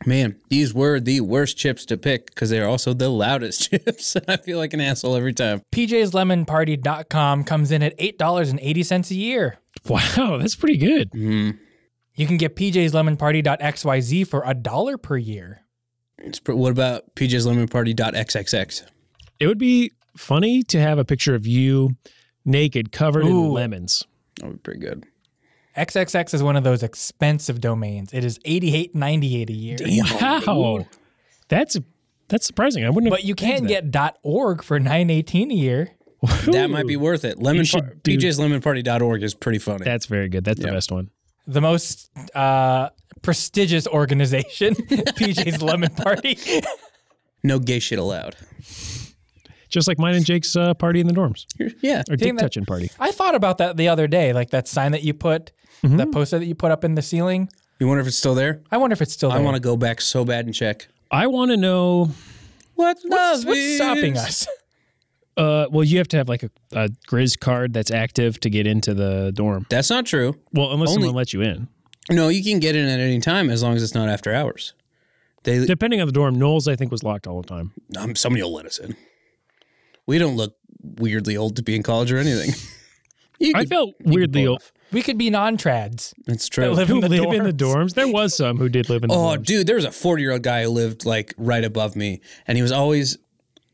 S2: Man, these were the worst chips to pick because they're also the loudest chips. I feel like an asshole every time.
S1: PJsLemonParty.com comes in at $8.80 a year.
S4: Wow, that's pretty good.
S1: You can get PJ's Lemon Party.xyz for a dollar per year.
S2: It's pr- what about PJ's Lemon Party dot XXX?
S4: It would be funny to have a picture of you naked, covered in
S1: Ooh.
S4: lemons.
S2: That would be pretty good.
S1: XXX is one of those expensive domains. It is eighty eight ninety eight a year.
S4: Wow, that's that's surprising. I wouldn't.
S1: But you can get .org for nine eighteen a year.
S4: have,
S2: That might be
S4: Ooh,
S2: worth it. Lemon
S4: should
S2: par-
S4: do-
S2: PJ's Lemon Party dot org is pretty funny.
S4: That's very good. That's
S2: Yeah.
S4: the best one.
S1: The most uh, prestigious organization, PJ's Lemon Party.
S2: no gay shit allowed.
S4: Just like mine and Jake's uh, party in the dorms
S2: Yeah.
S4: or dick
S1: that-
S4: touching party.
S1: I thought about that the other day, like that sign that you put,
S2: Mm-hmm.
S1: that poster that you put up in the ceiling.
S2: You wonder if it's still there?
S1: I wonder if it's still there.
S2: I want to go back so bad and check.
S4: I want to know.
S2: What
S1: what's, what's stopping us?
S4: Uh, well, you have to have like a, a Grizz card that's active to get into the dorm.
S2: That's not true.
S4: Well, unless
S2: Only-
S4: someone lets you in.
S2: No, you can get in at any time as long as it's not after hours. They
S4: Depending on the dorm, Knowles I think was locked all the time.
S2: um, somebody will let us in. We don't look weirdly old to be in college or anything. You
S4: I
S2: could-
S4: felt
S2: you could
S4: weirdly
S2: pull it
S4: old.
S2: off.
S1: We could be non trads.
S2: That's true.
S1: live in
S4: Who
S1: the
S4: live in the
S1: dorms.
S4: dorms? There was some who did live in the
S2: Oh,
S4: dorms.
S2: dude, there was a 40 year old guy who lived like right above me, and he was always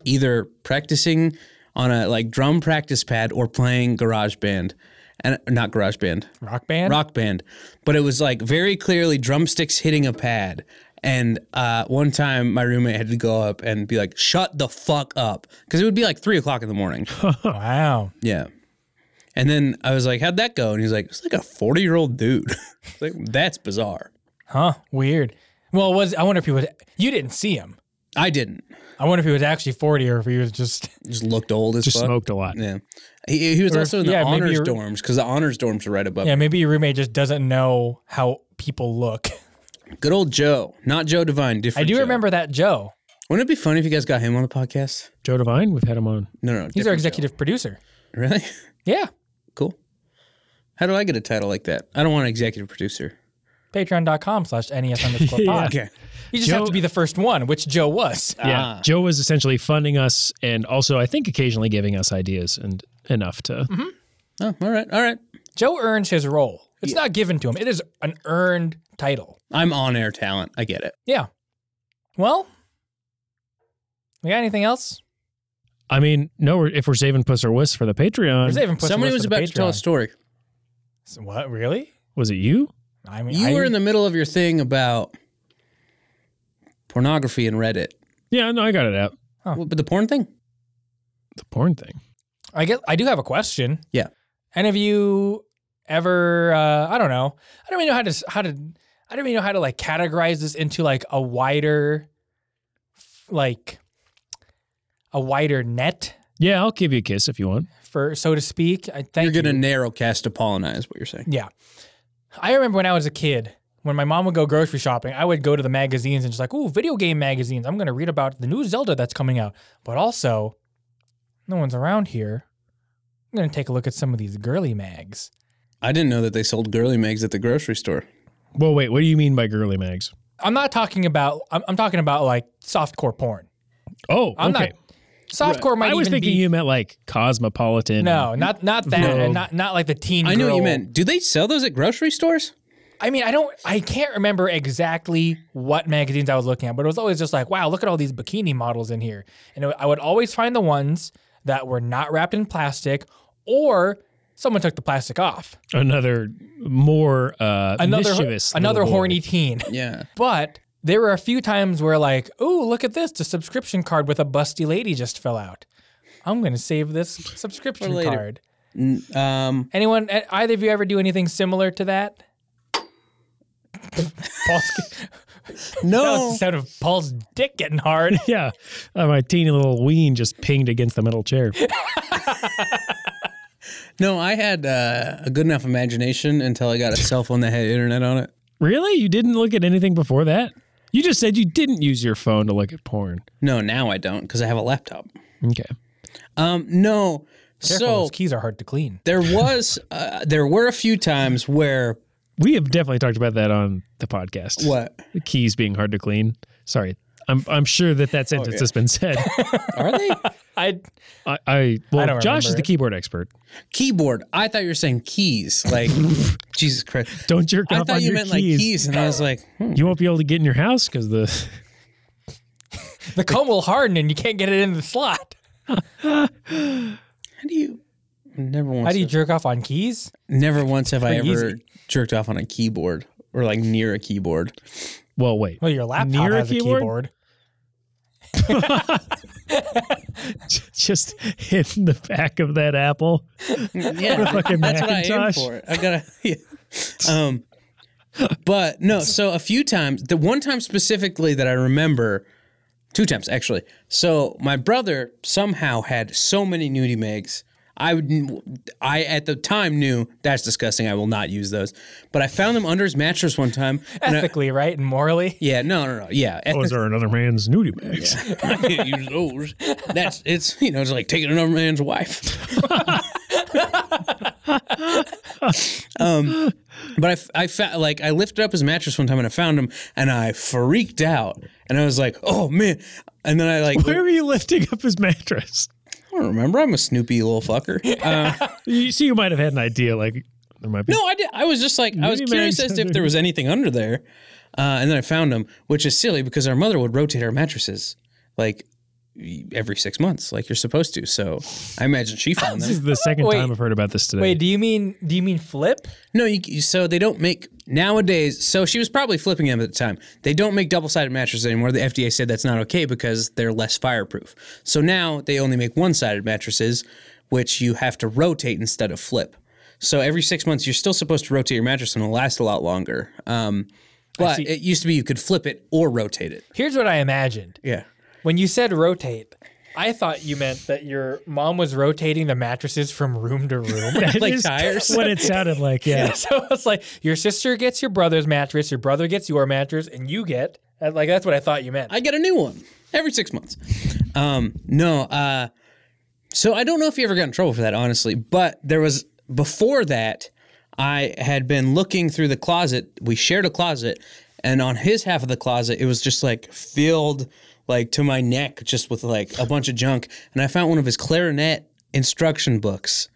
S2: either practicing on a like drum practice pad or playing garage band. And not garage band,
S1: Rock band?
S2: rock band. But it was like very clearly drumsticks hitting a pad. And uh, one time my roommate had to go up and be like, shut the fuck up. Cause it would be like three o'clock in the morning.
S1: Wow.
S2: yeah. And then I was like, how'd that go? And he's like, it's like a 40 year old dude. like, that's bizarre.
S1: Huh. Weird. Well, was I wonder if he was. You didn't see him.
S2: I didn't.
S1: I wonder if he was actually 40 or if he was just.
S2: Just looked old as
S4: Just
S2: fuck.
S4: smoked a lot.
S2: Yeah. He, he was
S1: Or-
S2: also in the
S1: yeah, maybe
S2: honors
S1: you're-
S2: dorms because the honors dorms are right above.
S1: Yeah, maybe your roommate just doesn't know how people look.
S2: Good old Joe, not Joe Divine.
S1: I
S2: Different.
S1: do
S2: Joe.
S1: remember that Joe.
S2: Wouldn't it be funny if you guys got him on the podcast?
S4: Joe Devine, we've had him on.
S2: No, no.
S1: He's our
S2: different
S1: executive producer.
S2: Joe. Really?
S1: Yeah.
S2: Cool. How do I get a title like that? I don't want an executive producer.
S1: Patreon.com slash NES underscore
S4: Yeah.
S1: pod. You just have
S4: Joe-
S1: to be the first one, which Joe was.
S4: Yeah. Uh-huh. Joe was essentially funding us and also I think occasionally giving us ideas and enough to
S1: Mm-hmm.
S2: Oh, all right, all right.
S1: Joe earns his role. It's not given to him. It is an earned title.
S2: I'm on air talent. I get it.
S1: Yeah. Well, we got anything else?
S4: I mean, no, we're, if we're saving Puss or Wuss for the Patreon,
S1: There's even
S2: Um, Somebody was about to tell a story.
S1: story. What really?
S4: was it you?
S1: I mean,
S2: You
S1: I-
S2: were in the middle of your thing about pornography and Reddit.
S4: Yeah, no, I got it out.
S1: Oh.
S2: Well, But the porn thing?
S4: The porn thing.
S1: I guess I do have a question.
S2: Yeah.
S1: Any of you ever? Uh, I don't know. I don't really know how to s- how to. I don't even know how to like categorize this into like a wider, f- like a wider net
S4: Yeah, I'll give you a kiss if you want.
S1: for so to speak. I thank
S2: you're
S1: you.
S2: going to narrow cast to Paulina, is what you're saying.
S1: Yeah. I remember when I was a kid, when my mom would go grocery shopping, I would go to the magazines and just like, ooh, video game magazines. I'm going to read about the new Zelda that's coming out. But also, no one's around here. I'm going to take a look at some of these girly mags.
S2: I didn't know that they sold girly mags at the grocery store.
S4: Well, wait, what do you mean by girly mags?
S1: I'm not talking about, I'm, I'm talking about like softcore porn.
S4: Oh,
S1: I'm
S4: okay.
S1: not, softcore might
S4: I was
S1: even
S4: thinking
S1: be,
S4: you meant like cosmopolitan.
S1: no, not not that,
S4: Vogue.
S1: and not not like the teen.
S2: I knew what you
S1: girl.
S2: meant. Do they sell those at grocery stores?
S1: I mean, I don't, I can't remember exactly what magazines I was looking at, but it was always just like, wow, look at all these bikini models in here. And I would always find the ones that were not wrapped in plastic or someone took the plastic off.
S4: another more uh,
S1: Another,
S4: mischievous little
S1: another
S4: boy.
S1: horny teen.
S2: Yeah.
S1: But there were a few times where, like, oh, look at this, the subscription card with a busty lady just fell out. I'm going to save this subscription
S2: later.
S1: card.
S2: Um,
S1: Anyone, e- either of you ever do anything similar to that? Paul's, that was
S2: no.
S1: the sound of Paul's dick getting hard.
S4: Yeah, Uh, my teeny little ween just pinged against the metal chair.
S2: No, I had uh, a good enough imagination until I got a cell phone that had internet on it.
S4: Really? You didn't look at anything before that? You just said you didn't use your phone to look at porn.
S2: No, now I don't because I have a laptop.
S4: Okay.
S2: Um, no.
S1: Careful,
S2: so
S1: those keys are hard to clean.
S2: there was, uh, there were a few times where
S4: We have definitely talked about that on the podcast.
S2: what?
S4: The keys being hard to clean. Sorry. I'm I'm sure that
S2: Oh,
S4: that sentence has been said.
S2: Are they?
S1: I
S4: I, I well,
S1: don't
S4: Josh is
S1: remember
S4: the
S1: it.
S4: keyboard expert.
S2: Keyboard. I thought you were saying keys. Like, Jesus Christ.
S4: Don't jerk
S2: I
S4: off on
S2: thought you
S4: your
S2: meant like
S4: keys.
S2: keys, and I was like, hmm.
S4: You won't be able to get in your house because the
S1: the comb will harden and you can't get it in the slot.
S2: how do you? Never once.
S1: How do you jerk off on keys?
S2: Never once have I
S1: pretty
S2: ever
S1: easy.
S2: jerked off on a keyboard or like near a keyboard.
S4: well, wait,
S1: Well, your laptop
S4: Near a
S1: has a
S4: keyboard?
S1: keyboard.
S4: just hitting the back of that apple.
S2: Yeah,
S4: Fucking
S2: that's what I aim
S4: Macintosh.
S2: for. I gotta. Yeah. Um, but no. So a few times, the one time specifically that I remember, two times actually. So my brother somehow had so many nudie mags. I would, I at the time knew that's disgusting. I will not use those. But I found them under his mattress one time. and I-
S1: Ethically, right? And morally.
S2: yeah, no, no, no. Yeah, at the
S4: Those are Oh, another man's nudie bags.
S2: I can't use those. That's it's you know it's like taking another man's wife. um, but I f- I fa- like I lifted up his mattress one time and I found him and I freaked out and I was like oh man and then I like
S4: Where are you lifting up his mattress?
S2: I don't remember I'm a snoopy little fucker. Uh,
S4: You see, you might have had an idea. Like there might be.
S2: no, I did. I was just like I was
S4: Nudie
S2: curious
S4: mags
S2: as to if there was anything under there, uh, and then I found him, which is silly because our mother would rotate our mattresses like. Every six months, like you're supposed to. So I imagine she found them.
S4: This is the second
S1: Wait.
S4: time I've heard about this today.
S1: Wait, do you mean do you mean flip?
S2: No, you, so they don't make nowadays. So she was probably flipping them at the time. They don't make double sided mattresses anymore. The FDA said that's not okay because they're less fireproof. So now they only make one sided mattresses, which you have to rotate instead of flip. So every six months, you're still supposed to rotate your mattress and it'll last a lot longer. Um, but it used to be you could flip it or rotate it.
S1: Here's what I imagined.
S2: Yeah.
S1: When you said rotate, I thought you meant that your mom was rotating the mattresses from room to room.
S4: That
S2: like
S4: is
S2: tires?
S4: What it sounded like, yeah.
S1: so it's like your sister gets your brother's mattress, your brother gets your mattress, and you get like that's what I thought you meant.
S2: I get a new one every six months. Um, no, uh, so I don't know if you ever got in trouble for that, honestly. But there was before that, I had been looking through the closet. We shared a closet, and on his half of the closet, it was just like filled like to my neck, just with like a bunch of junk. And I found one of his clarinet instruction books.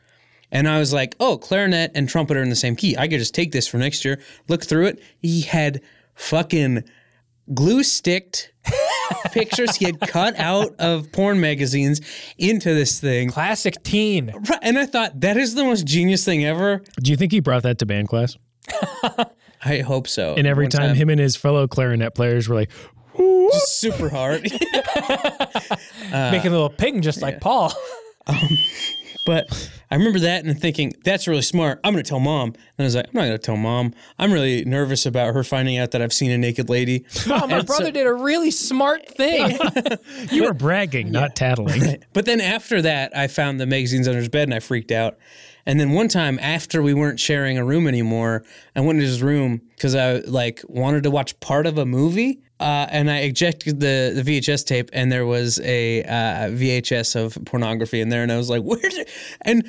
S2: And I was like, oh, clarinet and trumpet are in the same key. I could just take this for next year. Look through it. He had fucking glue sticked pictures he had cut out of porn magazines into this thing.
S1: Classic teen.
S2: Right, And I thought, that is the most genius thing ever.
S4: Do you think he brought that to band class?
S2: I hope so.
S4: And every
S2: One
S4: time, him and his fellow clarinet players were like,
S2: super hard.
S1: Making a little ping just like Paul.
S2: But I remember that and thinking, that's really smart. I'm going to tell mom. And I was like, I'm not going to tell mom. I'm really nervous about her finding out that I've seen a naked lady.
S1: Oh, my brother did a really smart thing.
S4: "You were bragging, not tattling."
S2: But then after that, I found the magazines under his bed and I freaked out. And then one time after we weren't sharing a room anymore, I went into his room because I like wanted to watch part of a movie. Uh, and I ejected the, the VHS tape, and there was a uh, VHS of pornography in there, and I was like, "Where?" Did... And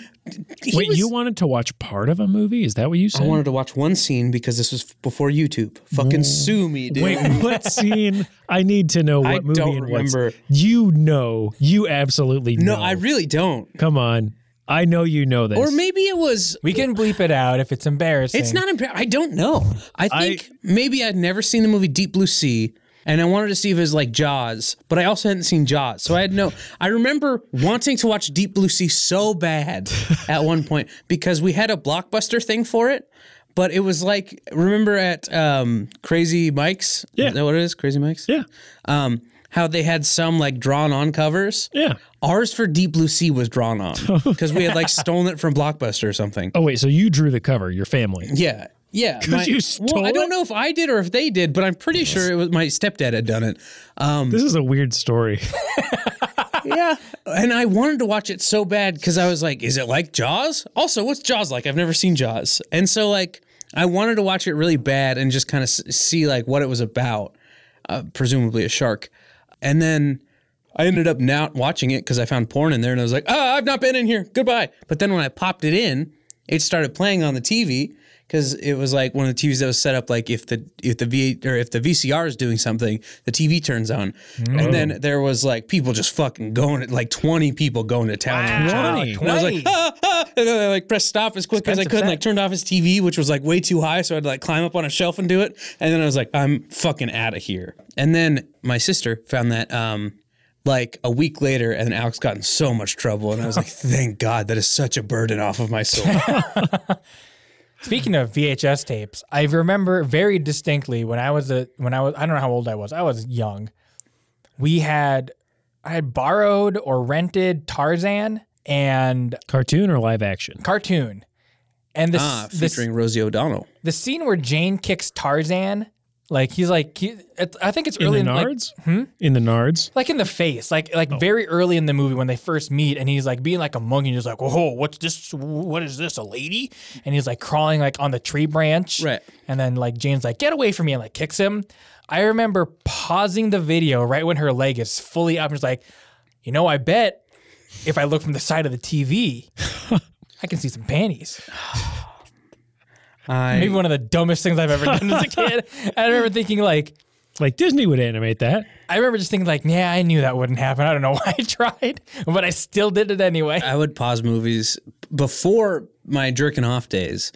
S2: he
S4: Wait,
S2: was-
S4: you wanted to watch part of a movie? Is that what you
S2: I
S4: said?
S2: wanted to watch one scene because this was before YouTube. Fucking sue me, dude.
S4: Wait, what scene? I need to know what
S2: I
S4: movie.
S2: don't
S4: and what s-
S2: remember.
S4: You know, you absolutely
S2: no,
S4: know.
S2: I really don't.
S4: Come on, I know you know this.
S2: Or maybe it was
S1: We can bleep it out if it's embarrassing.
S2: It's not embarrassing. I don't know. I
S4: I-
S2: think maybe I'd never seen the movie Deep Blue Sea, and I wanted to see if it was like Jaws, but I also hadn't seen Jaws, so I had no. I remember wanting to watch Deep Blue Sea so bad at one point because we had a blockbuster thing for it. But it was like remember at um, Crazy Mike's,
S4: Yeah.
S2: is that what it is? Crazy Mike's,
S4: yeah,
S2: Um, how they had some like drawn on covers.
S4: yeah.
S2: Ours for Deep Blue Sea was drawn on because we had like stolen it from Blockbuster or something.
S4: Oh wait, so you drew the cover, your family.
S2: Yeah. Yeah. my-
S4: you stole
S2: well, I don't
S4: it?
S2: know if I did or if they did, but I'm pretty sure it was my stepdad had done it. Um,
S4: This is a weird story.
S2: yeah. And I wanted to watch it so bad because I was like, is it like Jaws? Also, what's Jaws like? I've never seen Jaws. And so, like, I wanted to watch it really bad and just kind of s- see, like, what it was about, uh, presumably a shark. And then I ended up not watching it because I found porn in there and I was like, ah, I've not been in here. Goodbye. But then when I popped it in, it started playing on the TV because it was like one of the TVs that was set up like if the if the V or if the VCR is doing something, the TV turns on, and then there was like people just fucking going at like twenty people going to town. on each other. And I was like, ah, ah, and then I like pressed stop as quick as I could, and like turned off his TV, which was like way too high, so I'd like climb up on a shelf and do it. And then I was like, I'm fucking out of here. And then my sister found that um like a week later, and then Alex got in so much trouble, and I was like, thank God, that is such a burden off of my soul.
S1: Speaking of VHS tapes, I remember very distinctly when I was a when I was I don't know how old I was. I was young. We had I had borrowed or rented Tarzan and
S4: Cartoon or live action?
S1: cartoon. And this
S2: ah,
S1: this
S2: featuring Rosie O'Donnell.
S1: the scene where Jane kicks Tarzan, like he's like he, it- I think it's
S4: In
S1: early
S4: the
S1: like,
S4: Nards? Hmm? In the Nards?
S1: like in the face, like like
S2: Oh.
S1: very early in the movie when they first meet, and he's like being like a monkey, and he's like, "Whoa, what's this? What is this? A lady?" And he's like crawling like on the tree branch,
S2: Right.
S1: And then like Jane's like, "Get away from me!" and like kicks him. I remember pausing the video right when her leg is fully up, and it's like, you know, I bet if I look from the side of the TV, I can see some panties.
S2: I
S1: Maybe one of the dumbest things I've ever done as a kid. I remember thinking like.
S4: Like Disney would animate that.
S1: I remember just thinking like, yeah, I knew that wouldn't happen. I don't know why I tried, but I still did it anyway.
S2: I would pause movies before my jerking off days,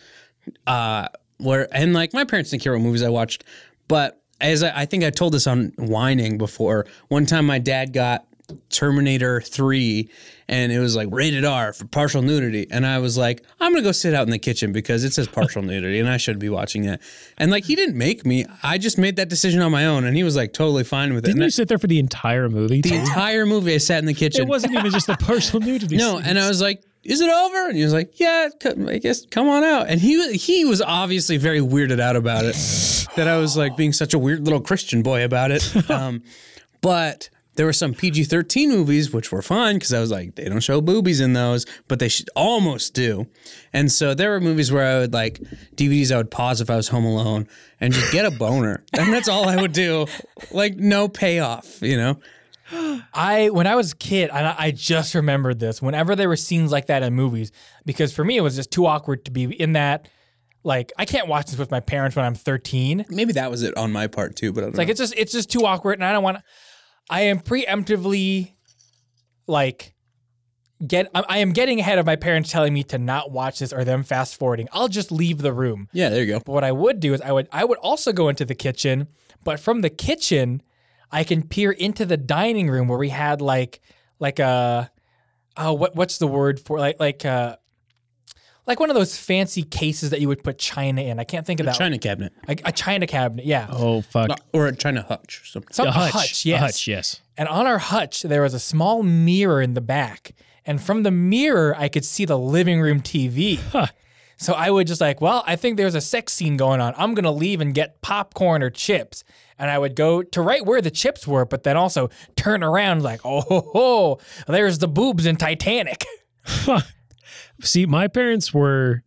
S2: uh, where and like my parents didn't care what movies I watched, but as I, I think I told this on whining before, one time my dad got Terminator Three, and it was like rated R for partial nudity, and I was like, I'm gonna go sit out in the kitchen because it says partial nudity, and I shouldn't be watching that. And like he didn't make me, I just made that decision on my own, and he was like totally fine with it.
S4: Didn't
S2: And
S4: you sit there for the entire movie?
S2: the
S4: too?
S2: entire movie, I sat in the kitchen.
S4: it wasn't even just the partial nudity.
S2: No,
S4: scene.
S2: and I was like, "Is it over?" And he was like, "Yeah, c- I guess come on out." And he wa- he was obviously very weirded out about it that I was like being such a weird little Christian boy about it. Um, but there were some PG thirteen movies which were fine because I was like, they don't show boobies in those, but they should almost do. And so there were movies where I would like DVDs I would pause if I was home alone and just get a boner, and that's all I would do. Like no payoff, you know.
S1: I when I was a kid, and I, I just remembered this. Whenever there were scenes like that in movies, because for me it was just too awkward to be in that. Like I can't watch this with my parents when I'm 13. It's
S2: Maybe that was it on my part too, but I don't
S1: like
S2: know.
S1: it's just it's just too awkward, and I don't want. to I am preemptively, like, get. I, I am getting ahead of my parents telling me to not watch this or them fast forwarding. I'll just leave the room.
S2: yeah, there you go.
S1: But what I would do is I would I would also go into the kitchen, but from the kitchen, I can peer into the dining room where we had like like a oh what what's the word for like like uh like one of those fancy cases that you would put china in. I can't think of that.
S2: China cabinet.
S1: A, a china cabinet, yeah.
S4: Oh fuck!
S2: or a China hutch or something.
S1: Some,
S4: a hutch,
S1: yes.
S4: a hutch, yes.
S1: And on our hutch, there was a small mirror in the back. And from the mirror, I could see the living room TV. So I would just like, well, I think there's a sex scene going on. I'm going to leave and get popcorn or chips. And I would go to right where the chips were, but then also turn around like, oh, ho, ho, there's the boobs in Titanic.
S4: See, my parents were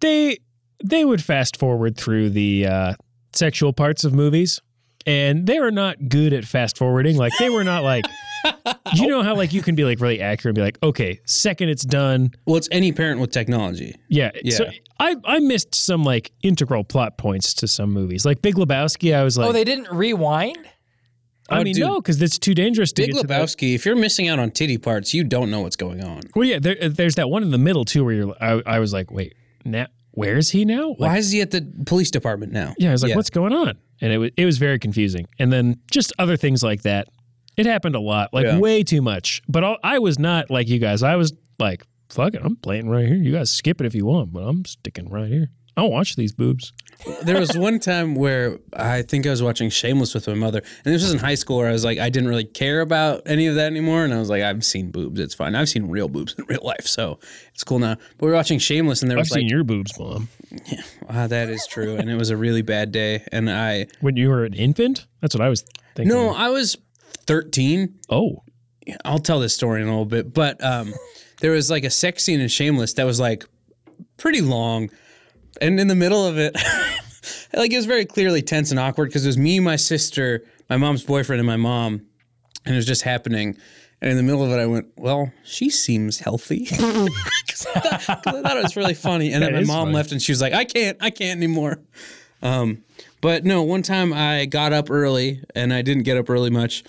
S4: they they would fast forward through the uh, sexual parts of movies, and they were not good at fast forwarding. Like they were not like. You know how like you can be like really accurate and be like, okay, second it's done,
S2: Well, it's any parent with technology.
S4: Yeah. So
S2: Yeah.
S4: I, I missed some like integral plot points to some movies. Like Big Lebowski, I was like,
S1: oh, they didn't rewind?
S4: I
S2: Oh,
S4: mean,
S2: dude.
S4: no, because it's too dangerous to
S2: Big
S4: get to the-
S2: Lebowski, if you're missing out on titty parts, you don't know what's going on.
S4: well, yeah, there, there's that one in the middle too where you're, I, I was like, wait, now, where is he now? Like,
S2: Why is he at the police department now?
S4: Yeah. I was like, what's going on? And it was, it was very confusing. And then just other things like that. It happened a lot, like
S2: Yeah.
S4: way too much. But all, I was not like you guys. I was like, fuck it, I'm playing right here. You guys skip it if you want, but I'm sticking right here. I'll watch these boobs.
S2: there was one time where I think I was watching Shameless with my mother, and this was in high school where I was like, I didn't really care about any of that anymore, and I was like, I've seen boobs, it's fine. I've seen real boobs in real life, so it's cool now. But we were watching Shameless, and there
S4: I've
S2: was
S4: seen
S2: like,
S4: your boobs, mom.
S2: ah, that is true, and it was a really bad day, and I
S4: When you were an infant? That's what I was thinking.
S2: no, I was 13,
S4: Oh.
S2: I'll tell this story in a little bit, but um, there was like a sex scene in Shameless that was like pretty long, and in the middle of it, like it was very clearly tense and awkward because it was me, my sister, my mom's boyfriend, and my mom, and it was just happening. And in the middle of it, I went, "Well, she seems healthy." 'Cause I, thought, 'cause I thought it was really funny. And then
S4: That
S2: my
S4: is
S2: mom
S4: funny.
S2: left, and she was like, "I can't, I can't anymore." Um, but no, one time I got up early, and I didn't get up early much.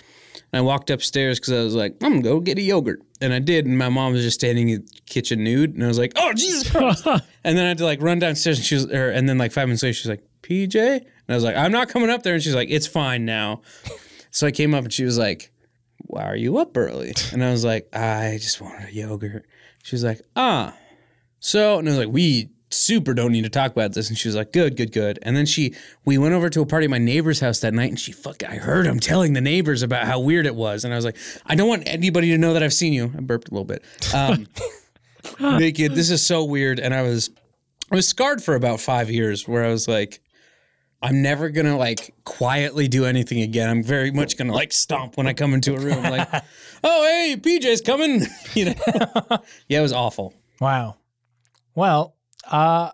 S2: And I walked upstairs because I was like, "I'm gonna go get a yogurt," and I did. And my mom was just standing in the kitchen nude, and I was like, "Oh Jesus Christ!" and then I had to like run downstairs, and she was, or, and then like five minutes later, she's like, "PJ," and I was like, "I'm not coming up there," and she's like, "It's fine now." So I came up and she was like, Why are you up early? And I was like, I just wanted a yogurt. She was like, Ah. So, and I was like, We super don't need to talk about this. And she was like, Good, good, good. And then she, we went over to a party at my neighbor's house that night and she fuck, I heard him telling the neighbors about how weird it was. And I was like, I don't want anybody to know that I've seen you. I burped a little bit. Um, naked, this is so weird. And I was, I was scarred for about five years where I was like, I'm never gonna like quietly do anything again. I'm very much gonna like stomp when I come into a room, like, oh hey, PJ's coming. you know, yeah, it was awful.
S1: Wow. Well, uh,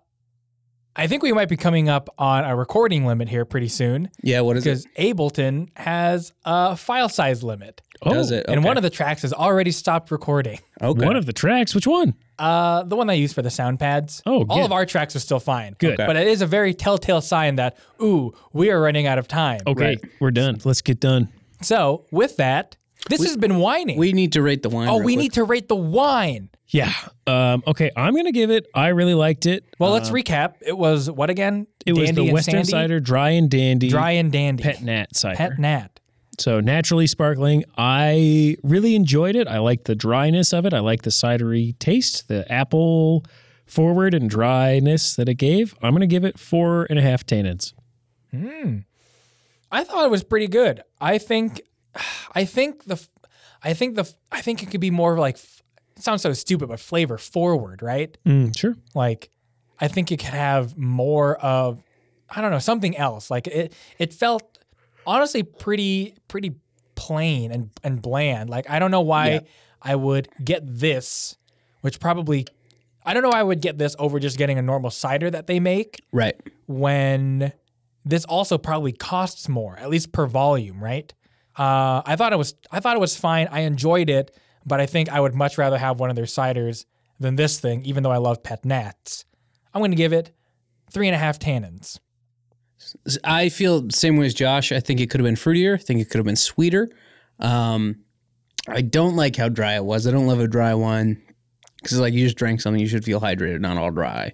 S1: I think we might be coming up on a recording limit here pretty soon
S2: Yeah, what is
S1: because
S2: it?
S1: Ableton has a file size limit.
S4: Oh.
S2: Does it?
S1: Oh, And
S2: Okay.
S1: one of the tracks has already stopped recording.
S2: okay.
S4: One of the tracks. Which one?
S1: Uh, the one I use for the sound pads.
S4: Oh,
S1: all
S4: good.
S1: of our tracks are still fine.
S4: Good.
S1: but it is a very telltale sign that ooh, we are running out of time.
S4: Okay, we're done. Let's get done.
S1: So with that, this has been whining.
S2: we need to rate the wine.
S1: oh,
S2: real
S1: we
S2: quick.
S1: need to rate the wine.
S4: Yeah. Um, okay, I'm gonna give it. I really liked it.
S1: Well, let's recap. It was what again?
S4: Uh, It was
S1: Dandy
S4: the
S1: and
S4: Western
S1: Sandy?
S4: Cider Dry and Dandy
S1: dry and dandy,
S4: Pet Nat Cider.
S1: Pet nat.
S4: So naturally sparkling. I really enjoyed it. I like the dryness of it. I like the cidery taste, the apple forward and dryness that it gave. I'm gonna give it four and a half tannins.
S1: I thought it was pretty good. I think, I think the, I think the, I think it could be more like, it sounds so stupid, but flavor forward, right?
S4: sure.
S1: Like, I think it could have more of, I don't know, something else. Like it, it felt honestly pretty, pretty plain and and bland. Like I don't know why I would get this, which probably, I don't know why I would get this over just getting a normal cider that they make.
S2: right.
S1: when this also probably costs more, at least per volume, right? Uh, I thought it was I thought it was fine. I enjoyed it, but I think I would much rather have one of their ciders than this thing, even though I love pet nats. I'm gonna give it three and a half tannins.
S2: I feel the same way as Josh. I think it could have been fruitier. I think it could have been sweeter. Um, I don't like how dry it was. I don't love a dry wine because like you just drank something, you should feel hydrated, not all dry.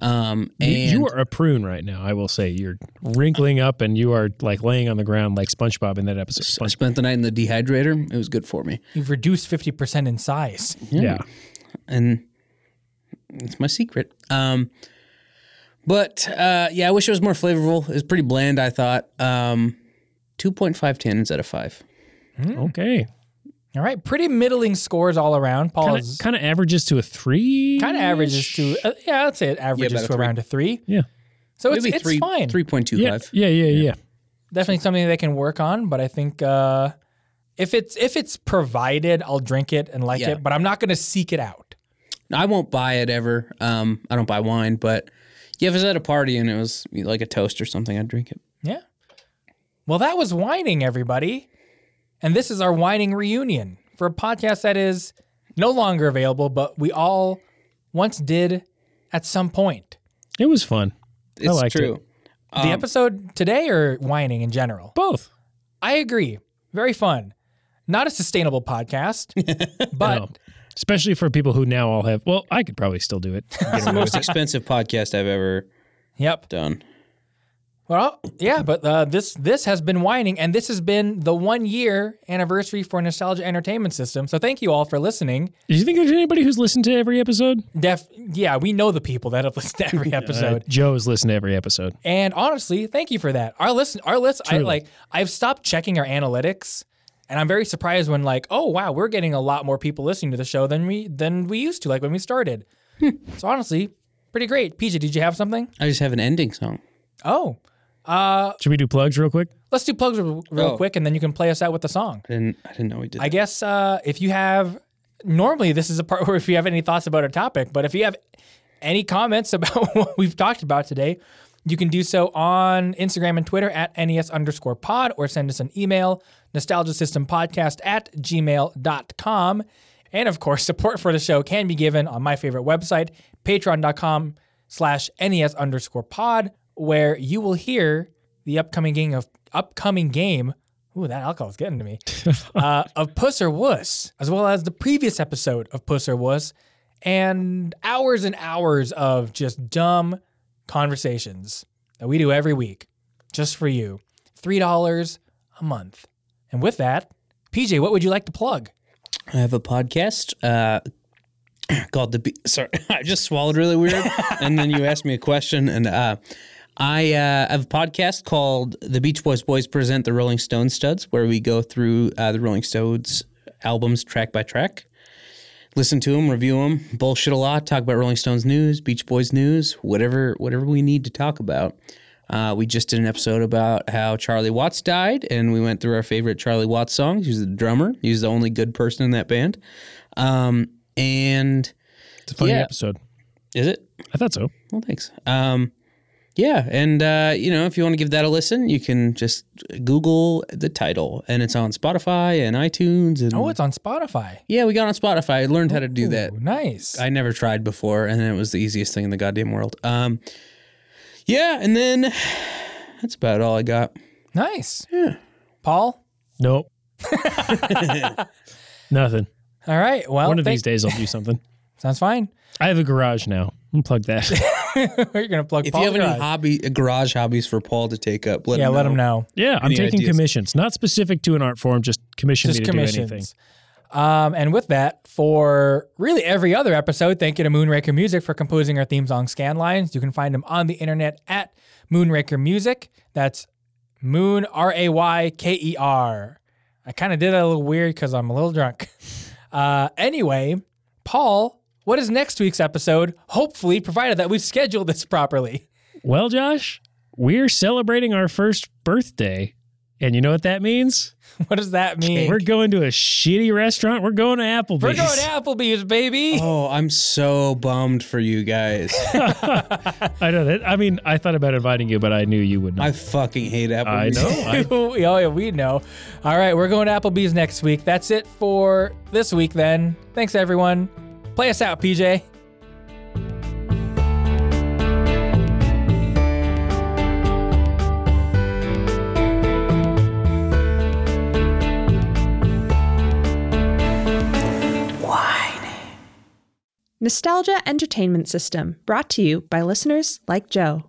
S2: Um,
S4: You,
S2: and
S4: you are a prune right now. I will say you're wrinkling up and you are like laying on the ground like SpongeBob in that episode.
S2: I
S4: Sponge-
S2: spent the night in the dehydrator. It was good for me.
S1: You've reduced fifty percent in size.
S4: yeah.
S2: and it's my secret. Um, but uh, yeah, I wish it was more flavorful. It was pretty bland, I thought. Um, 2.5 tannins out of five.
S4: Okay.
S1: All right, pretty middling scores all around. Paul's
S4: Kind of averages to a three.
S1: kind of averages to uh, yeah, I'd say it averages
S2: about
S1: to
S2: a three.
S1: around a three.
S4: Yeah.
S1: So Oh, it's, it's
S2: three,
S1: fine.
S2: 3.25.
S4: Yeah. Yeah. Yeah. Yeah.
S1: definitely something they can work on. But I think uh, if it's if it's provided, I'll drink it and like
S2: Yeah.
S1: it. But I'm not going to seek it out.
S2: I won't buy it ever. Um, I don't buy wine, but yeah, if it's at a party and it was you know, like a toast or something, I'd drink it.
S1: Yeah. Well, that was whining, everybody, and this is our whining reunion for a podcast that is no longer available, but we all once did at some point.
S4: It was fun.
S2: It's
S4: liked
S2: true. Um,
S4: it.
S1: The episode today or whining in general.
S4: Both.
S1: I agree. Very fun. Not a sustainable podcast, but
S4: No. Um, Especially for people who now all have. Well, I could probably still do it.
S2: It's the most expensive podcast I've ever
S1: yep.
S2: done.
S1: Well, yeah, but uh, this this has been whining, and this has been the one year anniversary for Nostalgia Entertainment System. So thank you all for listening.
S4: Do you think there's anybody who's listened to every episode?
S1: Def, yeah, we know the people that have listened to every
S4: Uh,
S1: episode,
S4: Joe's listened to every episode.
S1: and honestly, thank you for that. Our listen, our list, I like. I've stopped checking our analytics, and I'm very surprised when like, oh wow, we're getting a lot more people listening to the show than we than we used to, like when we started. so honestly, pretty great. PJ, did you have something?
S2: I just have an ending song.
S1: Oh,
S4: Should we do plugs real quick?
S1: let's do plugs real real
S2: Oh.
S1: quick, and then you can play us out with the song.
S2: I didn't, I didn't know we did.
S1: I
S2: that.
S1: guess uh, if you have, normally this is a part where if you have any thoughts about a topic, but if you have any comments about what we've talked about today, You can do so on Instagram and Twitter at NES underscore pod or send us an email, nostalgiasystempodcast at gmail.com. And of course, support for the show can be given on my favorite website, patreon.com slash NES underscore pod, where you will hear the upcoming game of upcoming game. Ooh, that alcohol's getting to me. uh, of Puss or Wuss, as well as the previous episode of Puss or Wuss, and hours and hours of just dumb conversations that we do every week just for you. $3 a month. And with that, PJ, what would you like to plug?
S2: I have a podcast uh, called the. Be- Sorry, I just swallowed really weird, and then you asked me a question, and uh, I uh, have a podcast called The Beach Boys Boys Present the Rolling Stone Studs, where we go through uh, the Rolling Stones albums track by track, listen to them, review them, bullshit a lot, talk about Rolling Stones news, Beach Boys news, whatever whatever we need to talk about. Uh, we just did an episode about how Charlie Watts died, and we went through our favorite Charlie Watts songs. He was the drummer. He was the only good person in that band. Um, and
S4: It's a funny
S2: Yeah.
S4: episode.
S2: is it?
S4: I thought so.
S2: Well, thanks. Um, yeah, and uh, you know, if you want to give that a listen, you can just Google the title, and it's on Spotify and iTunes. And
S4: Hmm.
S1: Oh, it's Oh. on Spotify.
S2: yeah, we got on Spotify. I learned how to do that.
S1: Ooh, nice.
S2: I never tried before, and it was the easiest thing in the goddamn world. Um, yeah, and then that's about all I got.
S1: nice. Paul?
S4: Nope. Nothing.
S1: All right. Well,
S4: One of
S1: thank-
S4: these days I'll do something.
S1: sounds fine.
S4: I have a garage now. Plug that.
S1: You're going to plug
S2: If
S1: Paul.
S2: you have any
S1: Gerard.
S2: hobby, uh, garage hobbies for Paul to take up, let
S1: yeah,
S2: him
S1: let
S2: know.
S1: him know.
S4: Yeah, I'm
S2: Any
S4: taking
S2: ideas?
S4: commissions, not specific to an art form, just commission
S1: Just
S4: me to
S1: commissions.
S4: do anything.
S1: Um, and with that, for really every other episode, thank you to Moonraker Music for composing our theme song Scanlines. You can find them on the internet at Moonraker Music. That's Moon R A Y K E R. I kind of did that a little weird because I'm a little drunk. Uh, anyway, Paul, what is next week's episode? Hopefully, provided that we've scheduled this properly.
S4: Well, Josh, we're celebrating our first birthday. And you know what that means?
S1: What does that mean?
S4: We're going to a shitty restaurant. We're going to Applebee's.
S1: We're going to Applebee's, baby.
S2: Oh, I'm so bummed for you guys.
S4: I know that. I mean, I thought about inviting you, but I knew you would
S2: I
S4: not.
S2: fucking hate
S4: I,
S2: Applebee's.
S4: know. I-
S1: oh yeah, we know. All right, we're going to Applebee's next week. That's it for this week then. Thanks everyone. Play us out, PJ.
S7: Nostalgia Entertainment System, brought to you by listeners like Joe.